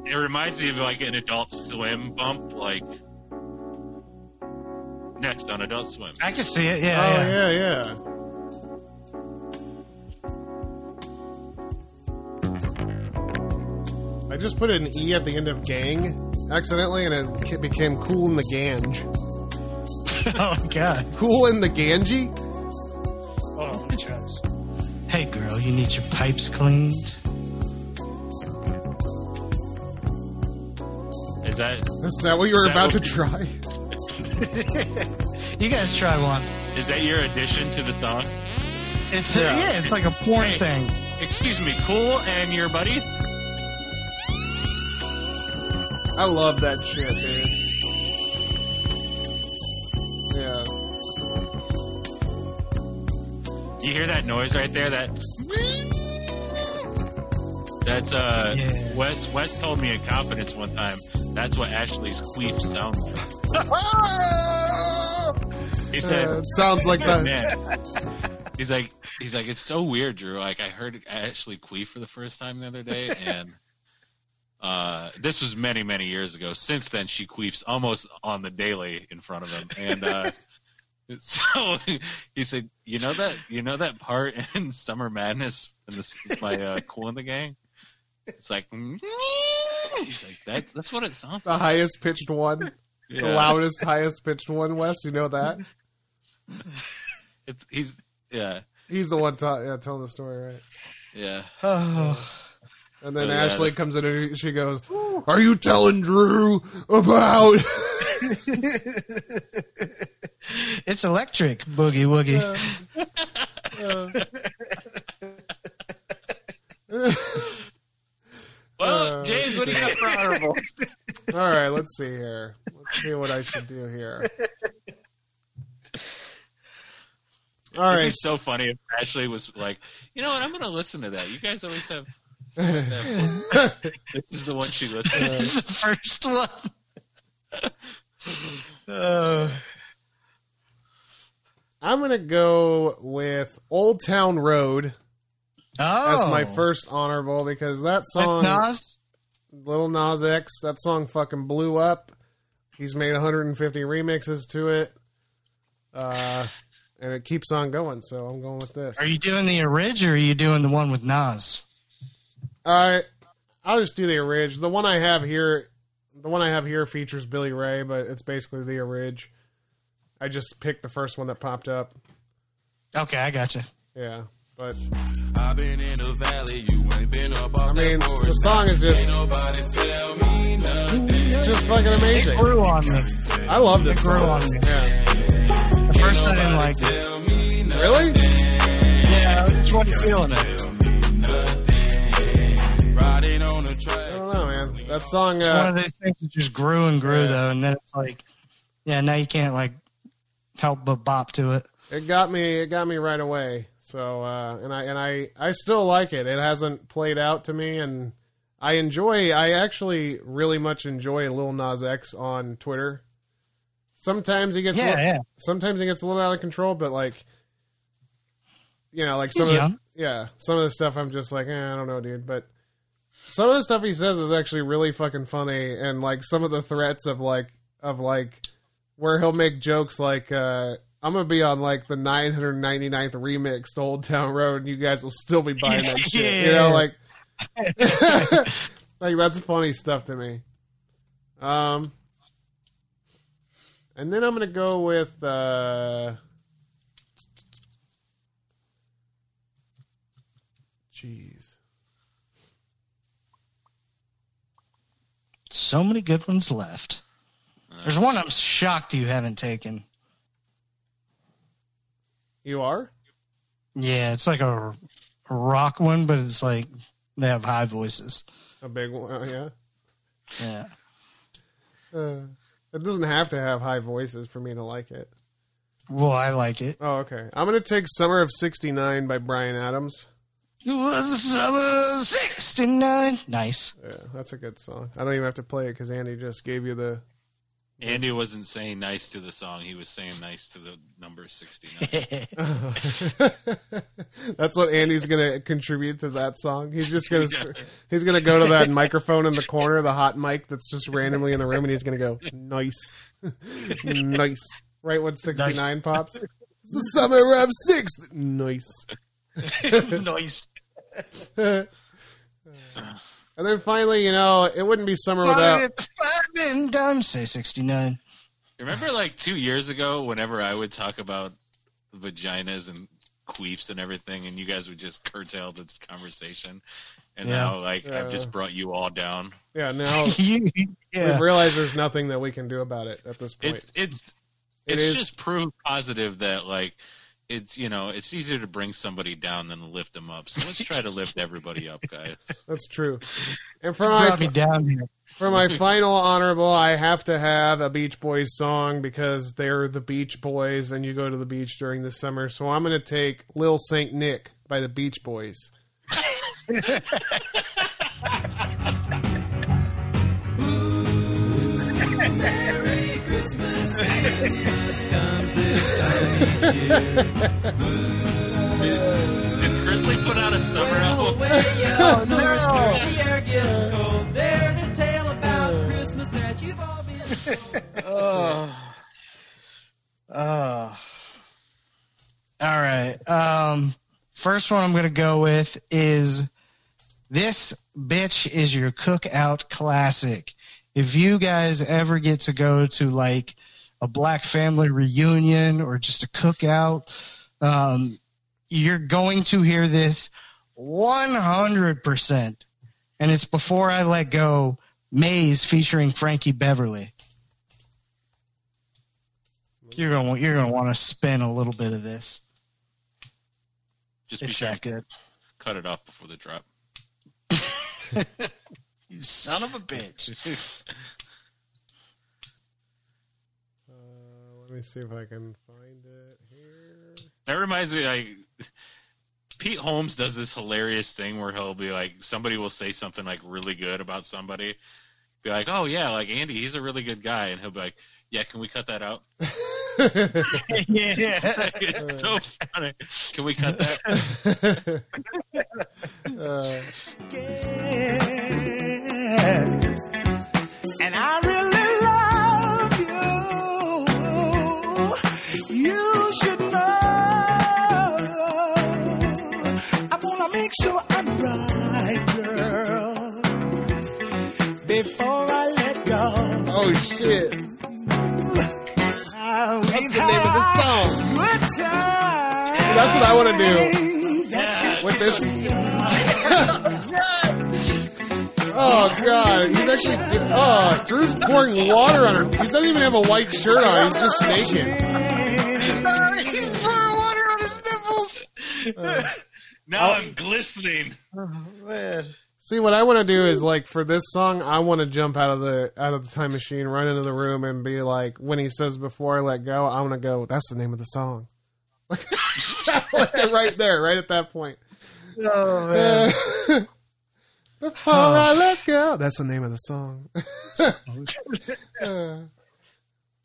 Speaker 5: it reminds me of like an Adult Swim bump, like. next on Adult Swim.
Speaker 6: I can see it. Yeah.
Speaker 7: oh
Speaker 6: yeah.
Speaker 7: yeah, yeah. I just put an E at the end of gang accidentally, and it ca- became cool in the Gange.
Speaker 6: oh god.
Speaker 7: Cool in the Gange?
Speaker 6: Oh, just. Hey girl, you need your pipes cleaned.
Speaker 5: Is that
Speaker 7: Is that what you were
Speaker 5: That
Speaker 7: about to
Speaker 5: would
Speaker 7: try?
Speaker 6: You guys try one.
Speaker 5: is that your addition to the song?
Speaker 6: It's yeah, yeah it's like a porn
Speaker 5: Hey.
Speaker 6: thing.
Speaker 5: Excuse me, cool and your buddies?
Speaker 7: I love that shit, dude. Yeah.
Speaker 5: You hear that noise right there? That That's uh
Speaker 6: Yeah.
Speaker 5: Wes Wes told me in confidence one time that's what Ashley's queef sound like. He said
Speaker 7: Uh, it sounds like that.
Speaker 5: man. He's like, he's like, it's so weird, Drew. Like, I heard Ashley queef for the first time the other day, and uh, this was many, many years ago. Since then, she queefs almost on the daily in front of him, and uh, so he said, you know that, you know that part in Summer Madness in this by uh, Cool in the Gang. It's like, he's like, that's that's what it sounds
Speaker 7: The
Speaker 5: like.
Speaker 7: highest pitched one, the
Speaker 5: Yeah.
Speaker 7: loudest, highest pitched one. Wes, you know that?
Speaker 5: It's, he's yeah,
Speaker 7: He's the one ta- yeah, telling the story, right?
Speaker 5: yeah.
Speaker 6: Oh.
Speaker 7: And then
Speaker 5: Oh, yeah.
Speaker 7: Ashley comes in and she goes, "Are you telling Drew about?"
Speaker 6: It's electric, boogie woogie.
Speaker 7: Yeah. Yeah.
Speaker 5: Well,
Speaker 7: Uh,
Speaker 5: James, what do you got for honorable?
Speaker 7: All right, let's see here. Let's see what I should do here. All
Speaker 5: It'd be
Speaker 7: right,
Speaker 5: so funny if Ashley was like, you know what? I'm going to listen to that. You guys always have. This is the one she listens.
Speaker 6: This is the first one. Uh,
Speaker 7: I'm gonna go with "Old Town Road"
Speaker 6: oh,
Speaker 7: as my first honorable because that
Speaker 6: With
Speaker 7: song.
Speaker 6: Nas?
Speaker 7: Little Nas X, that song fucking blew up. He's made 150 remixes to it, uh, and it keeps on going. So I'm going with this.
Speaker 6: Are you doing the orig or are you doing the one with Nas?
Speaker 7: I I'll just do the Ridge. The one I have here, the one I have here features Billy Ray, but it's basically the Ridge. I just picked the first one that popped up.
Speaker 6: Okay, I gotcha.
Speaker 7: Yeah, but
Speaker 8: I've been in the valley, you ain't been up off
Speaker 7: I mean,
Speaker 8: that
Speaker 7: the
Speaker 8: forest.
Speaker 7: song is just
Speaker 8: Nobody tell me nothing.
Speaker 7: it's just fucking amazing.
Speaker 6: Grew on me.
Speaker 7: I love this.
Speaker 6: grew
Speaker 7: song.
Speaker 6: on me.
Speaker 7: Yeah.
Speaker 6: The first I didn't like it.
Speaker 7: Really?
Speaker 6: Yeah, I just wasn't feeling it.
Speaker 8: Riding on the
Speaker 7: I
Speaker 8: track.
Speaker 7: don't know, man. That song.
Speaker 6: It's one
Speaker 7: Uh,
Speaker 6: of those things that just grew and grew
Speaker 7: Yeah.
Speaker 6: though, and then it's like, yeah, now you can't like help but bop to it.
Speaker 7: It got me. It got me right away. So uh, and I and I I still like it. It hasn't played out to me, and I enjoy. I actually really much enjoy Lil Nas X on Twitter. Sometimes he gets a
Speaker 6: Yeah,
Speaker 7: little,
Speaker 6: yeah.
Speaker 7: sometimes he gets a little out of control, but like you know, like
Speaker 6: He's
Speaker 7: some of
Speaker 6: young.
Speaker 7: the, yeah, some of the stuff I'm just like, eh, I don't know, dude. But some of the stuff he says is actually really fucking funny, and like some of the threats of like of like where he'll make jokes like, uh, I'm gonna be on like the 999th remix to Old Town Road, and you guys will still be buying that shit. You know,
Speaker 6: Yeah.
Speaker 7: like like that's funny stuff to me. Um, and then I'm gonna go with uh, jeez,
Speaker 6: So many good ones left.
Speaker 7: Uh.
Speaker 6: There's one I'm shocked you haven't taken.
Speaker 7: you are.
Speaker 6: Yeah, it's like a a rock one, but it's like they have high voices.
Speaker 7: A big one, uh, yeah.
Speaker 6: Yeah.
Speaker 7: Uh, it doesn't have to have high voices for me to like it.
Speaker 6: Well, I like it.
Speaker 7: Oh, okay. I'm gonna take "Summer of '69" by Brian Adams.
Speaker 6: It was the summer of 69. Nice.
Speaker 7: Yeah, that's a good song. I don't even have to play it because Andy just gave you the.
Speaker 5: Andy wasn't saying nice to the song. He was saying nice to the number 69.
Speaker 7: that's what Andy's gonna contribute to that song. He's just gonna he's gonna go to that microphone in the corner, the hot mic that's just randomly in the room, and he's gonna go nice, nice. Right when 69 pops. It's the summer of 60. Nice.
Speaker 6: nice.
Speaker 7: and then finally, you know, it wouldn't be summer
Speaker 6: Why
Speaker 7: without.
Speaker 6: did the five men done say 69?
Speaker 5: Remember, like two years ago, whenever I would talk about vaginas and queefs and everything, and you guys would just curtail this conversation, and
Speaker 6: Yeah.
Speaker 5: now like
Speaker 7: Yeah.
Speaker 5: I've just brought you all down.
Speaker 7: Yeah, now
Speaker 6: You- yeah.
Speaker 7: we've realized there's nothing that we can do about it at this point.
Speaker 5: It's it's
Speaker 7: It
Speaker 5: it's
Speaker 7: is-
Speaker 5: just proof positive that like it's you know it's easier to bring somebody down than to lift them up. So let's try to lift everybody up, guys.
Speaker 7: That's true. And for my
Speaker 6: Brought me down here.
Speaker 7: For my final honorable, I have to have a Beach Boys song because they're the Beach Boys and you go to the beach during the summer. So I'm going to take Lil St. Nick by the Beach Boys.
Speaker 5: Did Grizzly put out a summer album?
Speaker 10: Oh, no. The air gets cold. There's a tale about Christmas that you've all been told.
Speaker 6: Oh. All right. Um, first one I'm going to go with is This Bitch is Your Cookout Classic. If you guys ever get to go to like a black family reunion or just a cookout, um, you're going to hear this 100%. And it's Before I Let Go, Maze featuring Frankie Beverly. You're gonna you're gonna want to spin a little bit of this.
Speaker 5: Just be
Speaker 6: It's
Speaker 5: sure
Speaker 6: that
Speaker 5: to
Speaker 6: good.
Speaker 5: cut it off before the drop.
Speaker 6: You son of a bitch.
Speaker 7: Uh, let me see if I can find it here.
Speaker 5: That reminds me, like Pete Holmes does this hilarious thing where he'll be like, somebody will say something like really good about somebody, be like, "Oh yeah, like Andy, he's a really good guy," and he'll be like, "Yeah, can we cut that out?"
Speaker 6: yeah.
Speaker 5: it's so funny. Can we cut that?
Speaker 7: uh,
Speaker 9: And I really love you. You should know. I want to make sure I'm right, girl. Before I let go,
Speaker 7: oh, shit.
Speaker 9: I'll
Speaker 7: That's the name of the song.
Speaker 9: That's what
Speaker 7: That's what I want to do
Speaker 9: That's the
Speaker 7: with this. oh, God. He's actually. Oh, Drew's pouring water on her. He doesn't even have a white shirt on. He's just naked.
Speaker 6: He's pouring water on his nipples.
Speaker 5: Now I'm glistening.
Speaker 6: Oh, man.
Speaker 7: See, what I want to do is like for this song, I want to jump out of the out of the time machine, run into the room, and be like, when he says "before I let go," I want to go. That's the name of the song. like right there, right at that point.
Speaker 6: Oh man.
Speaker 7: Uh, before I let go, that's the name of the song. Uh,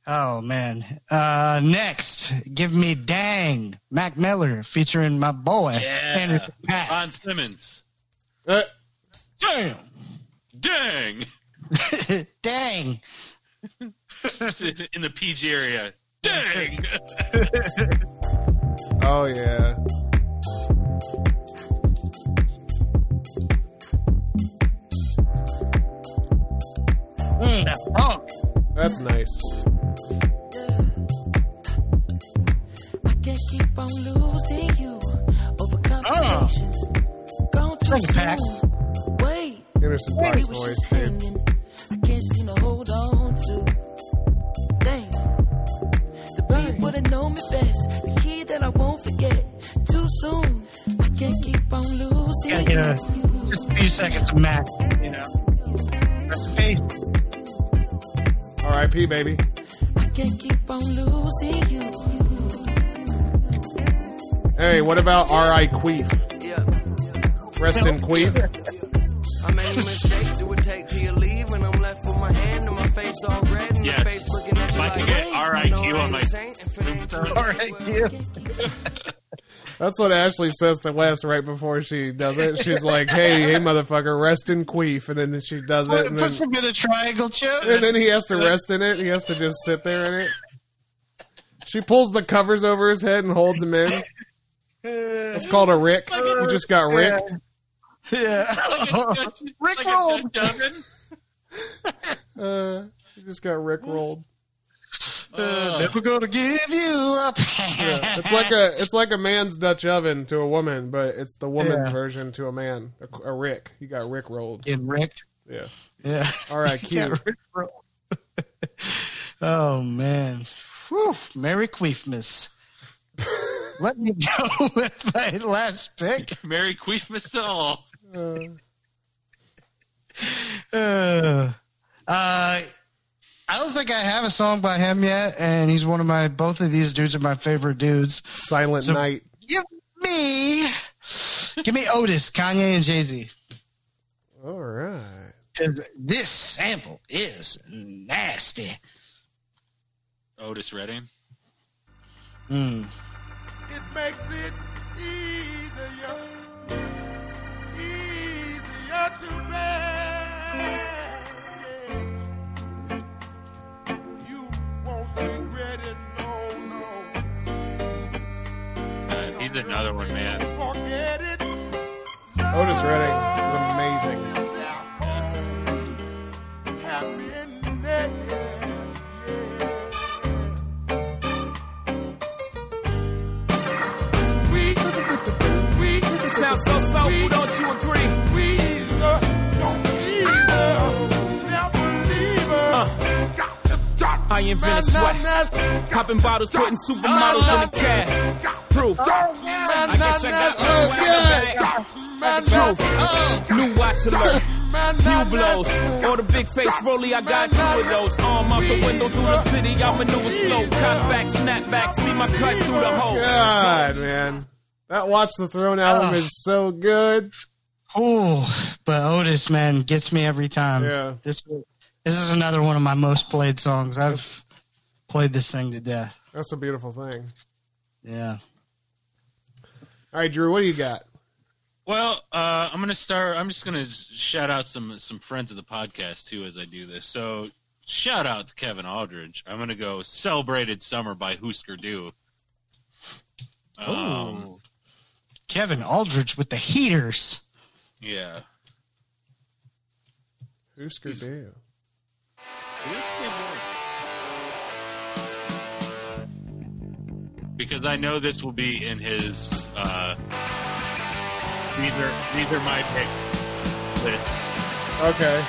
Speaker 6: Oh man. Uh, next, give me dang Mac Miller featuring my boy
Speaker 5: Yeah,
Speaker 6: Anderson Paak.
Speaker 5: Ron Simmons.
Speaker 7: uh,
Speaker 5: Dang!
Speaker 6: Damn. dang.
Speaker 5: In the PG area. Dang!
Speaker 7: oh yeah,
Speaker 6: Mm, that funk.
Speaker 7: that's nice.
Speaker 9: I can keep on losing you over
Speaker 6: Oh.
Speaker 9: complications. Gone too
Speaker 6: Sing it, Pac.
Speaker 9: soon. Wait,
Speaker 7: Anderson
Speaker 9: we
Speaker 7: Paak's
Speaker 9: was
Speaker 7: voice,
Speaker 9: just
Speaker 7: dude.
Speaker 9: hanging. I can't seem to hold on to. Dang. The people that know me best, the kid that I won't forget. Too soon, I can't keep on losing
Speaker 6: Gotta get a
Speaker 9: you.
Speaker 6: just a few seconds of Mac. You know. Rest in peace.
Speaker 7: R.I.P. Baby.
Speaker 9: I can't keep on losing you.
Speaker 7: Hey, what about R.I. Queef?
Speaker 10: Yeah.
Speaker 7: Rest in Queef.
Speaker 10: I made mistakes. Do it take till you leave? When I'm left with my hand and my face all red and
Speaker 5: Yes.
Speaker 10: my face looking at
Speaker 5: If
Speaker 10: you
Speaker 5: I can
Speaker 10: like,
Speaker 5: get
Speaker 10: "Wait,
Speaker 5: RIQ
Speaker 10: no, I
Speaker 5: on my
Speaker 10: ain't a saint, if it ain't true,
Speaker 6: All right, yeah.
Speaker 7: That's what Ashley says to Wes right before she does it. She's like, "Hey, hey, motherfucker, rest in queef," and then she does it, and
Speaker 6: Put,
Speaker 7: then,
Speaker 6: put some bit of triangle chip.
Speaker 7: and then he has to rest in it. He has to just sit there in it. She pulls the covers over his head and holds him in. That's called a rick. You just got ricked.
Speaker 6: Yeah. Rick rolled.
Speaker 7: Uh, you just got rick rolled.
Speaker 6: Uh, never gonna give you up.
Speaker 7: Yeah. It's like a it's like a man's Dutch oven to a woman, but it's the woman's
Speaker 6: Yeah.
Speaker 7: version to a man. A, a rick. You got rick rolled.
Speaker 6: Get wrecked.
Speaker 7: Yeah.
Speaker 6: Yeah.
Speaker 7: All right, cue.
Speaker 6: Get rickrolled. oh man. Whew. Merry Queefmas. Let me go with my last pick.
Speaker 5: Merry Queefmas to all.
Speaker 7: Uh,
Speaker 6: Uh, uh, I don't think I have a song by him yet, and he's one of my both of these dudes are my favorite dudes.
Speaker 7: Silent
Speaker 6: So-
Speaker 7: night.
Speaker 6: Give me, give me Otis, Kanye, and Jay Z.
Speaker 7: All right.
Speaker 6: Because this sample is nasty.
Speaker 5: Otis Redding.
Speaker 6: Mm.
Speaker 8: It makes it easier, easier to bear. You won't regret it, no, no.
Speaker 5: Uh, he's another one, man.
Speaker 8: Forget it.
Speaker 7: Otis Redding is amazing.
Speaker 8: Happiness, yeah. Sweet, sweet, sounds so soulful, don't you agree?
Speaker 12: Uh,
Speaker 8: Squeezer, don't tease never leave her. Got to drop
Speaker 12: I invented sweat. Popping bottles, putting supermodels in the cab. Proof. I guess I got my sweat back. Truth. New watch alert. Few blows. Or the big face rolly, I got two of those. Arm out the window through the city, I maneuver slow. Cut back, snap back, see my cut through the hole.
Speaker 7: God, man. That Watch the Throne album
Speaker 6: Ugh.
Speaker 7: is so good.
Speaker 6: Oh, but Otis, man, gets me every time.
Speaker 7: Yeah.
Speaker 6: This this is another one of my most played songs. I've played this thing to death.
Speaker 7: That's a beautiful thing.
Speaker 6: Yeah.
Speaker 7: All right, Drew, what do you got?
Speaker 5: Well, uh, I'm gonna start. I'm just gonna s- shout out some some friends of the podcast too as I do this. So shout out to Kevin Aldridge. I'm gonna go "Celebrated Summer" by Husker Du. Um,
Speaker 6: Oh. Kevin Aldridge with the heaters.
Speaker 5: yeah.
Speaker 7: Who's Scooby?
Speaker 5: because I know this will be in his. Uh, these are these are my picks. list.
Speaker 7: Okay.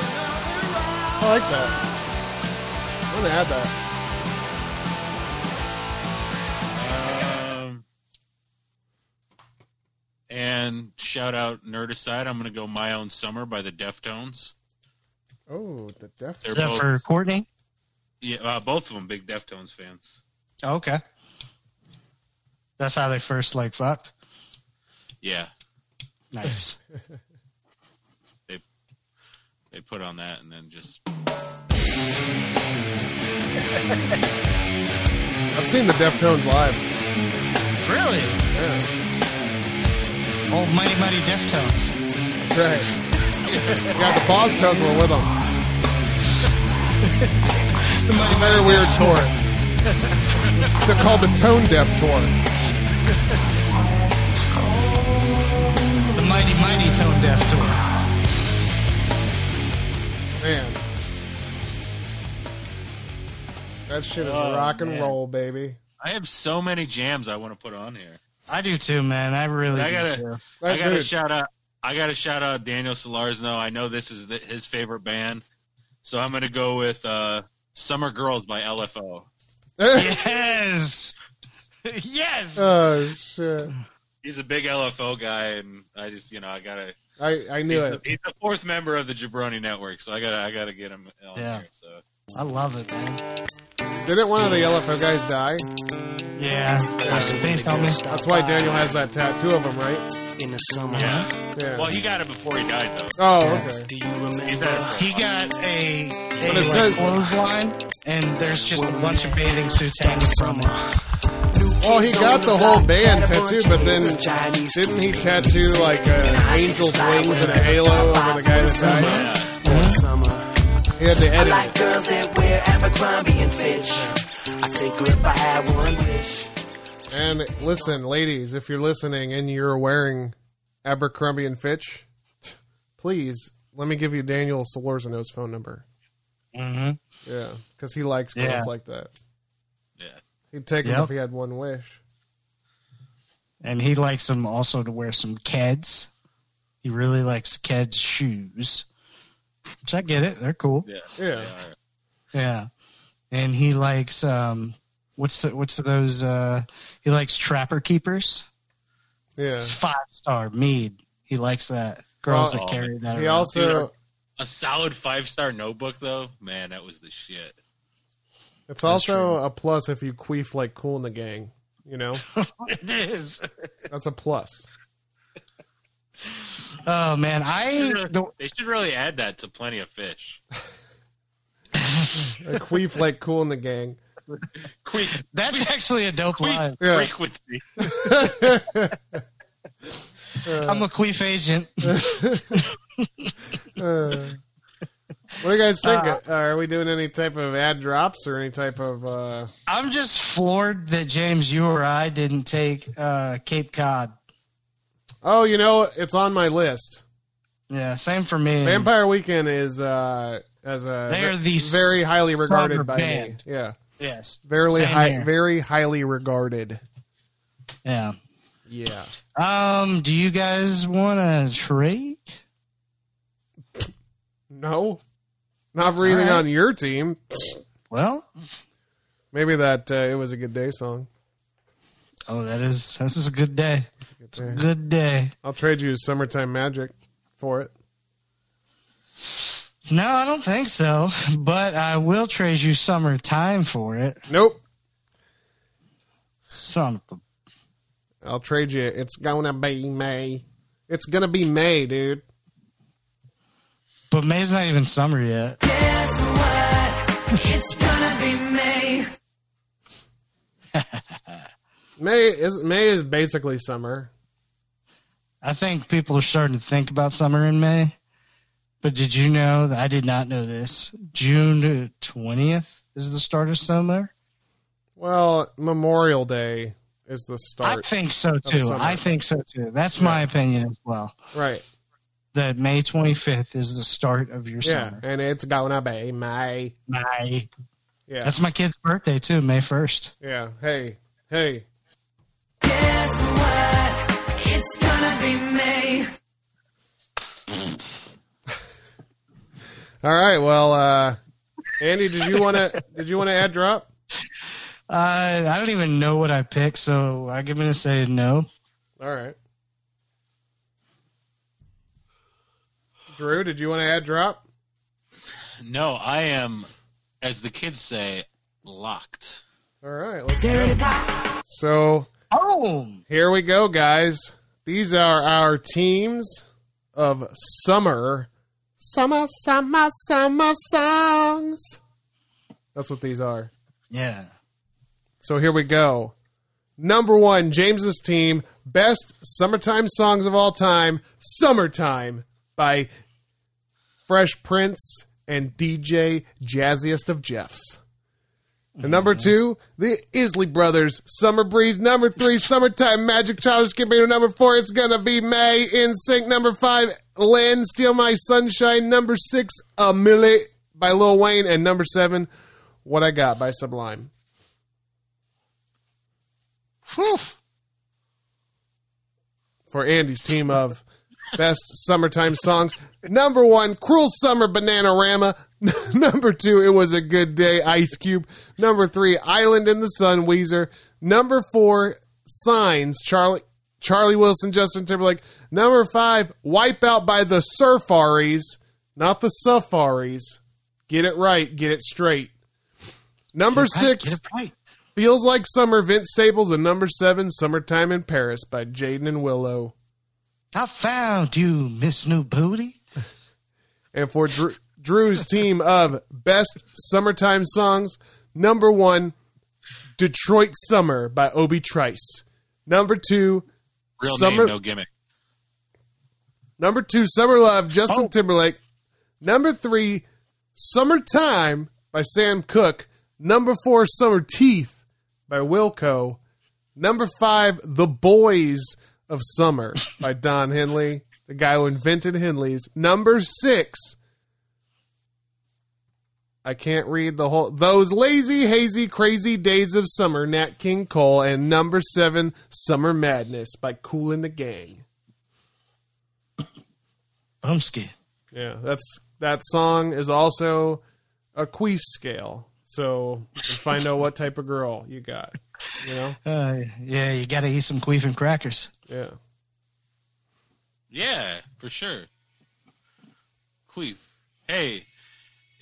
Speaker 7: I like that. I'm gonna add that.
Speaker 5: Um, and shout out Nerdicide. I'm gonna go "My Own Summer" by the Deftones.
Speaker 7: Oh, the def.
Speaker 5: They're
Speaker 6: Is that
Speaker 5: both
Speaker 6: for Courtney?
Speaker 5: yeah, uh, both of them big Deftones fans.
Speaker 6: Oh, okay. That's how they first like fucked.
Speaker 5: Yeah,
Speaker 6: Nice.
Speaker 5: they put on that and then just
Speaker 7: I've seen the Deftones live.
Speaker 6: really?
Speaker 7: Yeah,
Speaker 6: Old Mighty Mighty Deftones.
Speaker 7: that's right. yeah, the Boss Tones were with them.
Speaker 6: The
Speaker 7: It's a
Speaker 6: Mighty
Speaker 7: very weird tour. It's- They're called the Tone Deaf Tour.
Speaker 6: the Mighty Mighty Tone Deaf Tour.
Speaker 7: Man. That shit is
Speaker 5: Oh,
Speaker 7: rock and
Speaker 5: man.
Speaker 7: roll, baby.
Speaker 5: I have so many jams I want to put on here.
Speaker 6: I do too, man. I really
Speaker 5: I
Speaker 6: do
Speaker 5: gotta-
Speaker 6: too.
Speaker 5: I
Speaker 7: That
Speaker 5: got to
Speaker 7: dude,
Speaker 5: shout out. I got to shout out Daniel Solarzno. I know this is the, his favorite band, so I'm gonna go with uh, "Summer Girls" by LFO.
Speaker 6: Yes. yes.
Speaker 7: oh shit!
Speaker 5: He's a big LFO guy, and I just you know I gotta.
Speaker 7: I I knew
Speaker 5: he's,
Speaker 7: it.
Speaker 5: The, he's the fourth member of the Jabroni Network, so I gotta I gotta get him on
Speaker 6: Yeah.
Speaker 5: here. So
Speaker 6: I love it, man.
Speaker 7: Didn't one of the LFO guys die?
Speaker 6: Yeah. Rest in peace, homie.
Speaker 7: That's why Daniel has that tattoo of him, right?
Speaker 12: In the summer.
Speaker 5: yeah.
Speaker 7: Yeah.
Speaker 5: Well, he got it before he died though.
Speaker 7: Oh, okay.
Speaker 12: Do you remember?
Speaker 5: He's had it for a
Speaker 6: He
Speaker 5: while.
Speaker 6: got a a like, clothesline, and there's just a bunch of bathing suits hanging from it.
Speaker 7: Well, he got the whole band tattooed, but then didn't he tattoo like uh, angel's wings and a halo over the guy that died? He had to
Speaker 10: I
Speaker 7: edit
Speaker 10: like
Speaker 7: it.
Speaker 10: girls that wear Abercrombie and Fitch. I take her if I had one wish.
Speaker 7: And listen, ladies, if you're listening and you're wearing Abercrombie and Fitch, please let me give you Daniel Solorzano's phone number. Mm-hmm. Yeah, because he likes girls
Speaker 6: Yeah.
Speaker 7: like that.
Speaker 5: Yeah.
Speaker 7: He'd take them
Speaker 6: Yep.
Speaker 7: if he had one wish.
Speaker 6: And he likes them also to wear some Keds. He really likes Keds shoes, which I get it. They're cool.
Speaker 5: Yeah.
Speaker 7: Yeah.
Speaker 6: Yeah, and he likes um, what's the, what's those? Uh, he likes Trapper Keepers.
Speaker 7: Yeah.
Speaker 6: It's five star mead. He likes that. Girls
Speaker 5: Well,
Speaker 6: that carry that.
Speaker 7: He
Speaker 6: around.
Speaker 7: also
Speaker 5: A solid five star notebook though, man, that was the shit.
Speaker 7: it's also a plus if you queef like cool in the gang, you know?
Speaker 6: it is.
Speaker 7: That's a plus.
Speaker 6: Oh man, I the,
Speaker 5: They should really add that to plenty of fish.
Speaker 7: A queef like cool in the gang.
Speaker 5: Quick
Speaker 6: that's actually a dope line.
Speaker 7: Yeah.
Speaker 5: frequency.
Speaker 6: I'm a queef agent.
Speaker 7: Uh, what do you guys think?
Speaker 6: Uh-huh.
Speaker 7: Uh, are we doing any type of ad drops or any type of uh
Speaker 6: I'm just floored that James, you or I didn't take uh, Cape Cod.
Speaker 7: Oh, you know, it's on my list.
Speaker 6: Yeah, same for me.
Speaker 7: Vampire Weekend is uh as a
Speaker 6: They are the s-
Speaker 7: very highly regarded
Speaker 6: stronger
Speaker 7: by
Speaker 6: band.
Speaker 7: me. Yeah.
Speaker 6: Yes.
Speaker 7: Very
Speaker 6: Same
Speaker 7: high
Speaker 6: here.
Speaker 7: very highly regarded.
Speaker 6: Yeah.
Speaker 7: Yeah.
Speaker 6: Um, do you guys want to trade?
Speaker 7: No. Not breathing
Speaker 6: All right.
Speaker 7: on your team.
Speaker 6: Well,
Speaker 7: Maybe that uh, it was a good day song.
Speaker 6: oh, that is this is a good day. It's a
Speaker 7: day.
Speaker 6: good day.
Speaker 7: I'll trade you summertime magic for it.
Speaker 6: No, I don't think so, but I will trade you summertime for it.
Speaker 7: Nope.
Speaker 6: Son of a-
Speaker 7: I'll trade you. It's gonna be May. It's gonna be May, dude.
Speaker 6: but May's not even summer yet.
Speaker 10: Guess what? It's gonna be me.
Speaker 7: May is May is basically summer.
Speaker 6: I think people are starting to think about summer in May. But did you know that I did not know this? June twentieth is the start of summer.
Speaker 7: Well, Memorial Day is the
Speaker 6: I
Speaker 7: start.
Speaker 6: think so too.
Speaker 7: summer.
Speaker 6: I think so too. That's my opinion as well.
Speaker 7: right.
Speaker 6: That May twenty fifth is the start of your
Speaker 7: Yeah.
Speaker 6: summer.
Speaker 7: And it's gonna be May.
Speaker 6: May.
Speaker 7: Yeah.
Speaker 6: That's my kid's birthday too, May first.
Speaker 7: yeah. Hey. Hey.
Speaker 10: Guess what? It's gonna be me.
Speaker 7: All right. Well, uh Andy, did you wanna did you wanna add drop?
Speaker 6: Uh, I don't even know what I picked, so I'm gonna say no.
Speaker 7: All right. Drew, did you want to add drop?
Speaker 5: No, I am as the kids say, locked.
Speaker 7: All right, let's go. So
Speaker 6: Home.
Speaker 7: Here we go, guys. These are our teams of summer, summer, summer, summer songs. That's what these are.
Speaker 6: Yeah.
Speaker 7: So here we go. Number one, James's team, best summertime songs of all time, Summertime by Fresh Prince and DJ Jazziest of Jeffs. And number two, the Isley Brothers, Summer Breeze. Number three, Summertime Magic Childish Gambino. Number four, It's Gonna Be May. In Sync. Number five, Lynn, Steal My Sunshine. Number six, A Millie by Lil Wayne. And number seven, What I Got by Sublime.
Speaker 6: Whew.
Speaker 7: for Andy's team of best summertime songs. Number one, Cruel Summer Bananarama. Number two, It Was a Good Day, Ice Cube. Number three, Island in the Sun, Weezer. Number four, Signs, Charlie Charlie Wilson, Justin Timberlake. Number five, Wipeout by the Surfaris, not the Safaris. Get it right, get it straight. Number
Speaker 6: Get
Speaker 7: six,
Speaker 6: it right.
Speaker 7: Feels Like Summer, Vince Staples. And number seven, Summertime in Paris by Jaden and Willow.
Speaker 6: I found you, Miss New Booty.
Speaker 7: And for Drew, Drew's team of best summertime songs. Number one, Detroit Summer by Obi Trice. Number two,
Speaker 5: Real
Speaker 7: Summer.
Speaker 5: name, no gimmick.
Speaker 7: Number two, Summer Love, Justin Timberlake. Number three, Summertime by Sam Cooke. Number four, Summer Teeth by Wilco. Number five, The Boys of Summer by Don Henley, the guy who invented Henley's. Number six, I can't read the whole. Those lazy, hazy, crazy days of summer, Nat King Cole. And number seven, Summer Madness by Cool and the Gang.
Speaker 6: I'm scared.
Speaker 7: Yeah, that's that song is also a queef scale. So you can find out what type of girl you got. You know?
Speaker 6: Uh, yeah, you got to eat some queef and crackers.
Speaker 7: Yeah.
Speaker 5: Yeah, for sure. Queef. Hey,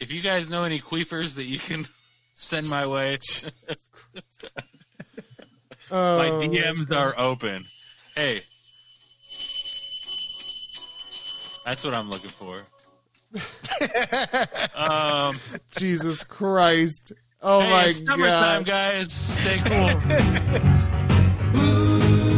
Speaker 5: if you guys know any queefers that you can send my way, my
Speaker 7: Oh,
Speaker 5: DMs are open. Hey, that's what I'm looking for. um,
Speaker 7: Jesus Christ. Oh
Speaker 5: hey,
Speaker 7: my
Speaker 5: it's summertime,
Speaker 7: god.
Speaker 5: guys. Stay cool.
Speaker 10: Ooh,